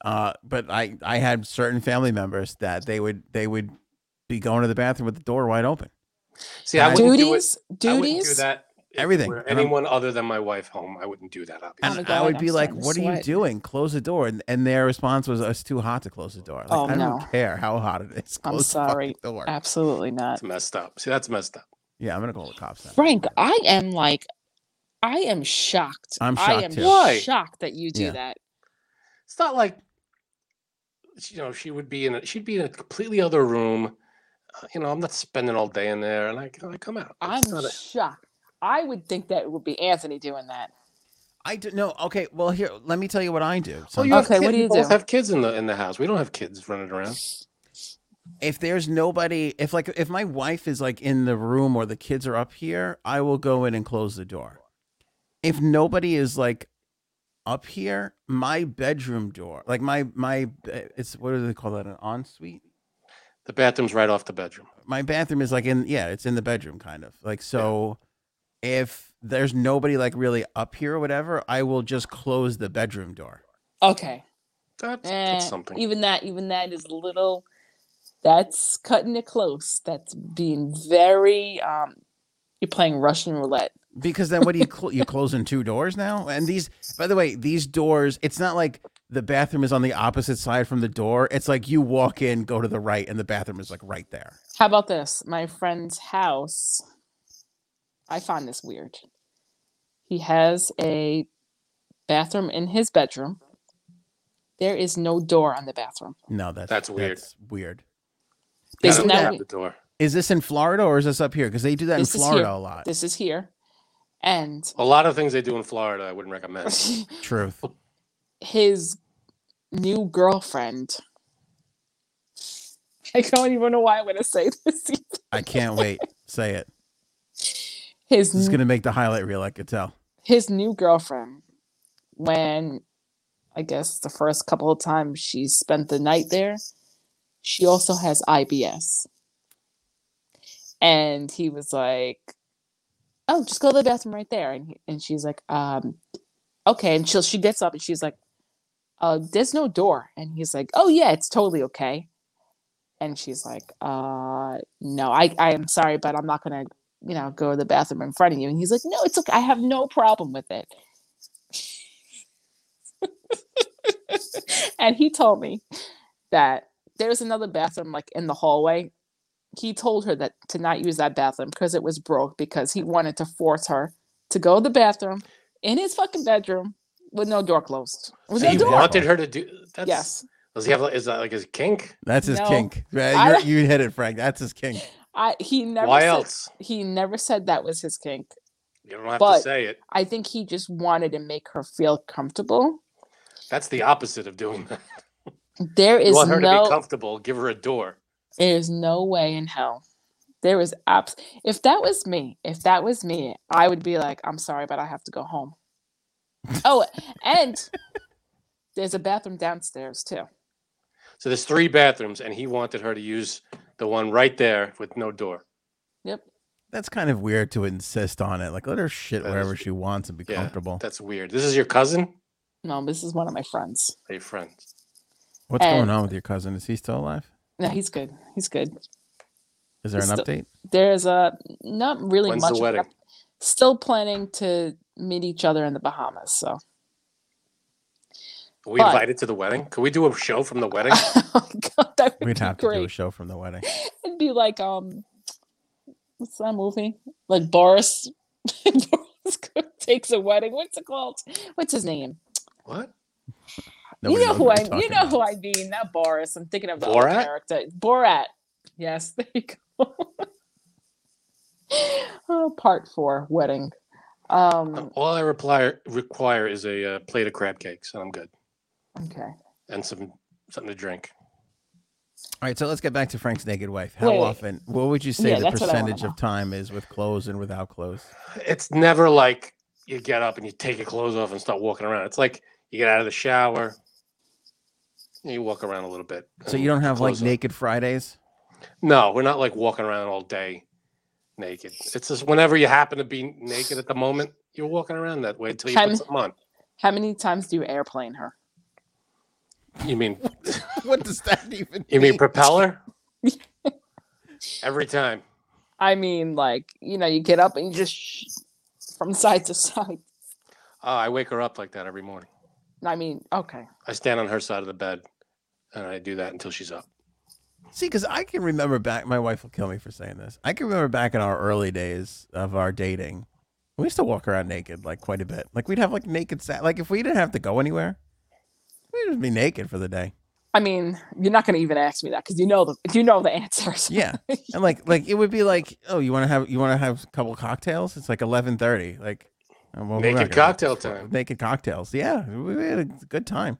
Speaker 1: Uh, but I I had certain family members that they would they would be going to the bathroom with the door wide open.
Speaker 2: See, I
Speaker 1: And I-
Speaker 2: wouldn't
Speaker 5: Duties.
Speaker 2: do it. I wouldn't do
Speaker 5: Duties.
Speaker 2: that. if
Speaker 1: Everything.
Speaker 2: were
Speaker 1: And I'm-
Speaker 2: anyone other than my wife home, I wouldn't do that. Obviously.
Speaker 1: And
Speaker 5: Oh my
Speaker 1: I
Speaker 5: God,
Speaker 1: would
Speaker 5: I'm
Speaker 1: be like,
Speaker 5: starting to
Speaker 1: "What are you
Speaker 5: sweat."
Speaker 1: doing? Close the door!" And, and their response was, "It's too hot to close the door." Like,
Speaker 5: Oh,
Speaker 1: I don't
Speaker 5: no.
Speaker 1: care how hot it is.
Speaker 5: I'm
Speaker 1: Close the fucking
Speaker 5: sorry.
Speaker 1: door.
Speaker 5: Absolutely not.
Speaker 2: It's messed up. See, that's messed up.
Speaker 1: yeah, I'm gonna call the cops now.
Speaker 5: Frank, I am like, I am shocked.
Speaker 1: I'm
Speaker 5: I
Speaker 1: shocked,
Speaker 5: am
Speaker 1: too.
Speaker 2: Why?
Speaker 5: shocked that you do
Speaker 1: Yeah.
Speaker 5: that.
Speaker 2: It's not like you know she would be in. A, she'd be in a completely other room. Uh, you know, I'm not spending all day in there, and I, I come out.
Speaker 5: I'm
Speaker 2: It's not a-
Speaker 5: shocked. I would think that it would be Anthony doing that.
Speaker 1: I don't know. Okay, well here, let me tell you what I do. So
Speaker 2: Well, you have
Speaker 5: Okay,
Speaker 2: kid-
Speaker 5: what do Oh, you
Speaker 2: both
Speaker 5: do?
Speaker 2: have kids in the in the house. We don't have kids running around.
Speaker 1: if there's nobody, if like if my wife is like in the room or the kids are up here, I will go in and close the door. If nobody is like up here, my bedroom door, like my my it's what do they call that an ensuite?
Speaker 2: The bathroom's right off the bedroom.
Speaker 1: My bathroom is like in yeah, it's in the bedroom kind of. Like so if there's nobody like really up here or whatever, I will just close the bedroom door.
Speaker 5: Okay.
Speaker 2: That's,
Speaker 5: Eh,
Speaker 2: that's something.
Speaker 5: Even that, even that is a little. That's cutting it close. That's being very. Um, you're playing Russian roulette.
Speaker 1: Because then what do you cl- you closing two doors now? And these by the way, these doors, it's not like the bathroom is on the opposite side from the door. It's like you walk in, go to the right, and the bathroom is like right there.
Speaker 5: How about this? My friend's house. I find this weird. He has a bathroom in his bedroom. There is no door on the bathroom.
Speaker 1: No, that's
Speaker 2: That's weird.
Speaker 1: That's weird.
Speaker 5: They
Speaker 2: Gotta
Speaker 5: do that-
Speaker 2: tap the door.
Speaker 1: Is this in Florida or is this up here? Because they do that
Speaker 5: This
Speaker 1: in
Speaker 5: is here.
Speaker 1: Florida a lot.
Speaker 5: This is here. And
Speaker 2: A lot of things they do in Florida, I wouldn't recommend.
Speaker 1: Truth.
Speaker 5: his new girlfriend. I don't even know why I'm going to say this.
Speaker 1: I can't wait. Say it.
Speaker 5: His
Speaker 1: This is gonna make the highlight reel. I could tell.
Speaker 5: his new girlfriend when i guess the first couple of times she spent the night there she also has ibs and he was like oh just go to the bathroom right there and, he, and she's like um okay and she she gets up and she's like uh there's no door and he's like oh yeah it's totally okay and she's like uh no i i am sorry but i'm not gonna you know, go to the bathroom in front of you. And he's like, no, it's okay. I have no problem with it. and he told me that there's another bathroom like in the hallway. He told her that to not use that bathroom because it was broke because he wanted to force her to go to the bathroom in his fucking bedroom with no door closed. With
Speaker 2: So
Speaker 5: no
Speaker 2: he
Speaker 5: door.
Speaker 2: wanted her to do that's
Speaker 5: yes.
Speaker 2: does he have like- is that like his kink?
Speaker 1: That's his
Speaker 5: No.
Speaker 1: kink.
Speaker 5: I-
Speaker 1: Right? You're- You hit it, Frank. That's his kink.
Speaker 5: I he never
Speaker 2: Why
Speaker 5: said,
Speaker 2: else?
Speaker 5: he never said that was his kink.
Speaker 2: You don't have
Speaker 5: But-
Speaker 2: to say it.
Speaker 5: I think he just wanted to make her feel comfortable.
Speaker 2: That's the opposite of doing that.
Speaker 5: There
Speaker 2: You
Speaker 5: is
Speaker 2: want her to be
Speaker 5: no
Speaker 2: comfortable, give her a door.
Speaker 5: there is no way in hell. There is abs if that was me, if that was me, I would be like, I'm sorry, but I have to go home. oh, and there's a bathroom downstairs too.
Speaker 2: So there's three bathrooms and he wanted her to use the one right there with no door.
Speaker 5: Yep.
Speaker 1: That's kind of weird to insist on it. Like let her shit
Speaker 2: That is-
Speaker 1: wherever she wants and be
Speaker 2: Yeah.
Speaker 1: comfortable.
Speaker 2: That's weird. This is your cousin?
Speaker 5: No, this is one of my friends.
Speaker 2: Hey friend.
Speaker 1: What's going
Speaker 5: and-
Speaker 1: on with your cousin? Is he still alive?
Speaker 5: No, he's good. He's good.
Speaker 1: Is there an
Speaker 5: He's still-
Speaker 1: update?
Speaker 5: There's a not really
Speaker 2: When's
Speaker 5: much.
Speaker 2: the
Speaker 5: of an
Speaker 2: wedding?
Speaker 5: up- Still planning to meet each other in the Bahamas. So
Speaker 2: Are we
Speaker 5: But-
Speaker 2: invited to the wedding? Could we do a show from the wedding?
Speaker 5: Oh, God, that would
Speaker 1: We'd
Speaker 5: be
Speaker 1: have to
Speaker 5: great.
Speaker 1: do a show from the wedding.
Speaker 5: It'd be like um, what's that movie? Like Boris, Boris takes a wedding. What's it called? What's his name?
Speaker 2: what?
Speaker 1: Nobody
Speaker 5: you know
Speaker 1: knows
Speaker 5: who
Speaker 1: what
Speaker 5: I
Speaker 1: we're
Speaker 5: you
Speaker 1: talking
Speaker 5: know
Speaker 1: about.
Speaker 5: who I mean. Not Boris. I'm thinking of the other
Speaker 2: Borat?
Speaker 5: character. Borat. Yes, there you go. oh, part four wedding. Um.
Speaker 2: All I reply, require is a uh, plate of crab cakes and I'm good.
Speaker 5: Okay.
Speaker 2: And some something to drink.
Speaker 1: All right, so let's get back to Frank's naked wife. How
Speaker 5: Wait, wait.
Speaker 1: often? What would you say
Speaker 5: Yeah,
Speaker 1: the
Speaker 5: that's what I wanna
Speaker 1: percentage
Speaker 5: know.
Speaker 1: of time is with clothes and without clothes?
Speaker 2: it's never like you get up and you take your clothes off and start walking around. It's like you get out of the shower, and you walk around a little bit.
Speaker 1: So
Speaker 2: and
Speaker 1: you don't have like
Speaker 2: clothes on.
Speaker 1: naked Fridays.
Speaker 2: No, we're not like walking around all day naked. It's just whenever you happen to be naked at the moment, you're walking around that way until you
Speaker 5: Time-
Speaker 2: put something on.
Speaker 5: How many times do you airplane her?
Speaker 2: You mean
Speaker 1: what does that even?
Speaker 2: you mean propeller? Every time.
Speaker 5: I mean, like you know, you get up and you just sh- from side to side.
Speaker 2: Oh, I wake her up like that every morning.
Speaker 5: I mean, okay.
Speaker 2: I stand on her side of the bed and I do that until she's up.
Speaker 1: See, because I can remember back. My wife will kill me for saying this. I can remember back in our early days of our dating. We used to walk around naked like quite a bit. Like we'd have like naked sat. Like if we didn't have to go anywhere, we'd just be naked for the day.
Speaker 5: I mean, you're not going to even ask me that because you know the you know the answers.
Speaker 1: Yeah, and like like it would be like, oh, you want to have you want to have a couple cocktails? It's like eleven thirty. Like oh, well, we're not
Speaker 2: Naked
Speaker 1: gonna have
Speaker 2: cocktail
Speaker 1: this for-
Speaker 2: time.
Speaker 1: Naked cocktails. Yeah, we we had a good time.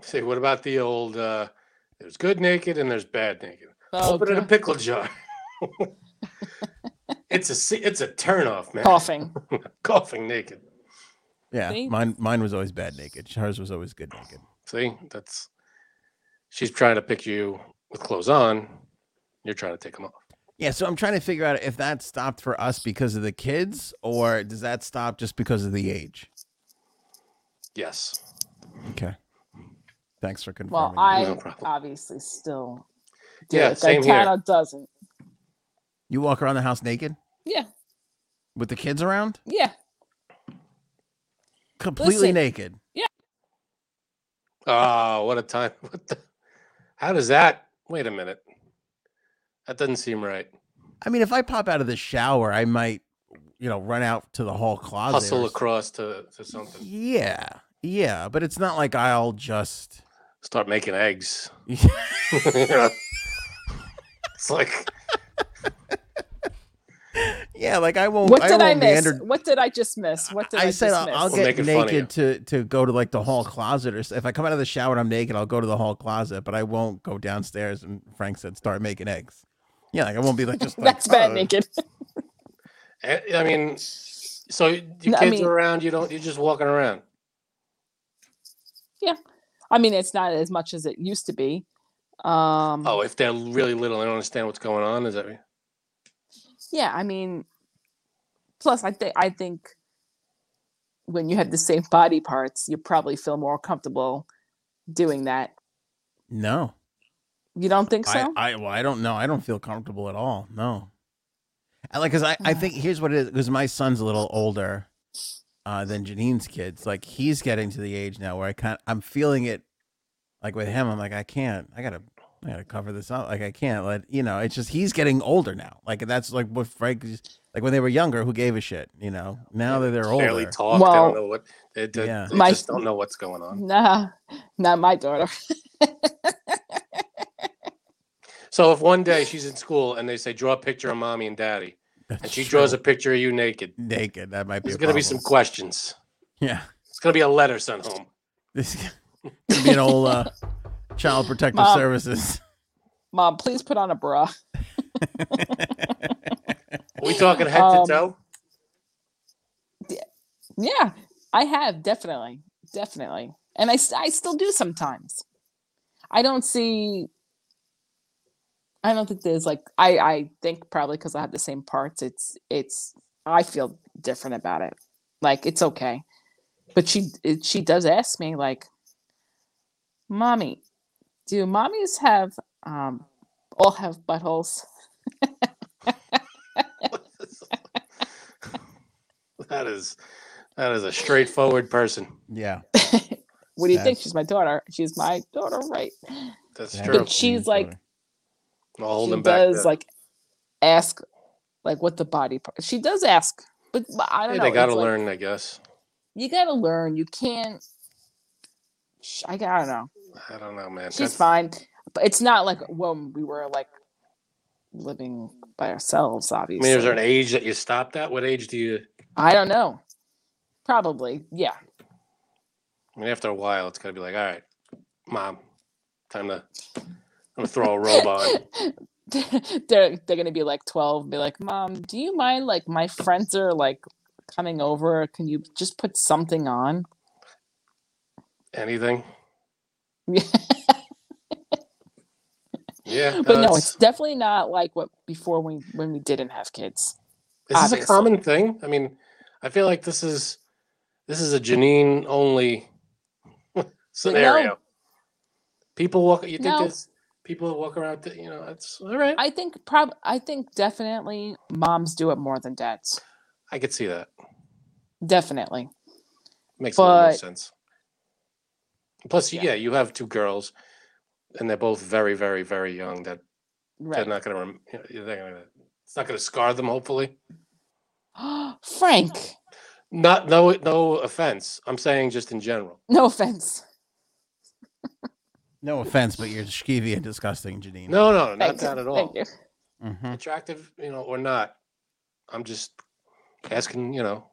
Speaker 2: Say, what about the old uh there's good naked and there's bad naked.
Speaker 5: Oh,
Speaker 2: Open it in a
Speaker 5: God.
Speaker 2: pickle jar. it's a se- it's a turnoff, man.
Speaker 5: coughing.
Speaker 2: Coughing naked.
Speaker 1: Yeah,
Speaker 5: See?
Speaker 1: mine mine was always bad naked. Hers was always good naked.
Speaker 2: See, that's she's trying to pick you with clothes on. You're trying to take them off.
Speaker 1: Yeah, so I'm trying to figure out if that stopped for us because of the kids, or does that stop just because of the age?
Speaker 2: Yes,
Speaker 1: Okay. Thanks for
Speaker 5: Well,
Speaker 1: confirming.
Speaker 5: I
Speaker 2: no problem.
Speaker 5: obviously still. do
Speaker 2: Yeah,
Speaker 5: it.
Speaker 2: same here.
Speaker 5: Gaetano doesn't.
Speaker 1: you walk around the house naked
Speaker 5: Yeah,
Speaker 1: with the kids around,
Speaker 5: yeah.
Speaker 1: completely
Speaker 5: Listen.
Speaker 1: naked.
Speaker 2: Oh, what a time! What the? How does that? Wait a minute. That doesn't seem right.
Speaker 1: I mean, if I pop out of the shower, I might, you know, run out to the hall closet. or
Speaker 2: Hustle
Speaker 1: s-
Speaker 2: across to, to something.
Speaker 1: Yeah, yeah, but it's not like I'll just.
Speaker 2: Start making eggs.
Speaker 1: yeah,
Speaker 2: it's like
Speaker 1: like I won't.
Speaker 5: What
Speaker 1: Oh, I
Speaker 5: did I,
Speaker 1: won't
Speaker 5: miss?
Speaker 1: meander-
Speaker 5: What did I just miss? What did I,
Speaker 1: I said
Speaker 5: just
Speaker 1: I'll,
Speaker 5: miss?
Speaker 1: I'll
Speaker 2: We'll
Speaker 1: get
Speaker 2: make it funnier.
Speaker 1: naked to to go to like the hall closet, or s- if I come out of the shower and I'm naked, I'll go to the hall closet, but I won't go downstairs. And Frank said, "Start making eggs." Yeah, like I won't be like just. like,
Speaker 5: That's
Speaker 2: Uh,
Speaker 5: bad
Speaker 1: "Oh."
Speaker 5: naked.
Speaker 2: Eh, I mean, so y- your
Speaker 5: No, I
Speaker 2: kids
Speaker 5: mean-
Speaker 2: are around. You don't. You're just walking around.
Speaker 1: Mm-hmm.
Speaker 5: I mean, it's not as much as it used to be. Um,
Speaker 2: Oh, if they're really little, they don't understand what's going on. Is that?
Speaker 5: yeah i mean plus i think i think when you have the same body parts you probably feel more comfortable doing that
Speaker 1: No,
Speaker 5: you don't think so
Speaker 1: I, I well, I don't know. I don't feel comfortable at all. No, I, like because I, I
Speaker 5: Ah.
Speaker 1: think here's what it is because my son's a little older uh, than Janine's kids. Like he's getting to the age now where I can't. I'm feeling it. Like with him, I'm like I can't. I gotta. I gotta cover this up. Like I can't let you know. It's just he's getting older now. Like that's like what Frank. is- Like when they were younger, who gave a shit? You know. Now that they're
Speaker 2: barely
Speaker 1: older,
Speaker 2: talk. they
Speaker 5: Well-
Speaker 2: don't know what. They, they,
Speaker 1: Yeah.
Speaker 2: they
Speaker 5: My-
Speaker 2: just don't know what's going on.
Speaker 5: nah not my daughter
Speaker 2: So if one day she's in school and they say draw a picture of mommy and daddy, and she draws a picture of you naked,
Speaker 1: naked. That might be.
Speaker 2: there's
Speaker 1: a
Speaker 2: going to be some
Speaker 1: problem.
Speaker 2: questions.
Speaker 1: Yeah.
Speaker 2: It's going to be a letter sent home.
Speaker 1: This is gonna be an old uh, child protective
Speaker 5: Mom.
Speaker 1: services.
Speaker 5: mom please put on a bra
Speaker 2: Are we talking head
Speaker 5: Um,
Speaker 2: to toe?
Speaker 5: yeah i have definitely definitely and i, s- I still do sometimes i don't see i don't think there's like i i think probably because i have the same parts it's it's i feel different about it like it's okay but she it, she does ask me like mommy do mommies have um all have buttholes
Speaker 2: that is that is a straightforward person.
Speaker 1: Yeah.
Speaker 5: what do you think
Speaker 1: That's-
Speaker 5: she's my daughter she's my daughter right
Speaker 2: That's
Speaker 1: that
Speaker 2: true.
Speaker 1: is
Speaker 5: she's
Speaker 1: Janine's
Speaker 5: like,
Speaker 1: daughter.
Speaker 2: I'll hold
Speaker 5: she
Speaker 2: him back.
Speaker 5: does
Speaker 2: there.
Speaker 5: like ask like what the body part she does ask but, but i don't
Speaker 2: Yeah,
Speaker 5: know
Speaker 2: they got to
Speaker 5: it's like,
Speaker 2: learn, I guess.
Speaker 5: you gotta learn you can't sh- i, I don't know
Speaker 2: I don't know, man. That's-
Speaker 5: she's fine but it's not like when we were like living by ourselves
Speaker 2: I
Speaker 5: obviously
Speaker 2: mean, is there an age that you stopped at? What age do you?
Speaker 5: i don't know probably yeah
Speaker 2: I mean, after a while, it's got to be like, all right, mom, time to I'm gonna throw a robe on.
Speaker 5: they're they're gonna be like 12 be like mom do you mind like my friends are like coming over can you just put something on
Speaker 2: Anything?
Speaker 5: Yeah.
Speaker 2: Yeah,
Speaker 5: but no
Speaker 2: that's-
Speaker 5: it's definitely not like what before when when we didn't have kids
Speaker 2: Is this
Speaker 5: Obviously.
Speaker 2: a common thing? I mean, I feel like this is this is a Janine only scenario. People walk. You think
Speaker 5: No.
Speaker 2: this people walk around? To, you know, it's all right. I,
Speaker 5: I think prob I think definitely moms do it more than dads.
Speaker 2: could see that.
Speaker 5: Definitely.
Speaker 2: Makes a little more
Speaker 5: But-
Speaker 2: sense. Plus,
Speaker 5: Yeah.
Speaker 2: yeah. you have two girls, and they're both very, very, very young. That
Speaker 5: Right.
Speaker 2: they're not gonna. Rem- you know, they're gonna. It's not gonna scar them. Hopefully,
Speaker 5: Frank,
Speaker 2: not. No, no offense. I'm saying just in general.
Speaker 5: no offense.
Speaker 1: No offense, but you're skeevy and disgusting, Janine.
Speaker 2: No, no, not
Speaker 5: Thank you.
Speaker 2: that at all.
Speaker 5: Thank you.
Speaker 1: Mhm.
Speaker 2: attractive, you know, or not. I'm just asking, you know,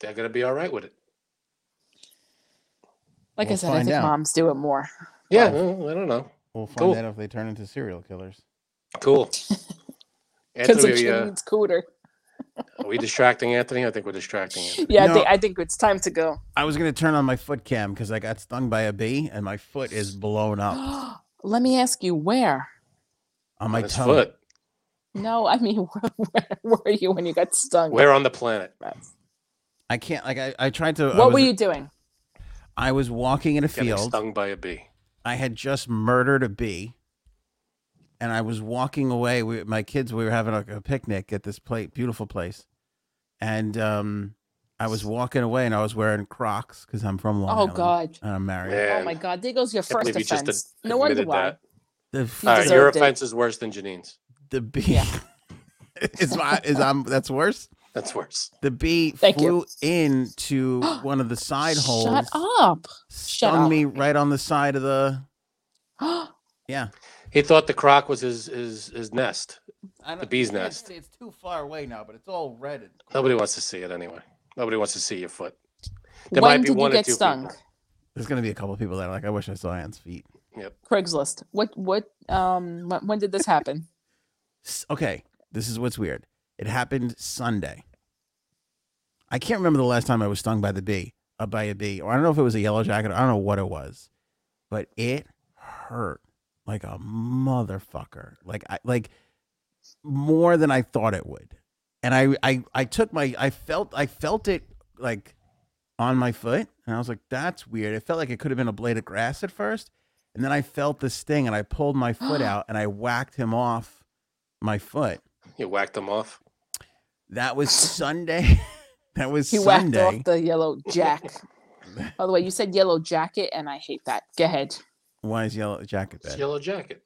Speaker 2: they're gonna be all right with it.
Speaker 5: Like I
Speaker 1: We'll
Speaker 5: said, I
Speaker 1: find
Speaker 5: think
Speaker 1: out.
Speaker 5: moms do it more.
Speaker 2: Yeah, well, I don't know.
Speaker 1: We'll find
Speaker 2: Cool.
Speaker 1: out if they turn into serial killers.
Speaker 2: Cool.
Speaker 5: Because
Speaker 2: Anthony,
Speaker 5: of
Speaker 2: we, uh,
Speaker 5: Janine's cooter.
Speaker 2: are we distracting Anthony? I think we're distracting him.
Speaker 5: Yeah,
Speaker 1: No.
Speaker 5: I, think, I think it's time to go.
Speaker 1: I was gonna turn on my foot cam because I got stung by a bee and my foot is blown up
Speaker 5: Let me ask you where.
Speaker 1: on my
Speaker 2: His
Speaker 1: toe.
Speaker 2: foot.
Speaker 5: No, I mean, where, where were you when you got stung?
Speaker 2: Where on the planet?
Speaker 1: I can't like I, I tried to I
Speaker 5: What were
Speaker 1: was-
Speaker 5: you doing?
Speaker 1: I was walking in a
Speaker 2: Getting
Speaker 1: field.
Speaker 2: stung by a bee.
Speaker 1: I had just murdered a bee. And I was walking away. We, my kids, we were having a, a picnic at this plate, beautiful place. And um, I was walking away and I was wearing Crocs because I'm from Long
Speaker 5: Oh,
Speaker 1: Island
Speaker 5: God.
Speaker 1: and I'm married.
Speaker 2: Man,
Speaker 5: Oh my God! There goes your
Speaker 2: Can't
Speaker 5: first
Speaker 2: believe you just ad-
Speaker 5: offense. No wonder
Speaker 2: admitted
Speaker 5: why.
Speaker 2: that.
Speaker 1: The
Speaker 5: You
Speaker 2: All right, your
Speaker 5: deserved it.
Speaker 2: offense is worse than Janine's.
Speaker 1: the bee
Speaker 5: Yeah.
Speaker 1: is my is I'm that's worse.
Speaker 2: That's worse.
Speaker 1: The bee
Speaker 5: Thank
Speaker 1: flew
Speaker 5: you.
Speaker 1: into one of the side holes,
Speaker 5: Shut up!
Speaker 1: stung
Speaker 5: up.
Speaker 1: me right on the side of the
Speaker 5: I
Speaker 1: yeah.
Speaker 2: He thought the croc was his his, his nest.
Speaker 1: I
Speaker 2: The bee's I can't nest.
Speaker 1: It's too far away now, but it's all red.
Speaker 2: Nobody wants to see it anyway. Nobody wants to see your foot.
Speaker 5: When
Speaker 2: There might be
Speaker 5: did you
Speaker 2: one or
Speaker 5: get
Speaker 2: two
Speaker 5: stung?
Speaker 2: people.
Speaker 1: There's gonna be a couple people that are like, I wish I saw Anne's feet.
Speaker 5: Craigslist. What? What? Um. When, when did this happen?
Speaker 1: S- Okay, this is what's weird. It happened Sunday. I can't remember the last time I was stung by the bee, uh, by a bee, or I don't know if it was a yellow jacket. I don't know what it was, but it hurt like a motherfucker. Like I like more than I thought it would, and I I I took my I felt I felt it like on my foot, and I was like, that's weird. It felt like it could have been a blade of grass at first, and then I felt this sting, and I pulled my foot out, and I whacked him off my foot.
Speaker 2: You whacked them off.
Speaker 1: That was Sunday. that was
Speaker 5: He whacked
Speaker 1: Sunday.
Speaker 5: off the yellow jack. By the way, you said yellow jacket, and I hate that. Go ahead.
Speaker 1: Why is yellow jacket
Speaker 2: It's
Speaker 1: bad?
Speaker 2: yellow jacket.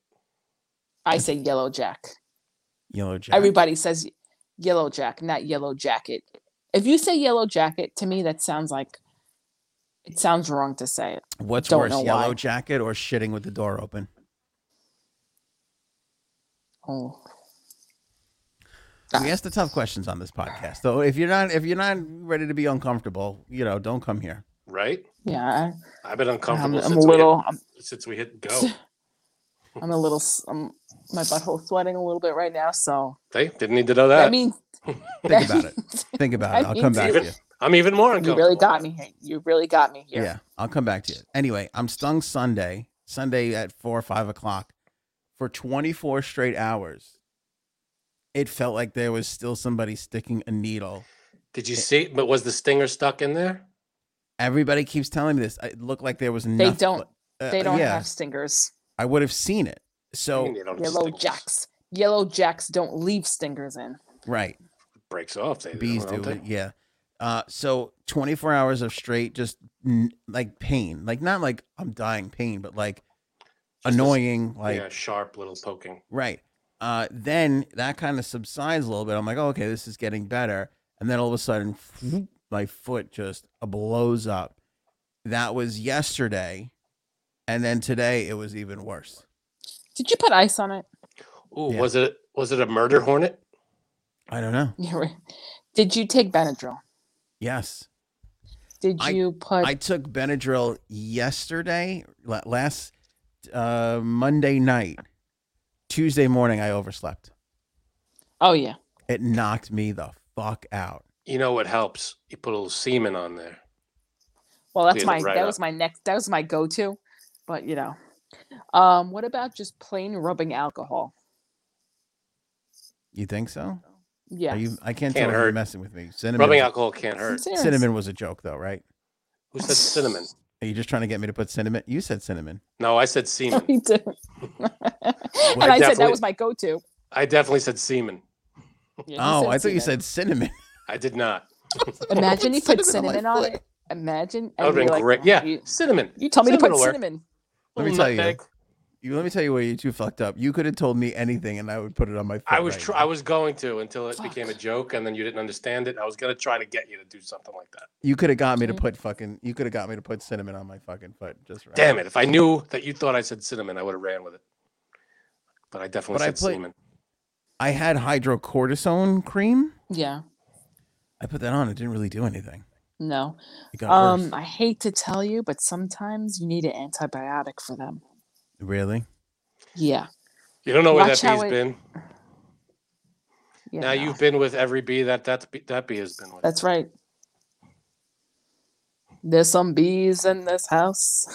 Speaker 5: I say yellow jack.
Speaker 1: Yellow jacket.
Speaker 5: Everybody says yellow jack, not yellow jacket. If you say yellow jacket, to me that sounds like it sounds wrong to say it.
Speaker 1: What's
Speaker 5: don't
Speaker 1: worse,
Speaker 5: know
Speaker 1: yellow
Speaker 5: why.
Speaker 1: jacket or shitting with the door open?
Speaker 5: Oh, Ah.
Speaker 1: We ask the tough questions on this podcast. So if you're not if you're not ready to be uncomfortable, you know, don't come here.
Speaker 2: Right?
Speaker 5: yeah.
Speaker 2: I've been
Speaker 5: I, I'm,
Speaker 2: uncomfortable
Speaker 5: I'm a
Speaker 2: since,
Speaker 5: little. I'm,
Speaker 2: we hit, since we hit go.
Speaker 5: I'm a little. s- I'm, my butthole sweating a little bit right now, so
Speaker 2: They didn't need to know
Speaker 5: that
Speaker 2: that.
Speaker 5: means
Speaker 1: Think about it. Think about it.
Speaker 5: I
Speaker 1: I'll
Speaker 5: need
Speaker 1: come back
Speaker 5: to.
Speaker 1: to you.
Speaker 2: I'm even more
Speaker 5: you
Speaker 2: uncomfortable.
Speaker 5: really got me here. You really got me here.
Speaker 1: Yeah, I'll come back to you. Anyway, I'm stung Sunday, Sunday at four or five o'clock for 24 straight hours. It felt like there was still somebody sticking a needle
Speaker 2: Did you see? But was the stinger stuck in there?
Speaker 1: Everybody keeps telling me this. It looked like there was
Speaker 5: They
Speaker 1: nothing.
Speaker 5: don't-
Speaker 1: uh,
Speaker 5: They don't
Speaker 1: yeah,
Speaker 5: have stingers.
Speaker 1: I would have seen it. So
Speaker 2: They don't have
Speaker 5: Yellow
Speaker 2: stingers.
Speaker 5: jacks. Yellow jacks don't leave stingers in.
Speaker 1: right,
Speaker 2: breaks off. They
Speaker 1: bees
Speaker 2: don't
Speaker 1: do
Speaker 2: they?
Speaker 1: it. Yeah. Uh, so 24 hours of straight, just n- like pain, like not like I'm dying pain, but like
Speaker 2: Just this-
Speaker 1: annoying, like
Speaker 2: yeah, sharp little poking.
Speaker 1: right. Uh, then that kind of subsides a little bit. I'm like, oh, okay, this is getting better. And then all of a sudden, my foot just blows up. That was yesterday, and then today it was even worse.
Speaker 5: Did you put ice on it?
Speaker 2: Ooh,
Speaker 1: Yeah.
Speaker 2: was it was it a murder hornet?
Speaker 1: I don't know.
Speaker 5: You were- Did you take Benadryl?
Speaker 1: Yes.
Speaker 5: Did
Speaker 1: I-
Speaker 5: you put?
Speaker 1: I took Benadryl yesterday, la- last uh, Monday night. Tuesday morning, I overslept.
Speaker 5: oh yeah.
Speaker 1: It knocked me the fuck out.
Speaker 2: You know what helps? You put a little semen on there.
Speaker 5: Well, that's
Speaker 2: Clean it
Speaker 5: my
Speaker 2: right
Speaker 5: that
Speaker 2: up.
Speaker 5: was my next that was my go to, but you know, um, what about just plain rubbing alcohol?
Speaker 1: You think so?
Speaker 5: Yeah,
Speaker 1: Are you, I can't,
Speaker 2: Can't
Speaker 1: tell if you're
Speaker 2: hurt.
Speaker 1: messing with me. Cinnamon.
Speaker 2: Rubbing
Speaker 1: was-
Speaker 2: alcohol can't
Speaker 5: I'm
Speaker 2: hurt.
Speaker 5: serious.
Speaker 1: Cinnamon was a joke, though, right?
Speaker 2: Who said cinnamon?
Speaker 1: Are you just trying to get me to put cinnamon? You said cinnamon.
Speaker 2: No, I said
Speaker 5: No,
Speaker 2: semen.
Speaker 5: you didn't.
Speaker 2: I
Speaker 5: and I, said that
Speaker 2: definitely-
Speaker 5: was my go to.
Speaker 2: I definitely said semen.
Speaker 1: oh, I thought you said cinnamon.
Speaker 2: I did not.
Speaker 5: Imagine you put
Speaker 1: cinnamon on my
Speaker 5: cinnamon on
Speaker 1: foot.
Speaker 5: it.
Speaker 2: That would
Speaker 5: Imagine. and
Speaker 2: have
Speaker 5: you're
Speaker 2: been
Speaker 5: like,
Speaker 2: great.
Speaker 5: "Oh,
Speaker 2: Yeah,
Speaker 5: You,
Speaker 2: cinnamon.
Speaker 5: you told me to
Speaker 2: Cinnamon
Speaker 5: put
Speaker 2: will work.
Speaker 5: cinnamon.
Speaker 1: Let me
Speaker 2: Little
Speaker 1: tell you.
Speaker 2: nutmeg.
Speaker 1: You, let me tell you where you two fucked up. You could have told me anything, and I would put it on my. Foot
Speaker 2: I was
Speaker 1: right
Speaker 2: tr-
Speaker 1: now.
Speaker 2: I was going to until it became a
Speaker 5: Fuck.
Speaker 2: joke, and then you didn't understand it. I was gonna try to get you to do something like that.
Speaker 1: You could have got me to
Speaker 5: Mm.
Speaker 1: put fucking. You could have got me to put cinnamon on my fucking foot. Just right.
Speaker 2: Damn it! If I knew that you thought I said cinnamon, I would have ran with it. But I definitely
Speaker 1: But I
Speaker 2: said
Speaker 1: played-
Speaker 2: semen.
Speaker 1: I had hydrocortisone cream.
Speaker 5: Yeah.
Speaker 1: I put that on. It didn't really do anything.
Speaker 5: No.
Speaker 1: It got
Speaker 5: Um,
Speaker 1: worse.
Speaker 5: I hate to tell you, but sometimes you need an antibiotic for them.
Speaker 1: Really?
Speaker 5: Yeah.
Speaker 2: You don't know where
Speaker 5: Watch
Speaker 2: that
Speaker 5: how
Speaker 2: bee's
Speaker 5: it-
Speaker 2: been.
Speaker 5: yeah
Speaker 2: now
Speaker 5: no.
Speaker 2: you've been with every bee that that bee, that bee has been with.
Speaker 5: That's right. There's some bees in this house.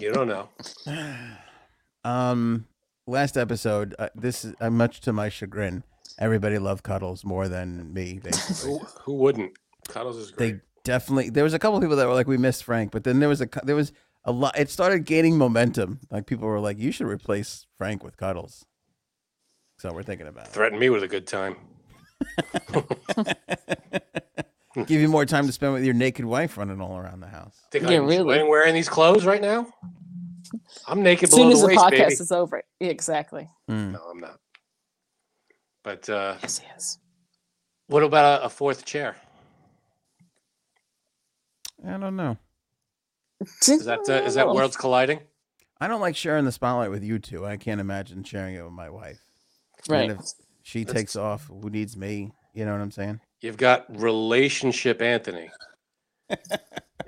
Speaker 2: you don't know.
Speaker 1: um, last episode. Uh, this is uh, much to my chagrin. Everybody loved cuddles more than me. Basically,
Speaker 2: Who, who wouldn't? Cuddles is great.
Speaker 1: they definitely. There was a couple people that were like, "We missed Frank," but then there was a cou- there was a lot. It started gaining momentum. Like people were like, "You should replace Frank with cuddles." So we're thinking about it.
Speaker 2: Threaten me with a good time.
Speaker 1: Give you more time to spend with your naked wife running all around the house.
Speaker 2: Think
Speaker 5: Yeah,
Speaker 2: I'm
Speaker 5: really.
Speaker 2: enjoying wearing these clothes right now? I'm naked
Speaker 5: As soon
Speaker 2: below
Speaker 5: as
Speaker 2: the
Speaker 5: the
Speaker 2: waist,
Speaker 5: podcast
Speaker 2: baby.
Speaker 5: is over. Yeah, Exactly.
Speaker 1: Mm.
Speaker 2: No, I'm not. But uh,
Speaker 5: Yes, he is.
Speaker 2: what about a, a fourth chair?
Speaker 1: I don't know.
Speaker 2: Is that uh, is that
Speaker 5: No.
Speaker 2: worlds colliding?
Speaker 1: I don't like sharing the spotlight with you two. I can't imagine sharing it with my wife.
Speaker 5: right?
Speaker 1: And if she
Speaker 2: That's-
Speaker 1: takes off, who needs me? You know what I'm saying?
Speaker 2: You've got relationship Anthony.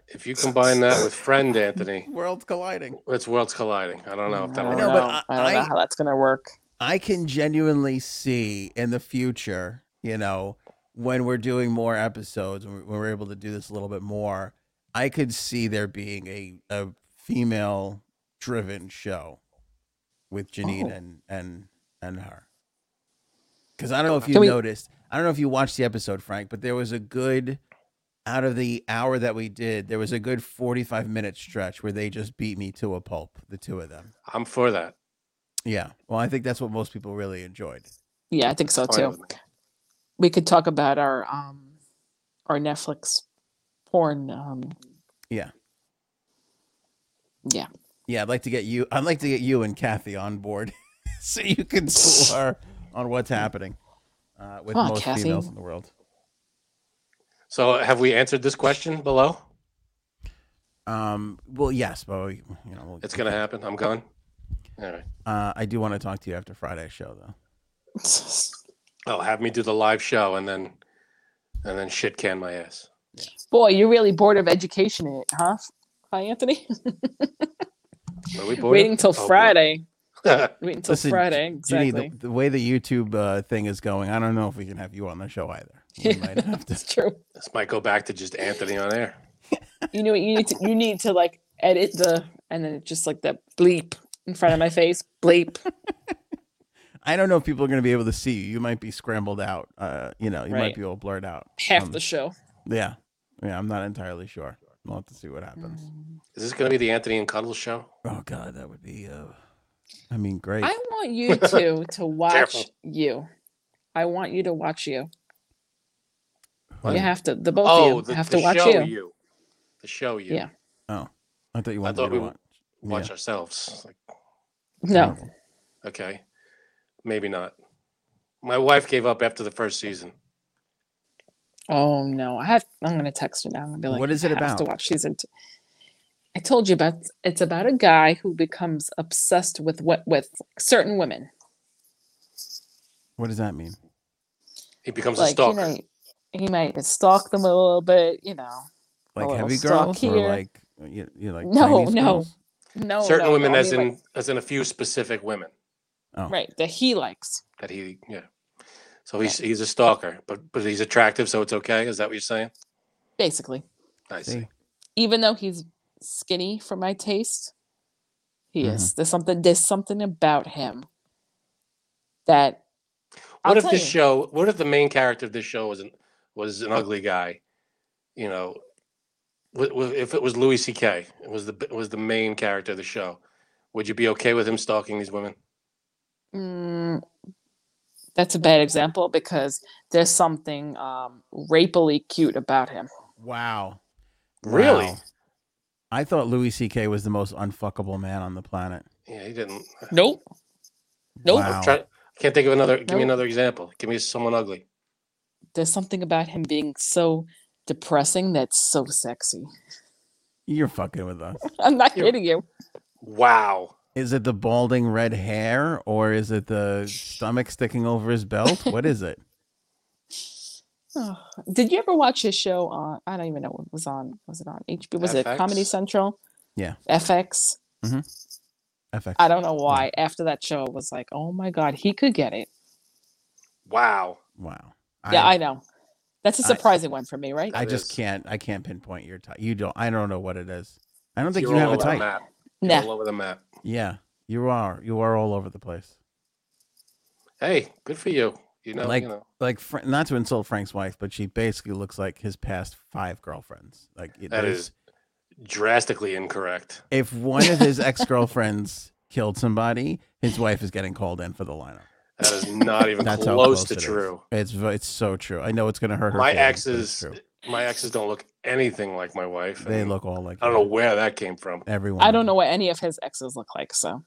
Speaker 2: if you combine that with friend Anthony,
Speaker 1: Worlds colliding.
Speaker 2: it's worlds colliding. I don't know if that
Speaker 5: I don't
Speaker 2: works.
Speaker 1: No,
Speaker 5: know.
Speaker 1: but
Speaker 5: I,
Speaker 1: I-
Speaker 5: don't know
Speaker 1: I-
Speaker 5: how that's gonna work.
Speaker 1: I can genuinely see in the future, you know, when we're doing more episodes, when we're- when we're able to do this a little bit more, I could see there being a, a female driven show with Janine
Speaker 5: Oh.
Speaker 1: and, and, and her. Cause I don't know if you
Speaker 5: Can we-
Speaker 1: noticed, I don't know if you watched the episode, Frank, but there was a good, out of the hour that we did, there was a good 45 minute stretch where they just beat me to a pulp, the two of them.
Speaker 2: I'm for that.
Speaker 1: Yeah. Well, I think that's what most people really enjoyed.
Speaker 5: Yeah, I think so
Speaker 2: Fine
Speaker 5: too.
Speaker 2: with me.
Speaker 5: We could talk about our um our Netflix porn. Um,
Speaker 1: Yeah.
Speaker 5: Yeah.
Speaker 1: Yeah, I'd like to get you. I'd like to get you and Kathy on board, so you can school her on what's happening uh, with
Speaker 5: Come on,
Speaker 1: most
Speaker 5: Kathy.
Speaker 1: females in the world.
Speaker 2: So have we answered this question below?
Speaker 1: Um. Well, yes, but we, you know, we'll,
Speaker 2: It's gonna happen. I'm gone. All right.
Speaker 1: Uh, I do want to talk to you after Friday's show, though.
Speaker 2: Oh, have me do the live show and then and then shit can my ass.
Speaker 5: Boy, you're really bored of education, eh, huh? Hi, Anthony.
Speaker 2: Are we bored?
Speaker 5: Waiting till
Speaker 2: Oh, boy.
Speaker 5: Friday. Waiting till
Speaker 1: Listen,
Speaker 5: Friday.
Speaker 1: Ginny,
Speaker 5: Exactly.
Speaker 1: the, the way the YouTube uh, thing is going, I don't know if we can have you on the show either. We might have to.
Speaker 5: It's true.
Speaker 2: this might go back to just Anthony on air.
Speaker 5: You know what you need to you need to like edit the and then it just like that bleep in front of my face. Bleep.
Speaker 1: I don't know if people are going to be able to see you. You might be scrambled out. Uh, you know, you might
Speaker 5: Right.
Speaker 1: be all blurred out.
Speaker 5: Half
Speaker 1: Um,
Speaker 5: the show.
Speaker 1: Yeah. Yeah, I'm not entirely sure. We'll have to see what happens.
Speaker 5: Mm.
Speaker 2: Is this gonna be the Anthony and Cuddles show?
Speaker 1: Oh god, that would be uh I mean great.
Speaker 5: I want you two to watch
Speaker 2: Careful.
Speaker 5: you. I want you to watch you.
Speaker 1: What?
Speaker 5: You have to the both
Speaker 2: oh,
Speaker 5: of
Speaker 2: the,
Speaker 5: you have
Speaker 2: the
Speaker 5: to watch
Speaker 2: show
Speaker 5: you.
Speaker 2: you. The show you.
Speaker 5: Yeah.
Speaker 1: I thought you wanted
Speaker 2: thought
Speaker 1: me to
Speaker 2: we
Speaker 1: watch.
Speaker 2: Watch ourselves. It's like,
Speaker 5: No.
Speaker 2: okay. Maybe not. My wife gave up after the first season.
Speaker 5: Oh no. I have I'm gonna text her now. I'm gonna be like
Speaker 1: What is it
Speaker 5: "I have to
Speaker 1: about?"
Speaker 5: watch season two. I told you about it's about a guy who becomes obsessed with what with certain women.
Speaker 1: What does that mean?
Speaker 2: He becomes a
Speaker 5: like you
Speaker 2: stalker.
Speaker 5: know, he might stalk them a little bit, you know.
Speaker 1: Like
Speaker 5: little
Speaker 1: heavy
Speaker 5: stalk
Speaker 1: girls or
Speaker 5: here.
Speaker 1: like uh, you, you like
Speaker 5: No,
Speaker 1: Chinese
Speaker 5: no.
Speaker 1: girls?
Speaker 5: No,
Speaker 2: Certain
Speaker 5: no,
Speaker 2: women
Speaker 5: no, I
Speaker 2: as
Speaker 5: mean,
Speaker 2: in
Speaker 5: like-
Speaker 2: as in a few specific women
Speaker 1: Oh.
Speaker 5: right that he likes.
Speaker 2: that he yeah. So he's he's a stalker, but but he's attractive, so it's okay. Is that what you're saying?
Speaker 5: Basically,
Speaker 2: I see.
Speaker 1: See.
Speaker 5: even though he's skinny for my taste, he
Speaker 1: Mm-hmm.
Speaker 5: is. There's something. There's something about him that.
Speaker 2: What
Speaker 5: I'll
Speaker 2: if
Speaker 5: tell
Speaker 2: this
Speaker 5: you. Uh,
Speaker 2: show? What if the main character of this show was an was an ugly guy? You know, w- w- if it was Louis C.K. was the was the main character of the show, would you be okay with him stalking these women?
Speaker 5: Mm, that's a bad example because there's something um, rapily cute about him.
Speaker 1: Wow.
Speaker 2: Really?
Speaker 1: Wow. I thought Louis CK was the most unfuckable man on the planet.
Speaker 2: Yeah, he didn't.
Speaker 5: Nope. Nope.
Speaker 1: Wow.
Speaker 2: Try, I can't think of another. Give me
Speaker 5: Nope.
Speaker 2: another example. Give me someone ugly.
Speaker 5: There's something about him being so depressing that's so sexy.
Speaker 1: You're fucking with us.
Speaker 5: I'm not
Speaker 2: You're-
Speaker 5: kidding you.
Speaker 2: Wow.
Speaker 1: Is it the balding red hair or is it the stomach sticking over his belt? What is it?
Speaker 5: Oh, Did you ever watch his show on? I don't even know what was on. Was it on HBO? Was it Comedy
Speaker 2: FX?
Speaker 5: Central?
Speaker 1: Yeah.
Speaker 5: FX.
Speaker 1: FX.
Speaker 5: I don't know why. After that show, it was like, oh my god, he could get it.
Speaker 2: Wow.
Speaker 1: Wow.
Speaker 5: yeah, I know. That's a
Speaker 1: I-
Speaker 5: surprising one for me, right?
Speaker 1: I
Speaker 2: That
Speaker 1: just
Speaker 2: is-
Speaker 1: can't. I can't pinpoint your type. You don't. I don't know what it is. I don't think
Speaker 2: You're
Speaker 1: you have
Speaker 2: all
Speaker 1: a
Speaker 2: over the
Speaker 1: type.
Speaker 2: map. You're
Speaker 5: nah.
Speaker 2: All over the map.
Speaker 1: Yeah, you are. You are all over the place.
Speaker 2: Hey, good for you. You know,
Speaker 1: Like-
Speaker 2: you know.
Speaker 1: Like, Fra- not to insult Frank's wife, but she basically looks like his past five girlfriends. Like, it,
Speaker 2: That
Speaker 1: there's-
Speaker 2: is drastically incorrect.
Speaker 1: if one of his ex girlfriends killed somebody, his wife is getting called in for the lineup.
Speaker 2: That is not even
Speaker 1: That's
Speaker 2: close,
Speaker 1: how close
Speaker 2: to
Speaker 1: it is.
Speaker 2: true.
Speaker 1: It's v- it's so true. I know it's gonna hurt her.
Speaker 2: My
Speaker 1: feelings, but it's
Speaker 2: ex's
Speaker 1: true.
Speaker 2: My exes don't look anything like my wife.
Speaker 1: They
Speaker 2: and
Speaker 1: look all like
Speaker 2: I don't know where that came from.
Speaker 1: everyone.
Speaker 5: I don't know what any of his exes look like, so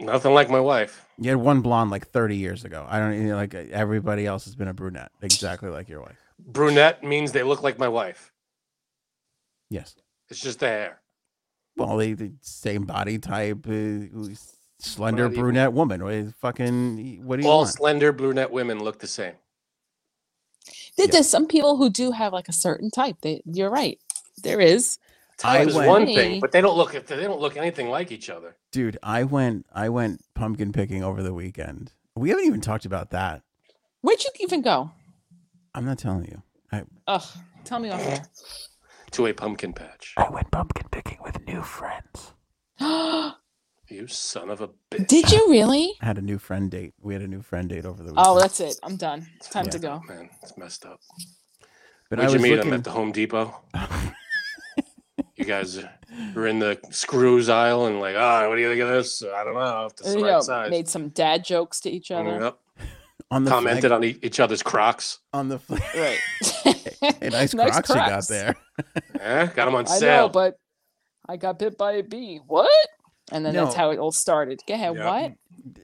Speaker 2: Nothing like my wife.
Speaker 1: You had one blonde like 30 years ago. I don't you know, like everybody else has been a brunette, exactly like your wife.
Speaker 2: Brunette means they look like my wife.
Speaker 1: Yes.
Speaker 2: It's just the hair.
Speaker 1: Well, they the same body type, uh, slender
Speaker 4: Body.
Speaker 1: brunette woman. What is fucking what do you
Speaker 2: All
Speaker 1: want?
Speaker 2: slender brunette women look the same.
Speaker 5: There-
Speaker 1: Yeah.
Speaker 5: there's some people who do have like a certain type. They, you're right. There is.
Speaker 1: I
Speaker 2: Type is
Speaker 1: went-
Speaker 2: one thing,
Speaker 5: Hey.
Speaker 2: but they don't look they don't look anything like each other.
Speaker 1: Dude, I went I went pumpkin picking over the weekend. We haven't even talked about that.
Speaker 5: Where'd you even go?
Speaker 1: I'm not telling you.
Speaker 5: Ugh, tell me off there.
Speaker 2: To a pumpkin patch.
Speaker 1: I went pumpkin picking with new friends.
Speaker 2: You son of a bitch.
Speaker 5: Did you really?
Speaker 1: I had a new friend date. We had a new friend date over the weekend.
Speaker 5: Oh, that's it. I'm done. It's time to go.
Speaker 2: Man, it's messed up.
Speaker 1: but
Speaker 2: Where'd
Speaker 1: I
Speaker 2: you
Speaker 1: was
Speaker 2: meet
Speaker 1: looking
Speaker 2: him at the Home Depot? you guys were in the screws aisle and like, ah, what do you think of this? I don't know. If this is
Speaker 5: You
Speaker 2: the
Speaker 5: know,
Speaker 2: right size.
Speaker 5: made some dad jokes to each other.
Speaker 2: Yep.
Speaker 1: on the
Speaker 2: Commented
Speaker 1: flag,
Speaker 2: on e- each other's Crocs.
Speaker 1: on the flag.
Speaker 5: Right.
Speaker 1: Hey, nice, crocs, you got there.
Speaker 2: Eh? Got them on
Speaker 5: I
Speaker 2: sale.
Speaker 5: know, but I got bit by a bee. What? And then that's
Speaker 1: No.
Speaker 5: how it all started. Go ahead.
Speaker 2: Yeah.
Speaker 5: What?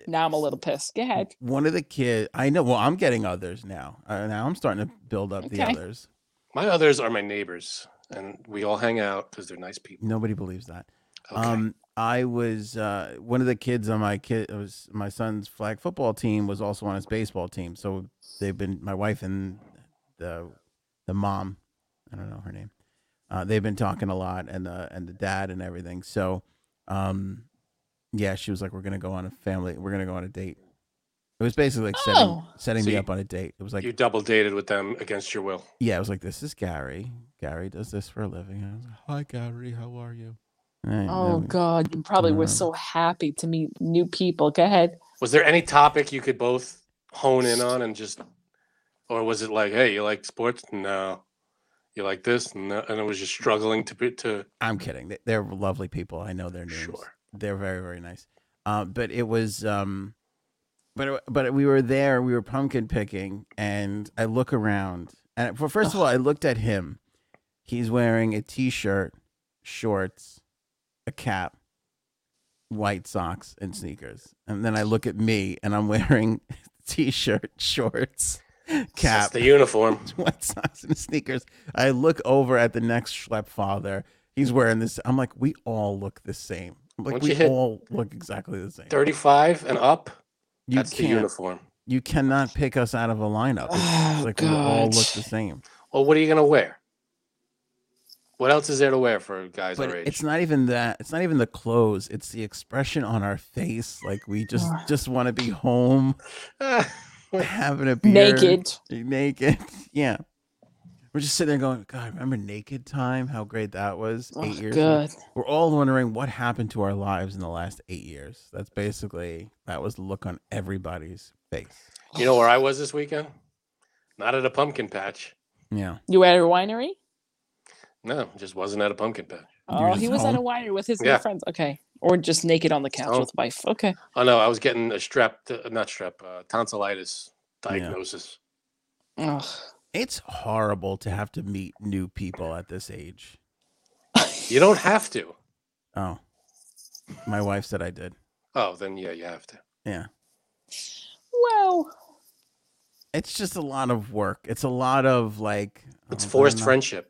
Speaker 5: Now I'm a little pissed. Go ahead.
Speaker 1: One of the kids, I know. Well, I'm getting others now. Uh, now I'm starting to build up the
Speaker 5: Okay.
Speaker 1: others.
Speaker 2: My others are my neighbors, and we all hang out because they're nice people.
Speaker 1: Nobody believes that.
Speaker 2: Okay.
Speaker 1: Um, I was uh, one of the kids on my kid. It was my son's flag football team was also on his baseball team. So they've been my wife and the the mom. I don't know her name. Uh, they've been talking a lot, and the and the dad and everything. So, um, yeah, she was like, "We're gonna go on a family. We're gonna go on a date." It was basically like setting
Speaker 5: Oh.
Speaker 1: setting
Speaker 2: So
Speaker 1: me
Speaker 2: you-
Speaker 1: up on a date. It was like
Speaker 2: you double dated with them against your will.
Speaker 1: yeah, I was like, this is Gary. Gary does this for a living. And I was like, hi, Gary. How are you? And
Speaker 5: Oh,
Speaker 1: then-
Speaker 5: God. You probably were
Speaker 1: Um,
Speaker 5: so happy to meet new people. Go ahead.
Speaker 2: Was there any topic you could both hone in on and just, or was it like, hey, you like sports? No. You like this? No. And it was just struggling to be- to
Speaker 1: I'm kidding. They- They're lovely people. I know their names.
Speaker 2: sure.
Speaker 1: They're very, very nice. Uh, but it was, um, but it, but we were there. We were pumpkin picking, and I look around, and for first of all, I looked at him. He's wearing a t-shirt, shorts, a cap, white socks, and sneakers. And then I look at me, and I'm wearing t-shirt, shorts,
Speaker 2: It's just
Speaker 1: cap,
Speaker 2: the uniform.
Speaker 1: white socks and sneakers. I look over at the next schlep father. He's wearing this. I'm like, we all look the same. I'm like
Speaker 2: Once
Speaker 1: we
Speaker 2: you hit
Speaker 1: all look exactly the same.
Speaker 2: Thirty-five and up.
Speaker 1: you
Speaker 2: that's the
Speaker 1: can't.
Speaker 2: uniform.
Speaker 1: You cannot pick us out of a lineup. It's, it's
Speaker 5: Oh,
Speaker 1: like we all look
Speaker 5: God.
Speaker 1: the same.
Speaker 2: Well, what are you gonna wear? What else is there to wear for guys
Speaker 1: But
Speaker 2: our age?
Speaker 1: it's not even that. It's not even the clothes. It's the expression on our face. Like we just
Speaker 5: Ugh.
Speaker 1: just want to be home,
Speaker 2: Ah,
Speaker 1: having a beer,
Speaker 5: Naked.
Speaker 1: naked. Yeah. We're just sitting there going, God, remember naked time? How great that was.
Speaker 5: Oh,
Speaker 1: Eight years ago.
Speaker 5: good.
Speaker 1: We're all wondering what happened to our lives in the last eight years. That's basically that was the look on everybody's face.
Speaker 2: you know where I was this weekend? Not at a pumpkin patch.
Speaker 1: Yeah.
Speaker 5: You were at a winery?
Speaker 2: No, just wasn't at a pumpkin patch.
Speaker 1: were
Speaker 5: Oh, he
Speaker 1: just
Speaker 5: was at a
Speaker 1: home?
Speaker 5: winery with his
Speaker 2: Yeah.
Speaker 5: new friends. Okay. Or just naked on the couch
Speaker 2: home.
Speaker 5: with wife. Okay.
Speaker 2: Oh no, I was getting a strep, uh, not strep, uh, tonsillitis
Speaker 1: Yeah.
Speaker 2: diagnosis.
Speaker 5: Ugh.
Speaker 1: It's horrible to have to meet new people at this age.
Speaker 2: You don't have to.
Speaker 1: Oh. My wife said I did.
Speaker 2: Oh, then yeah, you have to.
Speaker 1: Yeah.
Speaker 5: Well,
Speaker 1: It's just a lot of work. It's a lot of like
Speaker 2: It's
Speaker 1: "Oh, better
Speaker 2: forced
Speaker 1: not-"
Speaker 2: friendship.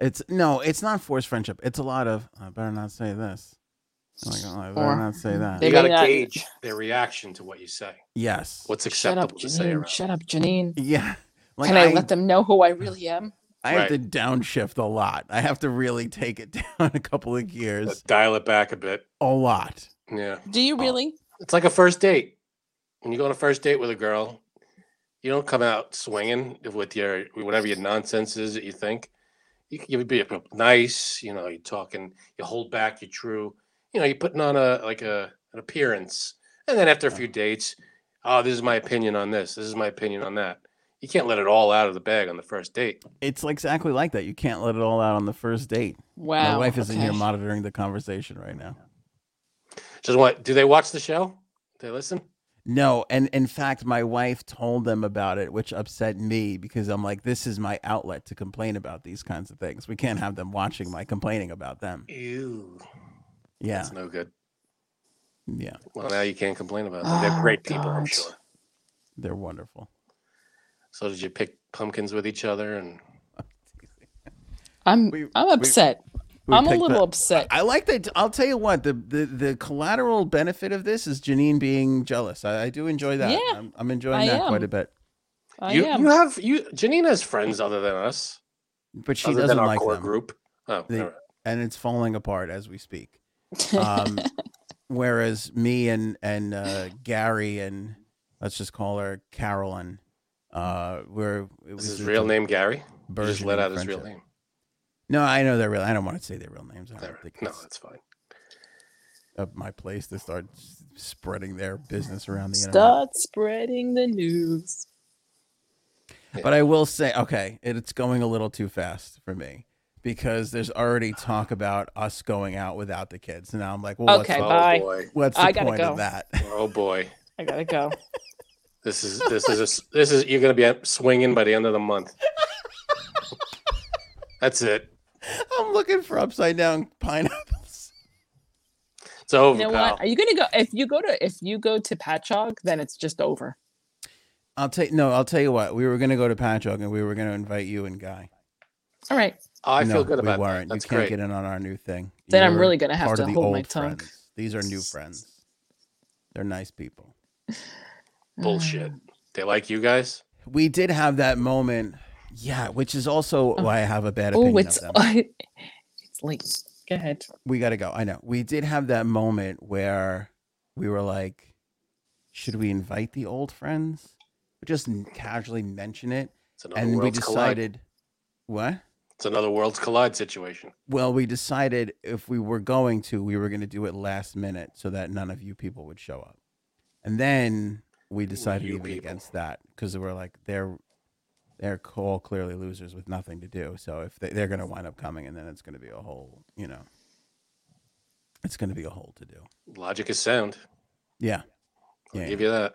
Speaker 1: It's no, it's not forced friendship. It's a lot of I better not say this. Like, oh, I better
Speaker 5: Or
Speaker 1: not say that.
Speaker 5: they
Speaker 2: you got to
Speaker 5: may not-
Speaker 2: gauge their reaction to what you say.
Speaker 1: yes.
Speaker 2: What's
Speaker 5: shut up,
Speaker 2: acceptable to say
Speaker 5: Janine.
Speaker 2: around?
Speaker 5: Shut up, Janine.
Speaker 1: Yeah. Like
Speaker 5: Can I,
Speaker 1: I
Speaker 5: let them know who I really am?
Speaker 1: I have
Speaker 2: Right.
Speaker 1: to downshift a lot. I have to really take it down a couple of
Speaker 2: Uh,
Speaker 1: gears.
Speaker 2: Dial it back a bit.
Speaker 1: A lot.
Speaker 2: Yeah,
Speaker 5: Do you really?
Speaker 2: it's like a first date. When you go on a first date with a girl, you don't come out swinging with your whatever your nonsense is that you think. You, you would be nice, you know. You're talking. You hold back. You're true. You know, you're putting on a like a an appearance. And then after a few dates, oh, this is my opinion on this. This is my opinion on that. You can't let it all out of the bag on the first date.
Speaker 1: It's like exactly like that. You can't let it all out on the first date.
Speaker 5: Wow.
Speaker 1: My wife is in here
Speaker 5: Oh, okay.
Speaker 1: monitoring the conversation right now.
Speaker 2: Just what? Do they watch the show? Do they listen?
Speaker 1: No, and in fact, my wife told them about it, which upset me because I'm like, this is my outlet to complain about these kinds of things. We can't have them watching my complaining about them.
Speaker 2: Ew.
Speaker 1: Yeah,
Speaker 2: That's no good.
Speaker 1: yeah,
Speaker 2: Well, now you can't complain about them. They're
Speaker 5: Oh,
Speaker 2: great people, I'm
Speaker 5: God.
Speaker 2: sure.
Speaker 1: they're wonderful.
Speaker 2: So did you pick pumpkins with each other and
Speaker 5: I'm
Speaker 1: We-
Speaker 5: I'm
Speaker 1: we-
Speaker 5: upset.
Speaker 1: We
Speaker 5: I'm a
Speaker 1: picked
Speaker 5: little
Speaker 1: the-
Speaker 5: upset.
Speaker 1: I like that. I'll tell you what the, the the collateral benefit of this is Janine being jealous. I, I do enjoy that.
Speaker 5: Yeah,
Speaker 1: I'm, I'm enjoying
Speaker 5: I
Speaker 1: that quite
Speaker 5: am.
Speaker 1: a bit.
Speaker 5: I
Speaker 2: you
Speaker 5: am.
Speaker 2: you have you Janine has friends other than us.
Speaker 1: But she
Speaker 2: other
Speaker 1: doesn't
Speaker 2: than our
Speaker 1: like
Speaker 2: core
Speaker 1: them,
Speaker 2: group. Oh,
Speaker 1: They-
Speaker 2: all right.
Speaker 1: and it's falling apart as we speak. Um, whereas me and and uh, Gary and let's just call her Carolyn, uh, were it
Speaker 2: is
Speaker 1: was
Speaker 2: his
Speaker 1: a
Speaker 2: real name Gary? You just
Speaker 1: burgeoning
Speaker 2: let out his real
Speaker 1: friendship.
Speaker 2: name.
Speaker 1: No, I know their real. I don't want to say their real names. I don't
Speaker 2: There.
Speaker 1: think
Speaker 2: No,
Speaker 1: it's
Speaker 2: that's fine.
Speaker 1: up my place to start s- spreading their business around the internet.
Speaker 5: Start spreading the news.
Speaker 1: But I will say, okay, it- it's going a little too fast for me because there's already talk about us going out without the kids, and now I'm like, well,
Speaker 5: Okay,
Speaker 2: oh
Speaker 1: what's,
Speaker 5: bye.
Speaker 2: boy.
Speaker 1: what's the
Speaker 5: I gotta
Speaker 1: point of
Speaker 5: go.
Speaker 1: that?
Speaker 2: Oh boy.
Speaker 5: I gotta go.
Speaker 2: This is this is a s this is you're gonna be out swinging by the end of the month. That's it.
Speaker 1: I'm looking for upside down pineapples.
Speaker 2: It's over,
Speaker 5: you know
Speaker 2: pal.
Speaker 5: what? Are you gonna go? If you go to if you go to Patchogue, then it's just over.
Speaker 1: I'll tell no. I'll tell you what. We were gonna go to Patchogue and we were gonna invite you and Guy.
Speaker 5: All right.
Speaker 2: I
Speaker 1: No,
Speaker 2: feel good
Speaker 1: we
Speaker 2: about
Speaker 1: weren't.
Speaker 2: that. That's
Speaker 1: you can't
Speaker 2: great.
Speaker 1: get in on our new thing.
Speaker 5: Then I'm
Speaker 1: You're
Speaker 5: really gonna have
Speaker 1: part
Speaker 5: to
Speaker 1: of the
Speaker 5: hold my
Speaker 1: old
Speaker 5: tongue.
Speaker 1: friends. These are new friends. They're nice people.
Speaker 5: Mm.
Speaker 2: Bullshit. They like you guys.
Speaker 1: We did have that moment. Yeah, which is also why I have a bad opinion
Speaker 5: Oh, it's
Speaker 1: of them.
Speaker 5: it's late. Go ahead.
Speaker 1: we got to go. I know. We did have that moment where we were like, should we invite the old friends? Just n- casually mention it.
Speaker 2: It's another
Speaker 1: And we
Speaker 2: world's collide.
Speaker 1: decided, what?
Speaker 2: It's another world's collide situation.
Speaker 1: Well, we decided if we were going to, we were going to do it last minute so that none of you people would show up. And then we decided
Speaker 2: you
Speaker 1: even
Speaker 2: people.
Speaker 1: against that because we're like, they're they're c- all clearly losers with nothing to do. So if they, they're going to wind up coming, and then it's going to be a whole, you know, it's going to be a whole to do.
Speaker 2: Logic is sound.
Speaker 1: Yeah.
Speaker 2: I'll
Speaker 1: Yeah,
Speaker 2: give you that.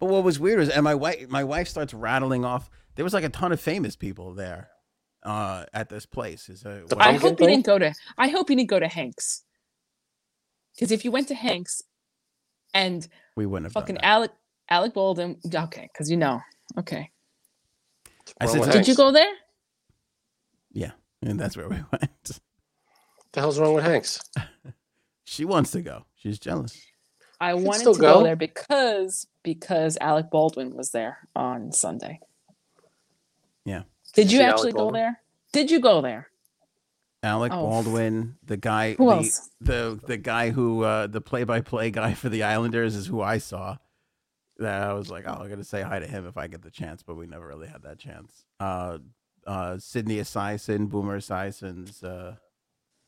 Speaker 1: But what was weird was, and my wife, my wife starts rattling off. There was like a ton of famous people there uh, at this place. Is uh,
Speaker 2: The
Speaker 1: what-
Speaker 5: I
Speaker 2: Pumpkin
Speaker 5: hope you
Speaker 2: thing?
Speaker 5: didn't go to. I hope you didn't go to Hanks. Because if you went to Hanks, and
Speaker 1: we wouldn't have
Speaker 5: fucking
Speaker 1: done that.
Speaker 5: Alec Alec Baldwin, okay, because you know, okay.
Speaker 1: I
Speaker 2: Wrong
Speaker 1: said,
Speaker 2: with
Speaker 1: "Did
Speaker 5: Did
Speaker 2: Hanks.
Speaker 5: you go there?
Speaker 1: and that's where we went.
Speaker 2: What the hell's wrong with Hanks?
Speaker 1: She wants to go. She's jealous.
Speaker 5: I
Speaker 2: can
Speaker 5: wanted
Speaker 2: still
Speaker 5: to go.
Speaker 2: go.
Speaker 5: there because because Alec Baldwin was there on Sunday.
Speaker 1: Yeah.
Speaker 5: Did,
Speaker 2: Did you
Speaker 5: you
Speaker 2: see Alec
Speaker 5: actually go
Speaker 2: Baldwin?
Speaker 5: there? Did you go there?
Speaker 1: Alec
Speaker 5: Oh.
Speaker 1: Baldwin, the guy,
Speaker 5: Who
Speaker 1: the,
Speaker 5: else?
Speaker 1: the the guy who uh, the play-by-play guy for the Islanders is who I saw. That I was like, oh, I'm gonna say hi to him if I get the chance, but we never really had that chance. Uh, uh, Sydney Esiason, Boomer Esiason's uh,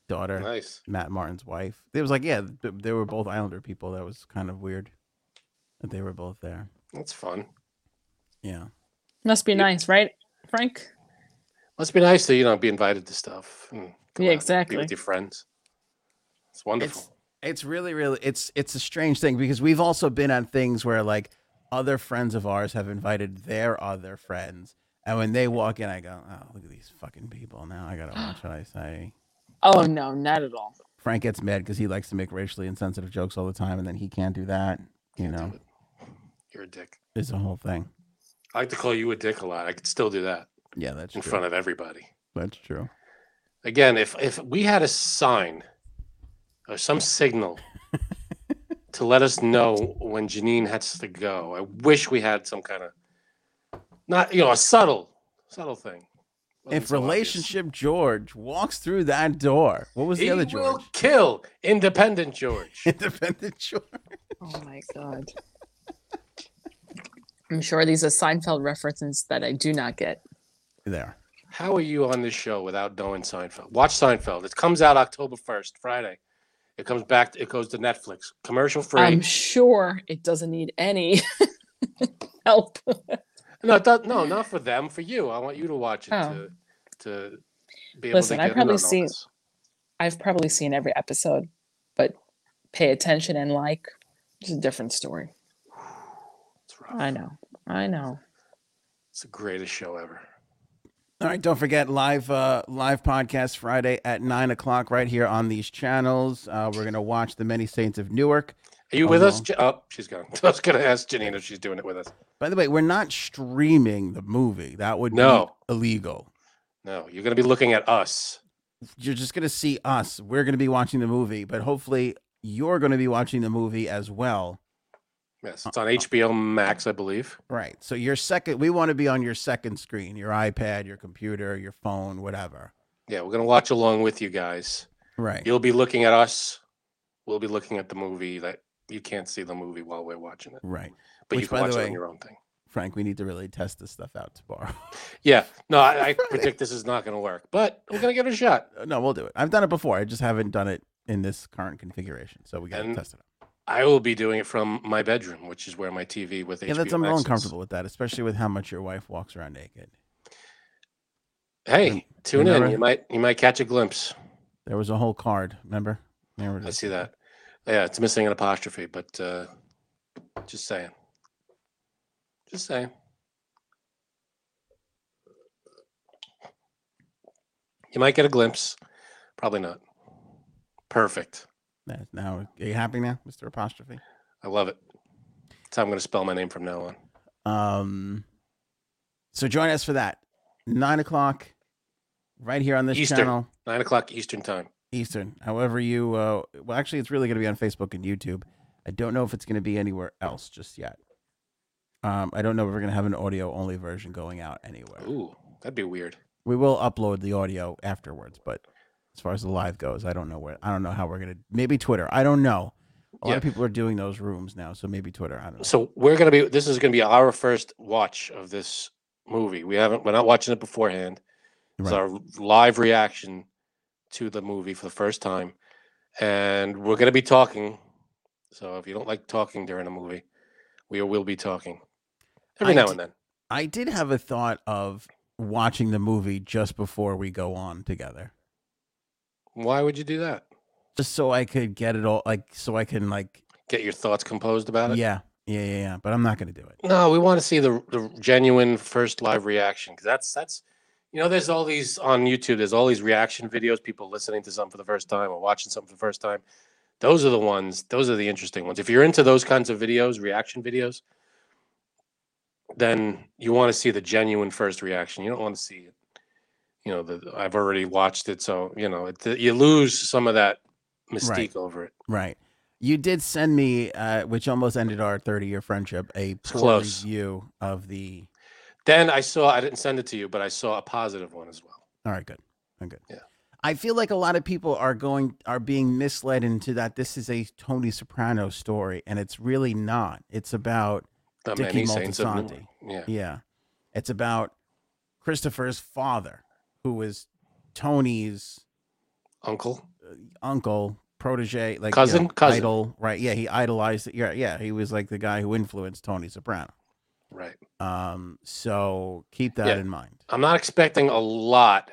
Speaker 1: daughter.
Speaker 2: Nice.
Speaker 1: Matt Martin's wife. It was like, yeah, th- they were both Islander people. That was kind of weird that they were both there.
Speaker 2: That's fun.
Speaker 1: Yeah.
Speaker 5: Must be nice, right, Frank?
Speaker 2: Must be nice to you know be invited to stuff. And go
Speaker 5: Yeah,
Speaker 2: out and Be
Speaker 5: exactly.
Speaker 2: with your friends. It's wonderful.
Speaker 1: It's really, really, it's it's a strange thing because we've also been on things where like other friends of ours have invited their other friends, and when they walk in, I go, oh, look at these fucking people. Now I gotta watch what I say.
Speaker 5: Oh no, not at all.
Speaker 1: Frank gets mad because he likes to make racially insensitive jokes all the time, and then he can't do that. You
Speaker 2: Can't do
Speaker 1: know,
Speaker 2: it. You're a dick.
Speaker 1: it's a whole thing.
Speaker 2: I like to call you a dick a lot. I could still do that
Speaker 1: Yeah, that's
Speaker 2: in
Speaker 1: true.
Speaker 2: front of everybody.
Speaker 1: That's true.
Speaker 2: Again, if if we had a sign or some signal to let us know when Janine has to go, I wish we had some kind of not you know a subtle subtle thing. Wasn't
Speaker 1: if
Speaker 2: so obvious.
Speaker 1: relationship George walks through that door, what was the
Speaker 2: he
Speaker 1: other
Speaker 2: will
Speaker 1: George?
Speaker 2: kill independent George.
Speaker 1: Independent George.
Speaker 5: Oh my god. I'm sure these are Seinfeld references that I do not get.
Speaker 1: There.
Speaker 2: How are you on this show without knowing Seinfeld? Watch Seinfeld. It comes out October first, Friday. It comes back. It goes to Netflix, commercial free.
Speaker 5: I'm sure it doesn't need any help.
Speaker 2: no, it does- no, not for them. For you, I want you to watch it
Speaker 5: Oh.
Speaker 2: to to be able
Speaker 5: Listen,
Speaker 2: to
Speaker 5: I
Speaker 2: get in
Speaker 5: probably
Speaker 2: on all
Speaker 5: see-
Speaker 2: this.
Speaker 5: I've probably seen every episode, but pay attention and like is a different story. I know. I know.
Speaker 2: It's the greatest show ever.
Speaker 1: All right, don't forget live uh, live podcast Friday at nine o'clock right here on these channels. Uh, we're gonna watch the Many Saints of Newark.
Speaker 2: Are you with us?
Speaker 1: Hello.
Speaker 2: Ja- Oh, she's gone. I was going to ask Janine if she's doing it with us.
Speaker 1: By the way, we're not streaming the movie. That would
Speaker 2: No.
Speaker 1: be illegal.
Speaker 2: No, you're going to be looking at us.
Speaker 1: You're just gonna see us. We're gonna be watching the movie, but hopefully you're gonna be watching the movie as well.
Speaker 2: Yes, it's on
Speaker 5: Uh,
Speaker 2: HBO Max, I believe.
Speaker 1: Right. So your second, we want to be on your second screen, your iPad, your computer, your phone, whatever.
Speaker 2: Yeah, we're going to watch along with you guys.
Speaker 1: Right.
Speaker 2: You'll be looking at us. We'll be looking at the movie that you can't see the movie while we're watching it,
Speaker 1: Right.
Speaker 2: but
Speaker 1: Which,
Speaker 2: you can
Speaker 1: by the
Speaker 2: watch it
Speaker 1: way-
Speaker 2: on your own thing.
Speaker 1: Frank, we need to really test this stuff out tomorrow.
Speaker 2: Yeah, no, I, I predict this is not going to work, but we're going to give it a shot.
Speaker 1: Uh, no, we'll do it. I've done it before. I just haven't done it in this current configuration. So we got to
Speaker 2: And
Speaker 1: test it out.
Speaker 2: I will be doing it from my bedroom, which is where my TV with
Speaker 1: Yeah,
Speaker 2: HBO
Speaker 1: that's, I'm a
Speaker 2: Max
Speaker 1: little
Speaker 2: is.
Speaker 1: uncomfortable with that, especially with how much your wife walks around naked.
Speaker 2: Hey, tune in.
Speaker 1: never-
Speaker 2: You might you might catch a glimpse.
Speaker 1: There was a whole card. Remember? Remember
Speaker 2: I
Speaker 1: this?
Speaker 2: see that. Yeah, it's missing an apostrophe, but uh, just saying. Just saying. You might get a glimpse. Probably not. Perfect.
Speaker 1: That- Now, are you happy now, Mr. Apostrophe?
Speaker 2: I love it. That's how I'm going to spell my name from now on.
Speaker 1: Um, so join us for that. Nine o'clock, right here on this
Speaker 2: Eastern.
Speaker 1: channel.
Speaker 2: Nine o'clock Eastern time.
Speaker 1: Eastern. However, you uh, well, actually, it's really going to be on Facebook and YouTube. I don't know if it's going to be anywhere else just yet. Um, I don't know if we're going to have an audio only version going out anywhere.
Speaker 2: Ooh, that'd be weird.
Speaker 1: We will upload the audio afterwards, but as far as the live goes, I don't know where. I don't know how we're going to. Maybe Twitter. I don't know. A lot
Speaker 2: Yeah.
Speaker 1: of people are doing those rooms now, so maybe Twitter. I don't know.
Speaker 2: so we're gonna be this is gonna be our first watch of this movie we haven't we're not watching it beforehand it's
Speaker 1: Right.
Speaker 2: our live reaction to the movie for the first time and we're gonna be talking so if you don't like talking during a movie we will be talking every
Speaker 1: I
Speaker 2: now
Speaker 1: d-
Speaker 2: and then
Speaker 1: I did have a thought of watching the movie just before we go on together,
Speaker 2: why would you do that
Speaker 1: just so I could get it all, like so I can like,
Speaker 2: get your thoughts composed about it
Speaker 1: yeah, yeah, yeah, yeah. But I'm not going to do it.
Speaker 2: No, we want to see the the genuine first live reaction because that's that's you know there's all these on YouTube. There's all these reaction videos, people listening to something for the first time or watching something for the first time. Those are the ones. Those are the interesting ones. If you're into those kinds of videos, reaction videos, then you want to see the genuine first reaction. You don't want to see it. You know, the, I've already watched it, so you know it, you lose some of that mystique over it.
Speaker 1: Right. You did send me, uh, which almost ended our 30 year friendship, a poor
Speaker 2: close.
Speaker 1: review of the.
Speaker 2: Then I saw I didn't send it to you, but I saw a positive one as well.
Speaker 1: All right, good. I'm good.
Speaker 2: Yeah.
Speaker 1: I feel like a lot of people are going are being misled into that this is a Tony Soprano story, and it's really not. It's about
Speaker 2: The
Speaker 1: Dicky
Speaker 2: many saints of Newark.
Speaker 1: Maltasanti.
Speaker 2: Yeah.
Speaker 1: yeah, it's about Christopher's father, who was Tony's
Speaker 2: uncle.
Speaker 1: uncle, protege, like you know,
Speaker 2: Cousin? Cousin.
Speaker 1: idol, right? Yeah, he idolized. Yeah, yeah, he was like the guy who influenced Tony Soprano.
Speaker 2: Right.
Speaker 1: Um, so keep that
Speaker 2: Yeah.
Speaker 1: in mind.
Speaker 2: I'm not expecting a lot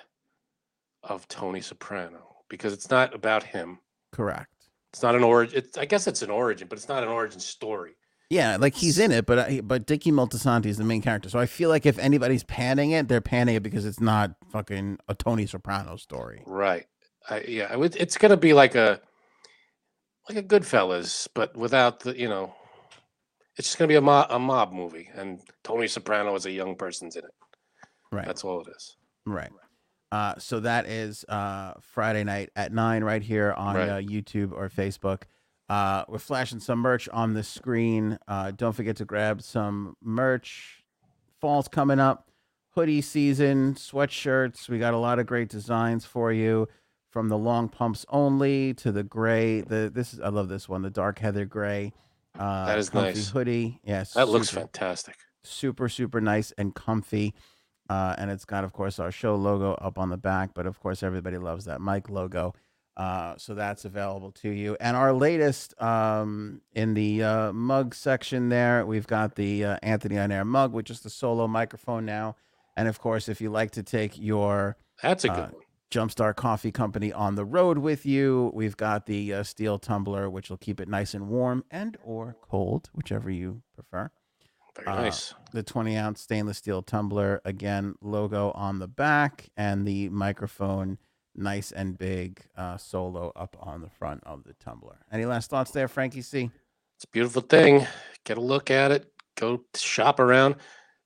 Speaker 2: of Tony Soprano because it's not about him.
Speaker 1: Correct.
Speaker 2: It's not an origin. It's, I guess it's an origin, but it's not an origin story.
Speaker 1: Yeah, like he's in it, but I, but Dicky Multisanti is the main character. So I feel like if anybody's panning it, they're panning it because it's not fucking a Tony Soprano story.
Speaker 2: Right. I, yeah. I would, it's gonna be like a like a Goodfellas, but without the you know. It's just gonna be a mob, a mob movie, and Tony Soprano is a young person's in it.
Speaker 1: Right.
Speaker 2: That's all it is.
Speaker 1: right. Uh, so that is uh, Friday night at nine, right here on
Speaker 2: Right.
Speaker 1: uh, YouTube or Facebook. Uh, we're flashing some merch on the screen. Uh, don't forget to grab some merch. Fall's coming up, hoodie season, sweatshirts. We got a lot of great designs for you, from the long pumps only to the gray. The this is I love this one, the dark heather gray. Uh,
Speaker 2: That is
Speaker 1: comfy
Speaker 2: nice.
Speaker 1: hoodie. Yes,
Speaker 2: That looks
Speaker 1: super-
Speaker 2: fantastic.
Speaker 1: super super nice and comfy uh, and it's got of course our show logo up on the back but of course everybody loves that mic logo uh, so that's available to you and our latest um, in the uh, mug section there we've got the uh, anthony on air mug with just the solo microphone now and of course if you like to take your
Speaker 2: That's a good
Speaker 1: Uh,
Speaker 2: one.
Speaker 1: Jumpstart Coffee Company on the road with you. We've got the uh, steel tumbler, which will keep it nice and warm and or cold, whichever you prefer.
Speaker 2: Very
Speaker 1: Uh,
Speaker 2: nice.
Speaker 1: the 20 ounce stainless steel tumbler. Again, logo on the back and the microphone, nice and big, uh, solo up on the front of the tumbler. Any last thoughts there, Frankie C?
Speaker 2: It's a beautiful thing. Get a look at it. Go shop around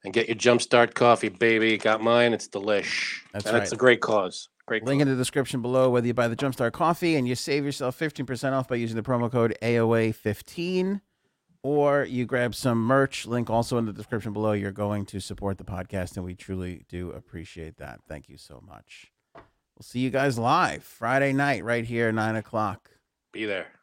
Speaker 2: and get your Jumpstart coffee, baby. Got mine. It's delish.
Speaker 1: That's
Speaker 2: and It's
Speaker 1: right.
Speaker 2: a great cause. Great.
Speaker 1: Link
Speaker 2: Cause.
Speaker 1: in the description below whether you buy the Jumpstart Coffee and you save yourself 15% off by using the promo code AOA15 or you grab some merch. Link also in the description below. You're going to support the podcast and we truly do appreciate that. Thank you so much. We'll see you guys live Friday night right here, 9 o'clock.
Speaker 2: Be there.